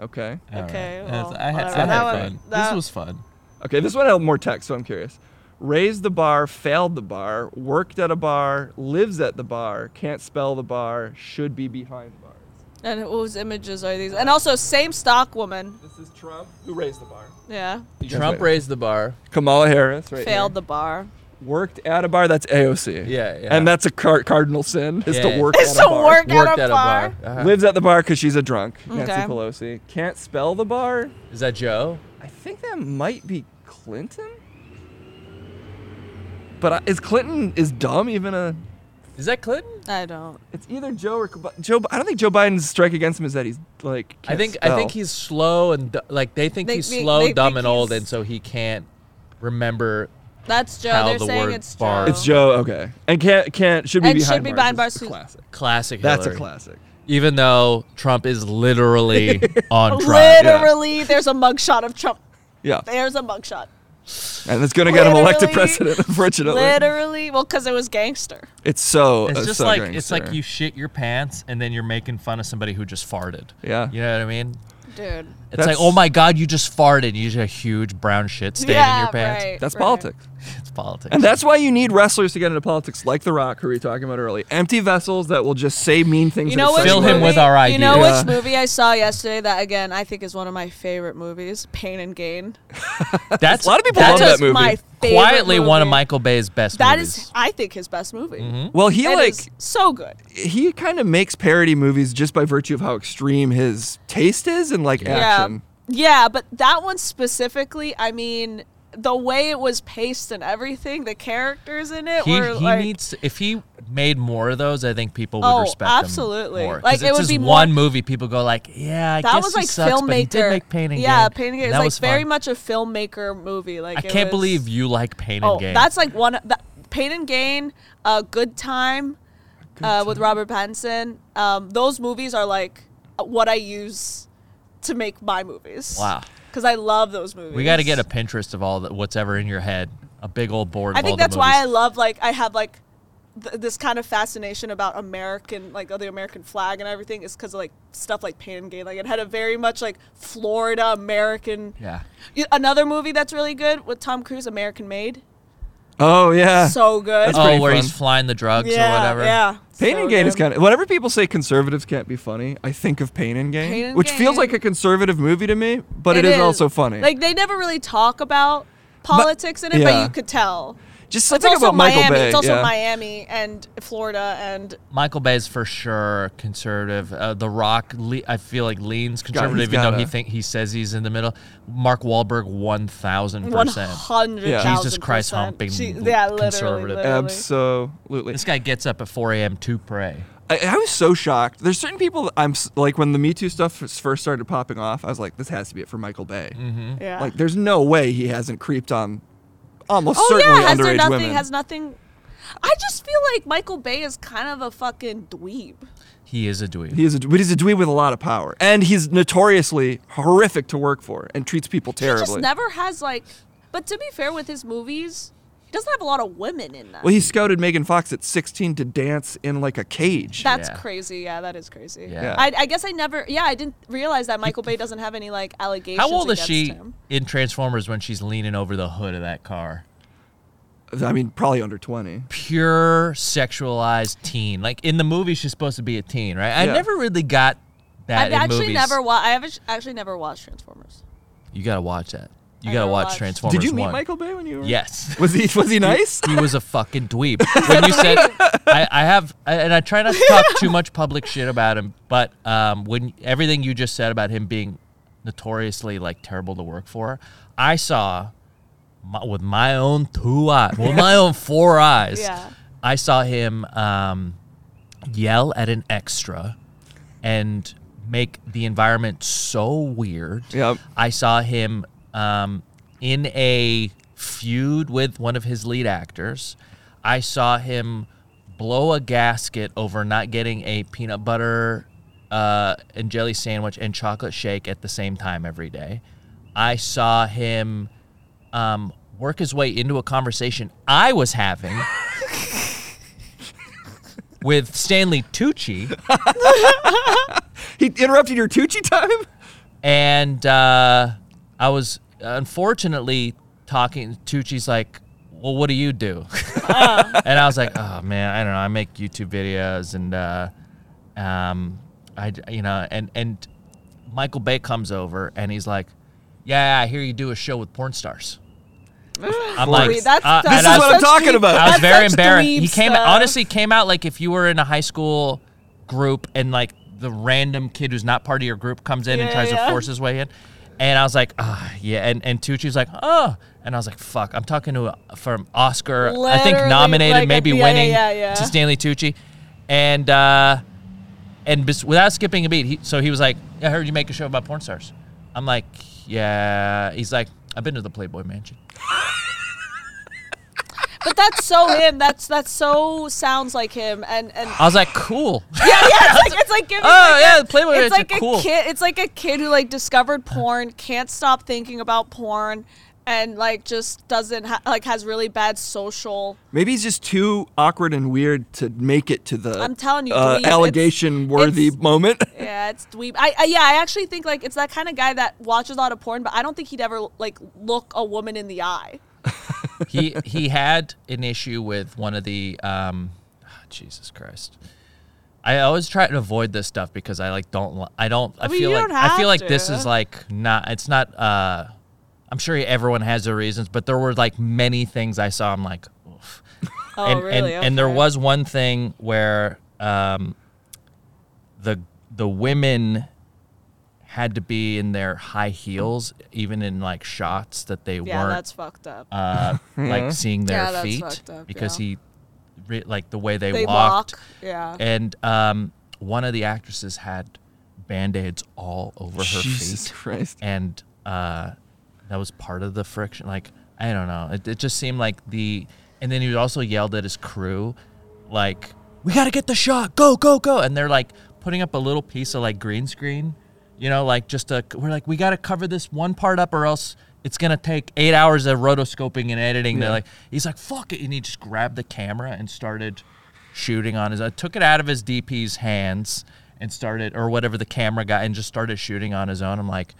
Speaker 3: Okay.
Speaker 1: All right.
Speaker 2: Okay,
Speaker 1: That's-
Speaker 2: well,
Speaker 1: I had, I
Speaker 2: whatever.
Speaker 1: had
Speaker 3: That one-
Speaker 1: fun.
Speaker 2: that-
Speaker 1: this was fun.
Speaker 3: Okay, this one had more text, so I'm curious. Raised the bar, failed the bar, worked at a bar, lives at the bar, can't spell the bar, should be behind bars.
Speaker 2: And whose images are these? And also, same stock woman.
Speaker 3: This is Trump who raised the bar.
Speaker 2: Yeah.
Speaker 1: Trump
Speaker 3: raised
Speaker 1: raised the bar.
Speaker 3: Kamala Harris right
Speaker 2: Failed
Speaker 3: here.
Speaker 2: the bar.
Speaker 3: worked at a bar. That's AOC.
Speaker 1: Yeah, yeah.
Speaker 3: And that's a car- cardinal sin is
Speaker 1: Yeah,
Speaker 3: to
Speaker 1: yeah.
Speaker 3: work
Speaker 2: (laughs) It's
Speaker 3: at
Speaker 2: to
Speaker 3: a bar.
Speaker 2: work
Speaker 1: Worked
Speaker 2: at a bar.
Speaker 1: Uh-huh.
Speaker 3: Lives at the bar because she's a drunk. Nancy
Speaker 2: Okay.
Speaker 3: Pelosi can't spell the bar.
Speaker 1: Is that Joe?
Speaker 3: I think that might be Clinton. But I, is Clinton is dumb even a?
Speaker 1: Is that Clinton?
Speaker 2: I don't.
Speaker 3: It's either Joe or K- Joe. I don't think Joe Biden's strike against him is that he's like.
Speaker 1: I
Speaker 3: can't
Speaker 1: think I
Speaker 3: spell.
Speaker 1: think he's slow and du- like they think
Speaker 2: They-
Speaker 1: he's
Speaker 2: they-
Speaker 1: slow,
Speaker 2: they
Speaker 1: dumb,
Speaker 2: think
Speaker 1: and old,
Speaker 2: he's-
Speaker 1: and so he can't remember.
Speaker 2: That's Joe.
Speaker 1: How
Speaker 2: They're
Speaker 1: the
Speaker 2: saying
Speaker 1: word
Speaker 2: it's
Speaker 1: bar-
Speaker 2: Joe.
Speaker 3: It's Joe. Okay, and can't can't should be
Speaker 2: And should
Speaker 3: behind
Speaker 2: be
Speaker 3: bars.
Speaker 2: behind
Speaker 3: is
Speaker 2: bars.
Speaker 3: Classic.
Speaker 1: Classic.
Speaker 3: That's a
Speaker 1: Hillary.
Speaker 3: classic.
Speaker 1: Even though Trump is
Speaker 3: (laughs)
Speaker 1: literally on
Speaker 2: (laughs)
Speaker 1: trial.
Speaker 2: Literally, there's a mugshot of Trump.
Speaker 3: Yeah,
Speaker 2: There's a mugshot.
Speaker 3: and it's gonna get him elected
Speaker 2: Literally-
Speaker 3: president. (laughs) Unfortunately,
Speaker 2: Literally, well, because it was gangster.
Speaker 3: it's so.
Speaker 1: It's
Speaker 3: uh,
Speaker 1: just
Speaker 3: so
Speaker 1: like
Speaker 3: gangster.
Speaker 1: it's like you shit your pants and then you're making fun of somebody who just farted.
Speaker 3: Yeah.
Speaker 1: You know what I mean?
Speaker 2: Dude.
Speaker 1: It's
Speaker 3: That's-
Speaker 1: like, oh my god, you just farted. You just a huge brown shit stain in your pants.
Speaker 2: right,
Speaker 3: That's
Speaker 2: right.
Speaker 3: politics.
Speaker 1: It's politics.
Speaker 3: And that's why you need wrestlers to get into politics, like The Rock, who we were talking about earlier. Empty vessels that will just say mean things.
Speaker 2: You
Speaker 3: and
Speaker 2: know which
Speaker 3: excite
Speaker 1: Fill
Speaker 2: movie,
Speaker 1: him
Speaker 3: others.
Speaker 1: with our
Speaker 2: You know
Speaker 3: ideas.
Speaker 2: which
Speaker 3: Yeah.
Speaker 2: movie I saw yesterday that again I think is one of my favorite movies, Pain and Gain.
Speaker 1: that's
Speaker 3: a lot of people
Speaker 1: that's
Speaker 3: love
Speaker 1: just
Speaker 3: that movie.
Speaker 2: my favorite
Speaker 1: Quietly one of
Speaker 2: movie.
Speaker 1: Michael Bay's best
Speaker 2: That
Speaker 1: movies. Mm-hmm.
Speaker 2: is, I think, his best movie.
Speaker 3: Well, he
Speaker 2: It
Speaker 3: like
Speaker 2: is so good.
Speaker 3: he kind of makes parody movies just by virtue of how extreme his taste is and like action.
Speaker 2: Yeah, yeah, but that one specifically, I mean, the way it was paced and everything, the characters in (laughs) it
Speaker 1: he,
Speaker 2: were
Speaker 1: he
Speaker 2: like
Speaker 1: needs if he made more of those, I think people would
Speaker 2: Oh,
Speaker 1: respect
Speaker 2: absolutely.
Speaker 1: him more. 'Cause
Speaker 2: Like,
Speaker 1: it's
Speaker 2: it would
Speaker 1: just
Speaker 2: be more-
Speaker 1: one movie people go like, yeah, I
Speaker 2: that
Speaker 1: guess
Speaker 2: was
Speaker 1: he
Speaker 2: like
Speaker 1: sucks,
Speaker 2: filmmaker.
Speaker 1: but he did make Pain and
Speaker 2: yeah,
Speaker 1: Gain,
Speaker 2: Pain and
Speaker 1: and
Speaker 2: Gain
Speaker 1: that
Speaker 2: is like
Speaker 1: was fun.
Speaker 2: very much a filmmaker movie. Like
Speaker 1: I
Speaker 2: it
Speaker 1: can't
Speaker 2: was-
Speaker 1: believe you like Pain and
Speaker 2: Oh,
Speaker 1: Gain.
Speaker 2: that's like one. of- That, Pain and Gain, uh, Good Time, uh, with Robert Pattinson. Um, those movies are like what I use to make my movies.
Speaker 1: Wow.
Speaker 2: Because I love those movies.
Speaker 1: we got to get a Pinterest of all that what's ever in your head, a big old board.
Speaker 2: I
Speaker 1: of all
Speaker 2: think
Speaker 1: the
Speaker 2: that's why I
Speaker 1: movies.
Speaker 2: love like I have like th- this kind of fascination about American like the American flag and everything is because of like stuff like Pain and Gain. Like it had a very much like Florida American.
Speaker 1: yeah.
Speaker 2: Y- Another movie that's really good with Tom Cruise, American Made.
Speaker 3: Oh yeah.
Speaker 2: So good.
Speaker 3: That's
Speaker 1: oh,
Speaker 3: pretty
Speaker 1: where
Speaker 3: fun.
Speaker 1: he's flying the drugs
Speaker 2: yeah,
Speaker 1: or whatever.
Speaker 2: Yeah.
Speaker 3: Pain
Speaker 2: So
Speaker 3: and gain is
Speaker 2: good.
Speaker 3: kind of whenever people say conservatives can't be funny, I think of Pain and Gain,
Speaker 2: Pain and
Speaker 3: which feels
Speaker 2: Gain.
Speaker 3: like a conservative movie to me, but it is, also funny.
Speaker 2: Like they never really talk about politics in it,
Speaker 3: yeah.
Speaker 2: but you could tell. It's
Speaker 3: just something
Speaker 2: also
Speaker 3: about Michael
Speaker 2: Miami.
Speaker 3: Bay.
Speaker 2: it's also
Speaker 3: yeah.
Speaker 2: Miami and Florida and
Speaker 1: Michael Bay's for sure conservative. Uh, the Rock, le- I feel like leans
Speaker 3: got-
Speaker 1: conservative,
Speaker 3: he's
Speaker 1: even though
Speaker 3: gotta-
Speaker 1: he think he says he's in the middle. Mark Wahlberg, one thousand
Speaker 2: one
Speaker 1: percent.
Speaker 2: hundred.
Speaker 3: Yeah.
Speaker 1: Jesus Christ, humping
Speaker 2: Yeah, literally.
Speaker 1: conservative.
Speaker 2: literally.
Speaker 3: Absolutely.
Speaker 1: This guy gets up at four a.m. to pray.
Speaker 3: I, I was so shocked. There's certain people that I'm s- like when the Me Too stuff s- first started popping off, I was like, this has to be it for Michael Bay.
Speaker 2: Mm-hmm. Yeah.
Speaker 3: Like, there's no way he hasn't creeped on almost
Speaker 2: oh
Speaker 3: certainly
Speaker 2: yeah, has there
Speaker 3: underage
Speaker 2: nothing?
Speaker 3: women.
Speaker 2: Has nothing? I just feel like Michael Bay is kind of a fucking dweeb.
Speaker 1: He is a dweeb.
Speaker 3: he is a, but he's a dweeb with a lot of power, and he's notoriously horrific to work for, and treats people
Speaker 2: He just
Speaker 3: terribly.
Speaker 2: never has like. But to be fair, with his movies, he doesn't have a lot of women in them.
Speaker 3: well, he scouted Megan Fox at 16 to dance in like a cage.
Speaker 2: That's
Speaker 1: Yeah.
Speaker 2: crazy. Yeah, that is crazy.
Speaker 1: Yeah.
Speaker 2: I, I guess I never. Yeah, I didn't realize that Michael Bay doesn't have any like allegations.
Speaker 1: How old is
Speaker 2: against
Speaker 1: she
Speaker 2: Him.
Speaker 1: in Transformers when she's leaning over the hood of that car?
Speaker 3: I mean, probably under 20.
Speaker 1: Pure sexualized teen. Like in the movie, she's supposed to be a teen, right? I
Speaker 3: Yeah.
Speaker 1: never really got that
Speaker 2: I've
Speaker 1: in
Speaker 2: actually
Speaker 1: movies.
Speaker 2: never watched. I have actu- actually never watched Transformers.
Speaker 1: You gotta watch that. You
Speaker 2: I
Speaker 1: gotta
Speaker 2: never
Speaker 1: watch
Speaker 2: watched.
Speaker 1: Transformers.
Speaker 3: Did you meet
Speaker 1: 1.
Speaker 3: Michael Bay when you were?
Speaker 1: Yes.
Speaker 3: Was he was
Speaker 1: (laughs)
Speaker 3: he nice?
Speaker 1: he was a fucking dweeb. When you said, I, I have, I- and I try not to talk too much public shit about him, but um, when everything you just said about him being notoriously like terrible to work for, I saw my, with my own two eyes, with my own four eyes,
Speaker 2: Yeah.
Speaker 1: I saw him um, yell at an extra and make the environment so weird.
Speaker 3: Yep.
Speaker 1: I saw him um, in a feud with one of his lead actors. I saw him blow a gasket over not getting a peanut butter uh, and jelly sandwich and chocolate shake at the same time every day. I saw him um, work his way into a conversation I was having with Stanley Tucci.
Speaker 3: He interrupted your Tucci time.
Speaker 1: and uh, I was unfortunately talking. Tucci's like, "Well, what do you do?"
Speaker 3: Uh.
Speaker 1: (laughs) and I was like, "Oh man, I don't know. I make YouTube videos, and uh, um, I d- you know, and and Michael Bay comes over, and he's like, "Yeah, I hear you do a show with porn stars." I'm
Speaker 2: Wait, that's,
Speaker 1: uh,
Speaker 2: that's
Speaker 1: and I was-
Speaker 3: is what I'm
Speaker 2: such
Speaker 3: talking
Speaker 2: dweeb-
Speaker 3: about.
Speaker 1: I was
Speaker 2: that's
Speaker 1: very
Speaker 2: such
Speaker 1: embarrassed.
Speaker 2: dweeb
Speaker 1: He came
Speaker 2: stuff.
Speaker 1: honestly came out like if you were in a high school group and like the random kid who's not part of your group comes in and
Speaker 2: Yeah,
Speaker 1: tries to
Speaker 2: yeah.
Speaker 1: force his way in. And I was like, ah, yeah. And and Tucci's like, oh. And I was like, fuck. I'm talking to a, from Oscar, I think
Speaker 2: Literally,
Speaker 1: nominated,
Speaker 2: like,
Speaker 1: maybe
Speaker 2: yeah, yeah,
Speaker 1: winning
Speaker 2: yeah, yeah.
Speaker 1: to Stanley Tucci, and uh, and bes- without skipping a beat, he, so he was like, I heard you make a show about porn stars. I'm like, yeah. He's like, I've been to the Playboy Mansion.
Speaker 2: But that's so him. That's that's so sounds like him. And and
Speaker 1: I was like, cool.
Speaker 2: yeah, yeah. It's like it's like giving.
Speaker 1: Oh
Speaker 2: like
Speaker 1: yeah,
Speaker 2: a-
Speaker 1: the Playboy
Speaker 2: it's
Speaker 1: Mansion.
Speaker 2: like a
Speaker 1: cool.
Speaker 2: kid. It's like a kid who like discovered porn, can't stop thinking about porn, and like just doesn't ha- like has really bad social.
Speaker 3: Maybe he's just too awkward and weird to make it to the
Speaker 2: I'm telling you, dweeb,
Speaker 3: uh,
Speaker 2: it's-
Speaker 3: allegation worthy
Speaker 2: it's-
Speaker 3: moment.
Speaker 2: Yeah, it's dweeb. I, I yeah, I actually think like it's that kind of guy that watches a lot of porn, but I don't think he'd ever like look a woman in the eye.
Speaker 1: he he had an issue with one of the um Jesus Christ. I always try to avoid this stuff because I like don't li- I don't I,
Speaker 2: I mean,
Speaker 1: feel
Speaker 2: you
Speaker 1: like
Speaker 2: don't
Speaker 1: I feel
Speaker 2: have
Speaker 1: like this
Speaker 2: to.
Speaker 1: is like not it's not uh I'm sure everyone has their reasons but there were like many things I saw I'm like oof.
Speaker 2: Oh,
Speaker 1: and
Speaker 2: really?
Speaker 1: and, and there
Speaker 2: Okay.
Speaker 1: was one thing where um the the women had to be in their high heels even in like shots that they
Speaker 2: Yeah,
Speaker 1: weren't
Speaker 2: that's fucked up.
Speaker 1: uh, like seeing their
Speaker 2: Yeah, that's
Speaker 1: feet
Speaker 2: fucked up,
Speaker 1: because
Speaker 2: yeah.
Speaker 1: he re- like the way they,
Speaker 2: they
Speaker 1: walked
Speaker 2: walk. Yeah.
Speaker 1: and um, one of the actresses had band-aids all over her
Speaker 3: (laughs) Jesus
Speaker 1: feet
Speaker 3: Christ.
Speaker 1: and uh, that was part of the friction like i don't know it, it just seemed like the and then he also yelled at his crew like we gotta get the shot go go go and they're like putting up a little piece of like green screen you know like just a we're like we gotta cover this one part up or else it's gonna take eight hours of rotoscoping and editing they're
Speaker 3: Yeah.
Speaker 1: like he's like fuck it and he just grabbed the camera and started shooting on his i took it out of his dp's hands and started or whatever the camera guy and just started shooting on his own i'm like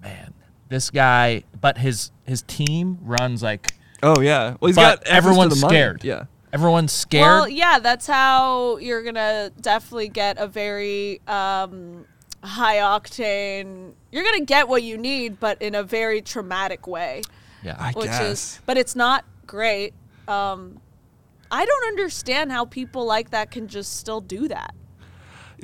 Speaker 1: man this guy but his his team runs like
Speaker 3: Oh yeah. Well, he's
Speaker 1: But
Speaker 3: got access to
Speaker 1: everyone's
Speaker 3: the money.
Speaker 1: scared.
Speaker 3: Yeah.
Speaker 1: Everyone's scared.
Speaker 2: Well, yeah, that's how you're gonna definitely get a very um, high octane. You're gonna get what you need, but in a very traumatic way,
Speaker 1: yeah.
Speaker 3: I
Speaker 2: which
Speaker 3: guess.
Speaker 2: is, but it's not great. Um, I don't understand how people like that can just still do that.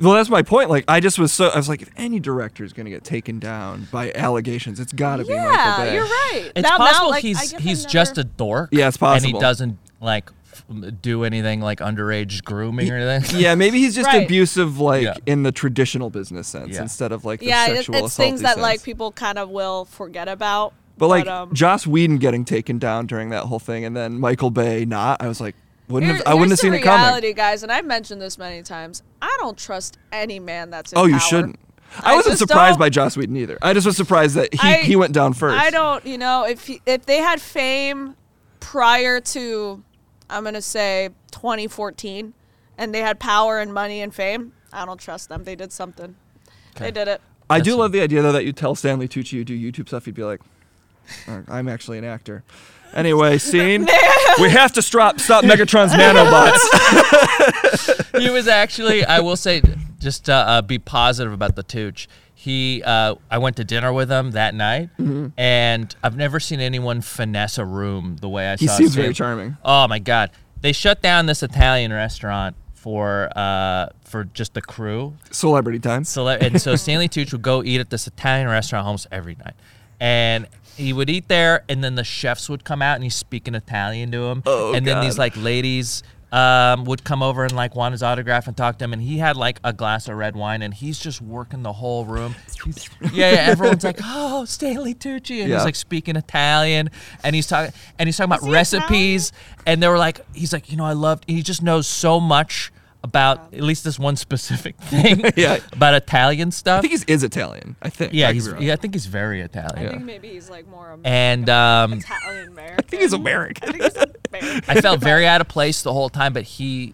Speaker 3: Well, that's my point. Like, I just was so I was like, if any director is gonna get taken down by allegations, it's gotta be Michael
Speaker 2: Yeah,
Speaker 3: Bay.
Speaker 2: you're right.
Speaker 1: It's
Speaker 2: Now- now,
Speaker 1: possible
Speaker 2: like, I
Speaker 1: he's
Speaker 2: guess I
Speaker 1: he's
Speaker 2: never-
Speaker 1: just a dork.
Speaker 3: Yeah, it's
Speaker 1: And he
Speaker 3: possible.
Speaker 1: doesn't like f- do anything like underage grooming or anything.
Speaker 3: (laughs) Yeah, maybe he's just
Speaker 2: Right.
Speaker 3: abusive, like
Speaker 1: Yeah.
Speaker 3: in the traditional business sense,
Speaker 1: Yeah.
Speaker 3: instead of like the
Speaker 2: yeah, it,
Speaker 3: sexual
Speaker 2: it's things
Speaker 3: assaulty
Speaker 2: that
Speaker 3: sense.
Speaker 2: like people kind of will forget about.
Speaker 3: But like
Speaker 2: um,
Speaker 3: Joss Whedon getting taken down during that whole thing, and then Michael Bay not. I was like, wouldn't
Speaker 2: Here-
Speaker 3: have, I wouldn't have
Speaker 2: here's
Speaker 3: seen
Speaker 2: the
Speaker 3: it coming.
Speaker 2: reality, guys, and I've mentioned this many times. I don't trust any man that's. In
Speaker 3: Oh, you
Speaker 2: power.
Speaker 3: shouldn't. I,
Speaker 2: I
Speaker 3: wasn't
Speaker 2: just
Speaker 3: surprised
Speaker 2: don't-
Speaker 3: by Joss Whedon either. I just was surprised that he,
Speaker 2: I-
Speaker 3: he went down first.
Speaker 2: I don't. You know, if he, if they had fame prior to, I'm gonna say 2014, and they had power and money and fame, I don't trust them. They did something. They did it.
Speaker 3: I
Speaker 1: That's
Speaker 3: do
Speaker 1: a-
Speaker 3: love the idea though that you tell Stanley Tucci you do YouTube stuff. He'd be like, "Uh, "I'm actually an actor."
Speaker 1: (laughs)
Speaker 3: Anyway, scene. we have to stop stop Megatron's nanobots.
Speaker 1: he was actually i will say just uh, uh, be positive about the tooch he uh, i went to dinner with him that night
Speaker 3: Mm-hmm.
Speaker 1: and i've never seen anyone finesse a room the way i
Speaker 3: He
Speaker 1: saw
Speaker 3: seems
Speaker 1: Sam.
Speaker 3: very charming.
Speaker 1: oh my god they shut down this italian restaurant for uh, for just the crew
Speaker 3: Celebrity time.
Speaker 1: so le- and so Stanley Tucci would go eat at this Italian restaurant almost every night, and he would eat there, and then the chefs would come out and he's speaking Italian to him,
Speaker 3: Oh,
Speaker 1: and then these
Speaker 3: God.
Speaker 1: like ladies. Um, would come over and like want his autograph and talk to him, and he had like a glass of red wine, and he's just working the whole room. He's- yeah, yeah, everyone's like, "Oh, Stanley Tucci," and
Speaker 3: Yeah.
Speaker 1: he's like speaking Italian, and he's talking, and he's talking about
Speaker 2: he
Speaker 1: recipes, and they were like, he's like, you know, I loved. He just knows so much about at least this one specific (laughs) thing
Speaker 3: (laughs) Yeah.
Speaker 1: about Italian
Speaker 3: I
Speaker 1: stuff.
Speaker 3: think he is Italian. I think.
Speaker 1: yeah,
Speaker 3: I could
Speaker 1: he's,
Speaker 3: be wrong.
Speaker 1: yeah, I think he's very
Speaker 2: I
Speaker 1: Italian.
Speaker 2: think maybe he's like more American,
Speaker 1: And um,
Speaker 2: Italian American.
Speaker 3: (laughs) I think he's American. (laughs)
Speaker 2: American.
Speaker 1: I felt very out of place the whole time, but he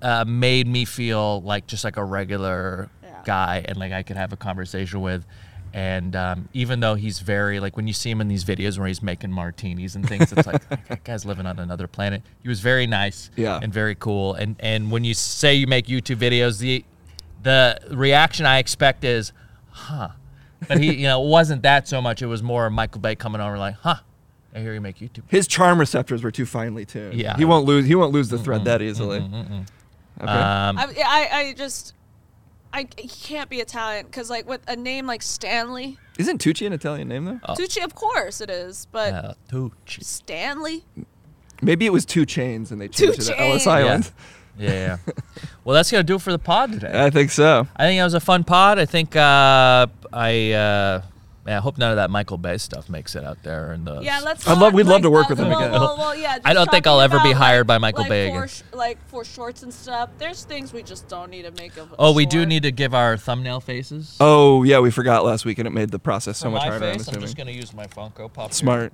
Speaker 1: uh, made me feel like just like a regular
Speaker 2: Yeah.
Speaker 1: guy and like I could have a conversation with. And um, even though he's very like when you see him in these videos where he's making martinis and things, it's like (laughs) that guy's living on another planet. He was very nice
Speaker 3: Yeah.
Speaker 1: and very cool. And and when you say you make YouTube videos, the the reaction I expect is, huh. But he, (laughs) you know, it wasn't that so much. It was more Michael Bay coming over like, huh, I hear you make YouTube.
Speaker 3: His charm receptors were too finely tuned.
Speaker 1: Yeah.
Speaker 3: He won't lose. He won't lose the thread that easily. Okay.
Speaker 1: Um,
Speaker 2: I, I, I just, I he can't be Italian because like with a name like Stanley,
Speaker 3: Isn't Tucci an Italian name
Speaker 1: Oh.
Speaker 3: though?
Speaker 2: Tucci, of course it is, but
Speaker 1: uh, Tucci.
Speaker 2: Stanley.
Speaker 3: Maybe it was Two Chains and they
Speaker 2: Two
Speaker 3: changed it to Ellis
Speaker 2: Chainz. Yeah.
Speaker 3: Island.
Speaker 1: Yeah. yeah. (laughs) well, that's gonna do it for the pod today.
Speaker 3: I think so.
Speaker 1: I think that was a fun pod. I think uh, I uh, yeah, I hope none of that Michael Bay stuff makes it out there. And the
Speaker 2: Yeah, let's.
Speaker 3: I'd
Speaker 2: not,
Speaker 3: love- we'd love
Speaker 2: like,
Speaker 3: to
Speaker 2: uh,
Speaker 3: work with him
Speaker 2: well,
Speaker 3: again.
Speaker 2: well, well, yeah,
Speaker 1: (laughs) I don't
Speaker 2: just
Speaker 1: think
Speaker 2: talking
Speaker 1: I'll ever be
Speaker 2: about,
Speaker 1: hired by Michael
Speaker 2: like
Speaker 1: Bay
Speaker 2: for
Speaker 1: again.
Speaker 2: sh- like for shorts and stuff, there's things we just don't need to make of.
Speaker 1: oh, we do need to give our thumbnail faces.
Speaker 3: Oh yeah, we forgot last week and it made the process so
Speaker 1: For
Speaker 3: much
Speaker 1: my
Speaker 3: harder. I'm
Speaker 1: face, I'm
Speaker 3: assuming.
Speaker 1: just gonna use my Funko Pop. here.
Speaker 3: Smart.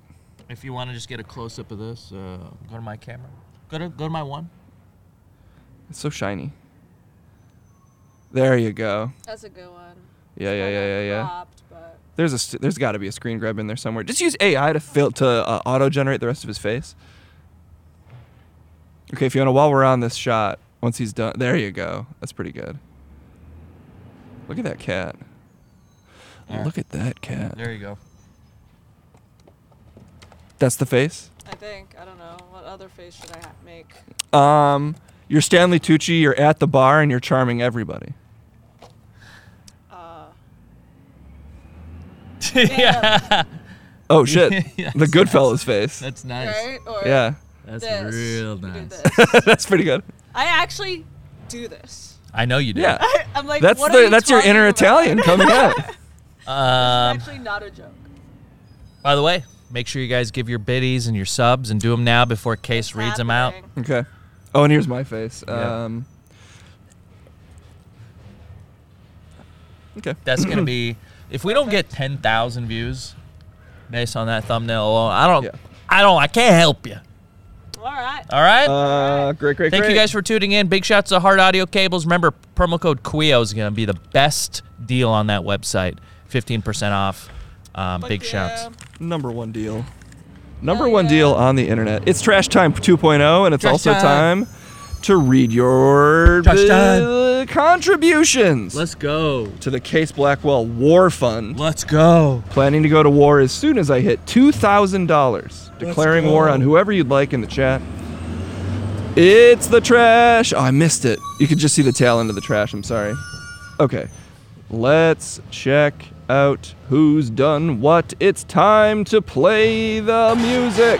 Speaker 1: If you want to just get a close up of this, uh, go to my camera. Go to go to my one.
Speaker 3: It's so shiny. There you go.
Speaker 2: That's a good one.
Speaker 3: Yeah, yeah, yeah, yeah, yeah.
Speaker 2: Cropped, but
Speaker 3: There's a st- there's got to be a screen grab in there somewhere. Just use AI to fill to uh, auto generate the rest of his face. Okay, Fiona. While we're on this shot, once he's done, there you go. That's pretty good. Look at that cat.
Speaker 1: There.
Speaker 3: Look at that cat.
Speaker 1: There you go. (laughs)
Speaker 3: That's the face.
Speaker 2: I think I don't know what other face should I ha- make.
Speaker 3: Um, you're Stanley Tucci. You're at the bar and you're charming everybody.
Speaker 2: Uh,
Speaker 1: yeah. (laughs)
Speaker 3: Oh shit,
Speaker 1: Yes,
Speaker 3: the Goodfellas face.
Speaker 1: That's nice.
Speaker 2: Right? Or
Speaker 3: yeah, (laughs)
Speaker 1: That's
Speaker 2: this.
Speaker 1: real
Speaker 2: We do
Speaker 1: nice.
Speaker 2: this.
Speaker 3: that's pretty good.
Speaker 2: I actually do this.
Speaker 1: I know you do.
Speaker 3: Yeah,
Speaker 2: I'm like,
Speaker 3: that's
Speaker 2: what are
Speaker 3: the
Speaker 2: you
Speaker 3: that's your
Speaker 2: talking
Speaker 3: inner
Speaker 2: about?
Speaker 3: Italian
Speaker 2: (laughs)
Speaker 3: coming out.
Speaker 1: Um,
Speaker 2: Actually, not a joke.
Speaker 1: By the way, make sure you guys give your biddies and your subs and do them now before Case
Speaker 2: It's
Speaker 1: reads them out.
Speaker 2: happening.
Speaker 3: Okay. Oh, and here's my face.
Speaker 1: Yeah.
Speaker 3: Um, okay.
Speaker 1: That's
Speaker 3: (clears throat)
Speaker 1: gonna be if we don't get ten thousand views based on that thumbnail alone. I don't,
Speaker 3: Yeah.
Speaker 1: I don't, I can't help you.
Speaker 2: All right.
Speaker 1: All right.
Speaker 3: Uh, great, great,
Speaker 1: Thank
Speaker 3: great.
Speaker 1: you guys for tuning in. Big shouts to Hard Audio Cables. Remember, promo code Quio is gonna be the best deal on that website. Fifteen percent off. Um,
Speaker 2: Fuck
Speaker 1: big
Speaker 2: yeah.
Speaker 1: shouts.
Speaker 3: Number one deal. Number
Speaker 2: Hell
Speaker 3: one
Speaker 2: yeah.
Speaker 3: deal on the internet. It's Trash Time 2.0, and it's
Speaker 1: Trash
Speaker 3: also
Speaker 1: time.
Speaker 3: time to read your
Speaker 1: Trash
Speaker 3: b-
Speaker 1: time.
Speaker 3: contributions
Speaker 1: Let's go.
Speaker 3: to the Case Blackwell War Fund.
Speaker 1: Let's go.
Speaker 3: Planning to go to war as soon as I hit $2,000. Declaring
Speaker 1: go.
Speaker 3: war on whoever you'd like in the chat. It's the trash. Oh, I missed it. You could just see the tail end of the trash. I'm sorry. Okay. Let's check out who's done what. It's time to play the music.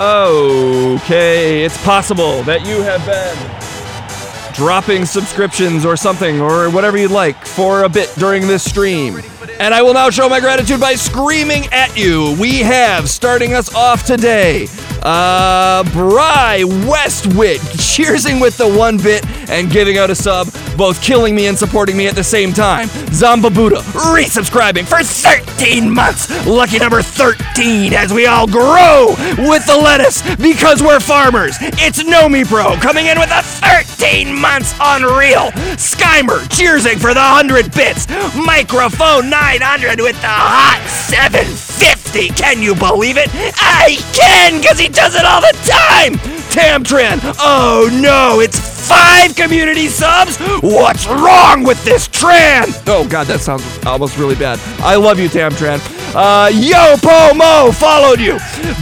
Speaker 3: Okay, it's possible that you have been dropping subscriptions or something or whatever you'd like for a bit during this stream. And I will now show my gratitude by screaming at you. We have starting us off today. Uh, Bry Westwit cheersing with the one bit and giving out a sub, both killing me and supporting me at the same time. Zomba Buddha resubscribing for 13 months, lucky number 13 as we all grow with the lettuce because we're farmers. It's Nomi Pro coming in with a 13 months unreal. Skymer cheersing for the 100 bits. Microphone 900 with the hot 750. Can you believe it? I can because he does it all the time. Tamtran, oh no, it's five community subs? What's wrong with this Tran? Oh god, that sounds almost really bad. I love you, Tamtran. Uh, Yo Pomo followed you.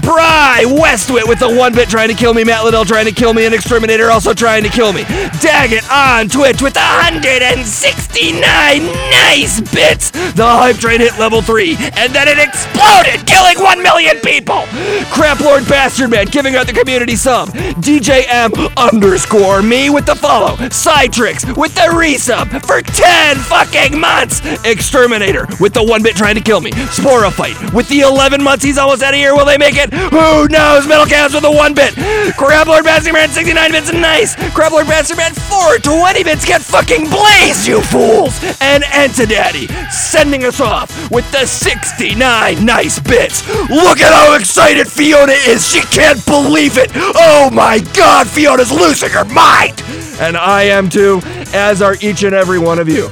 Speaker 3: Bry Westwit with the one bit trying to kill me. Matt Liddell trying to kill me. And Exterminator also trying to kill me. Daggett on Twitch with 169 nice bits. The hype train hit level three, and then it exploded, killing one million people. Crap Lord Bastard Man giving out the community sub. DJM underscore me with the follow. Cytrix with the resub for 10 fucking months. Exterminator with the one bit trying to kill me. Sporophyte with the 11 months he's almost out of here. Will they make it? Who knows? Metal Cavs with the one bit. Crab Lord Bastard Man 69 bits. Nice. Crab Lord Bastard Man 420 bits. Get fucking blazed, you fools. And Entidaddy sending us off with the 69 nice bits. Look at how excited Fiona is. She can't believe it. Oh my god, Fiona's losing her mind. And I am too, as are each and every one of you.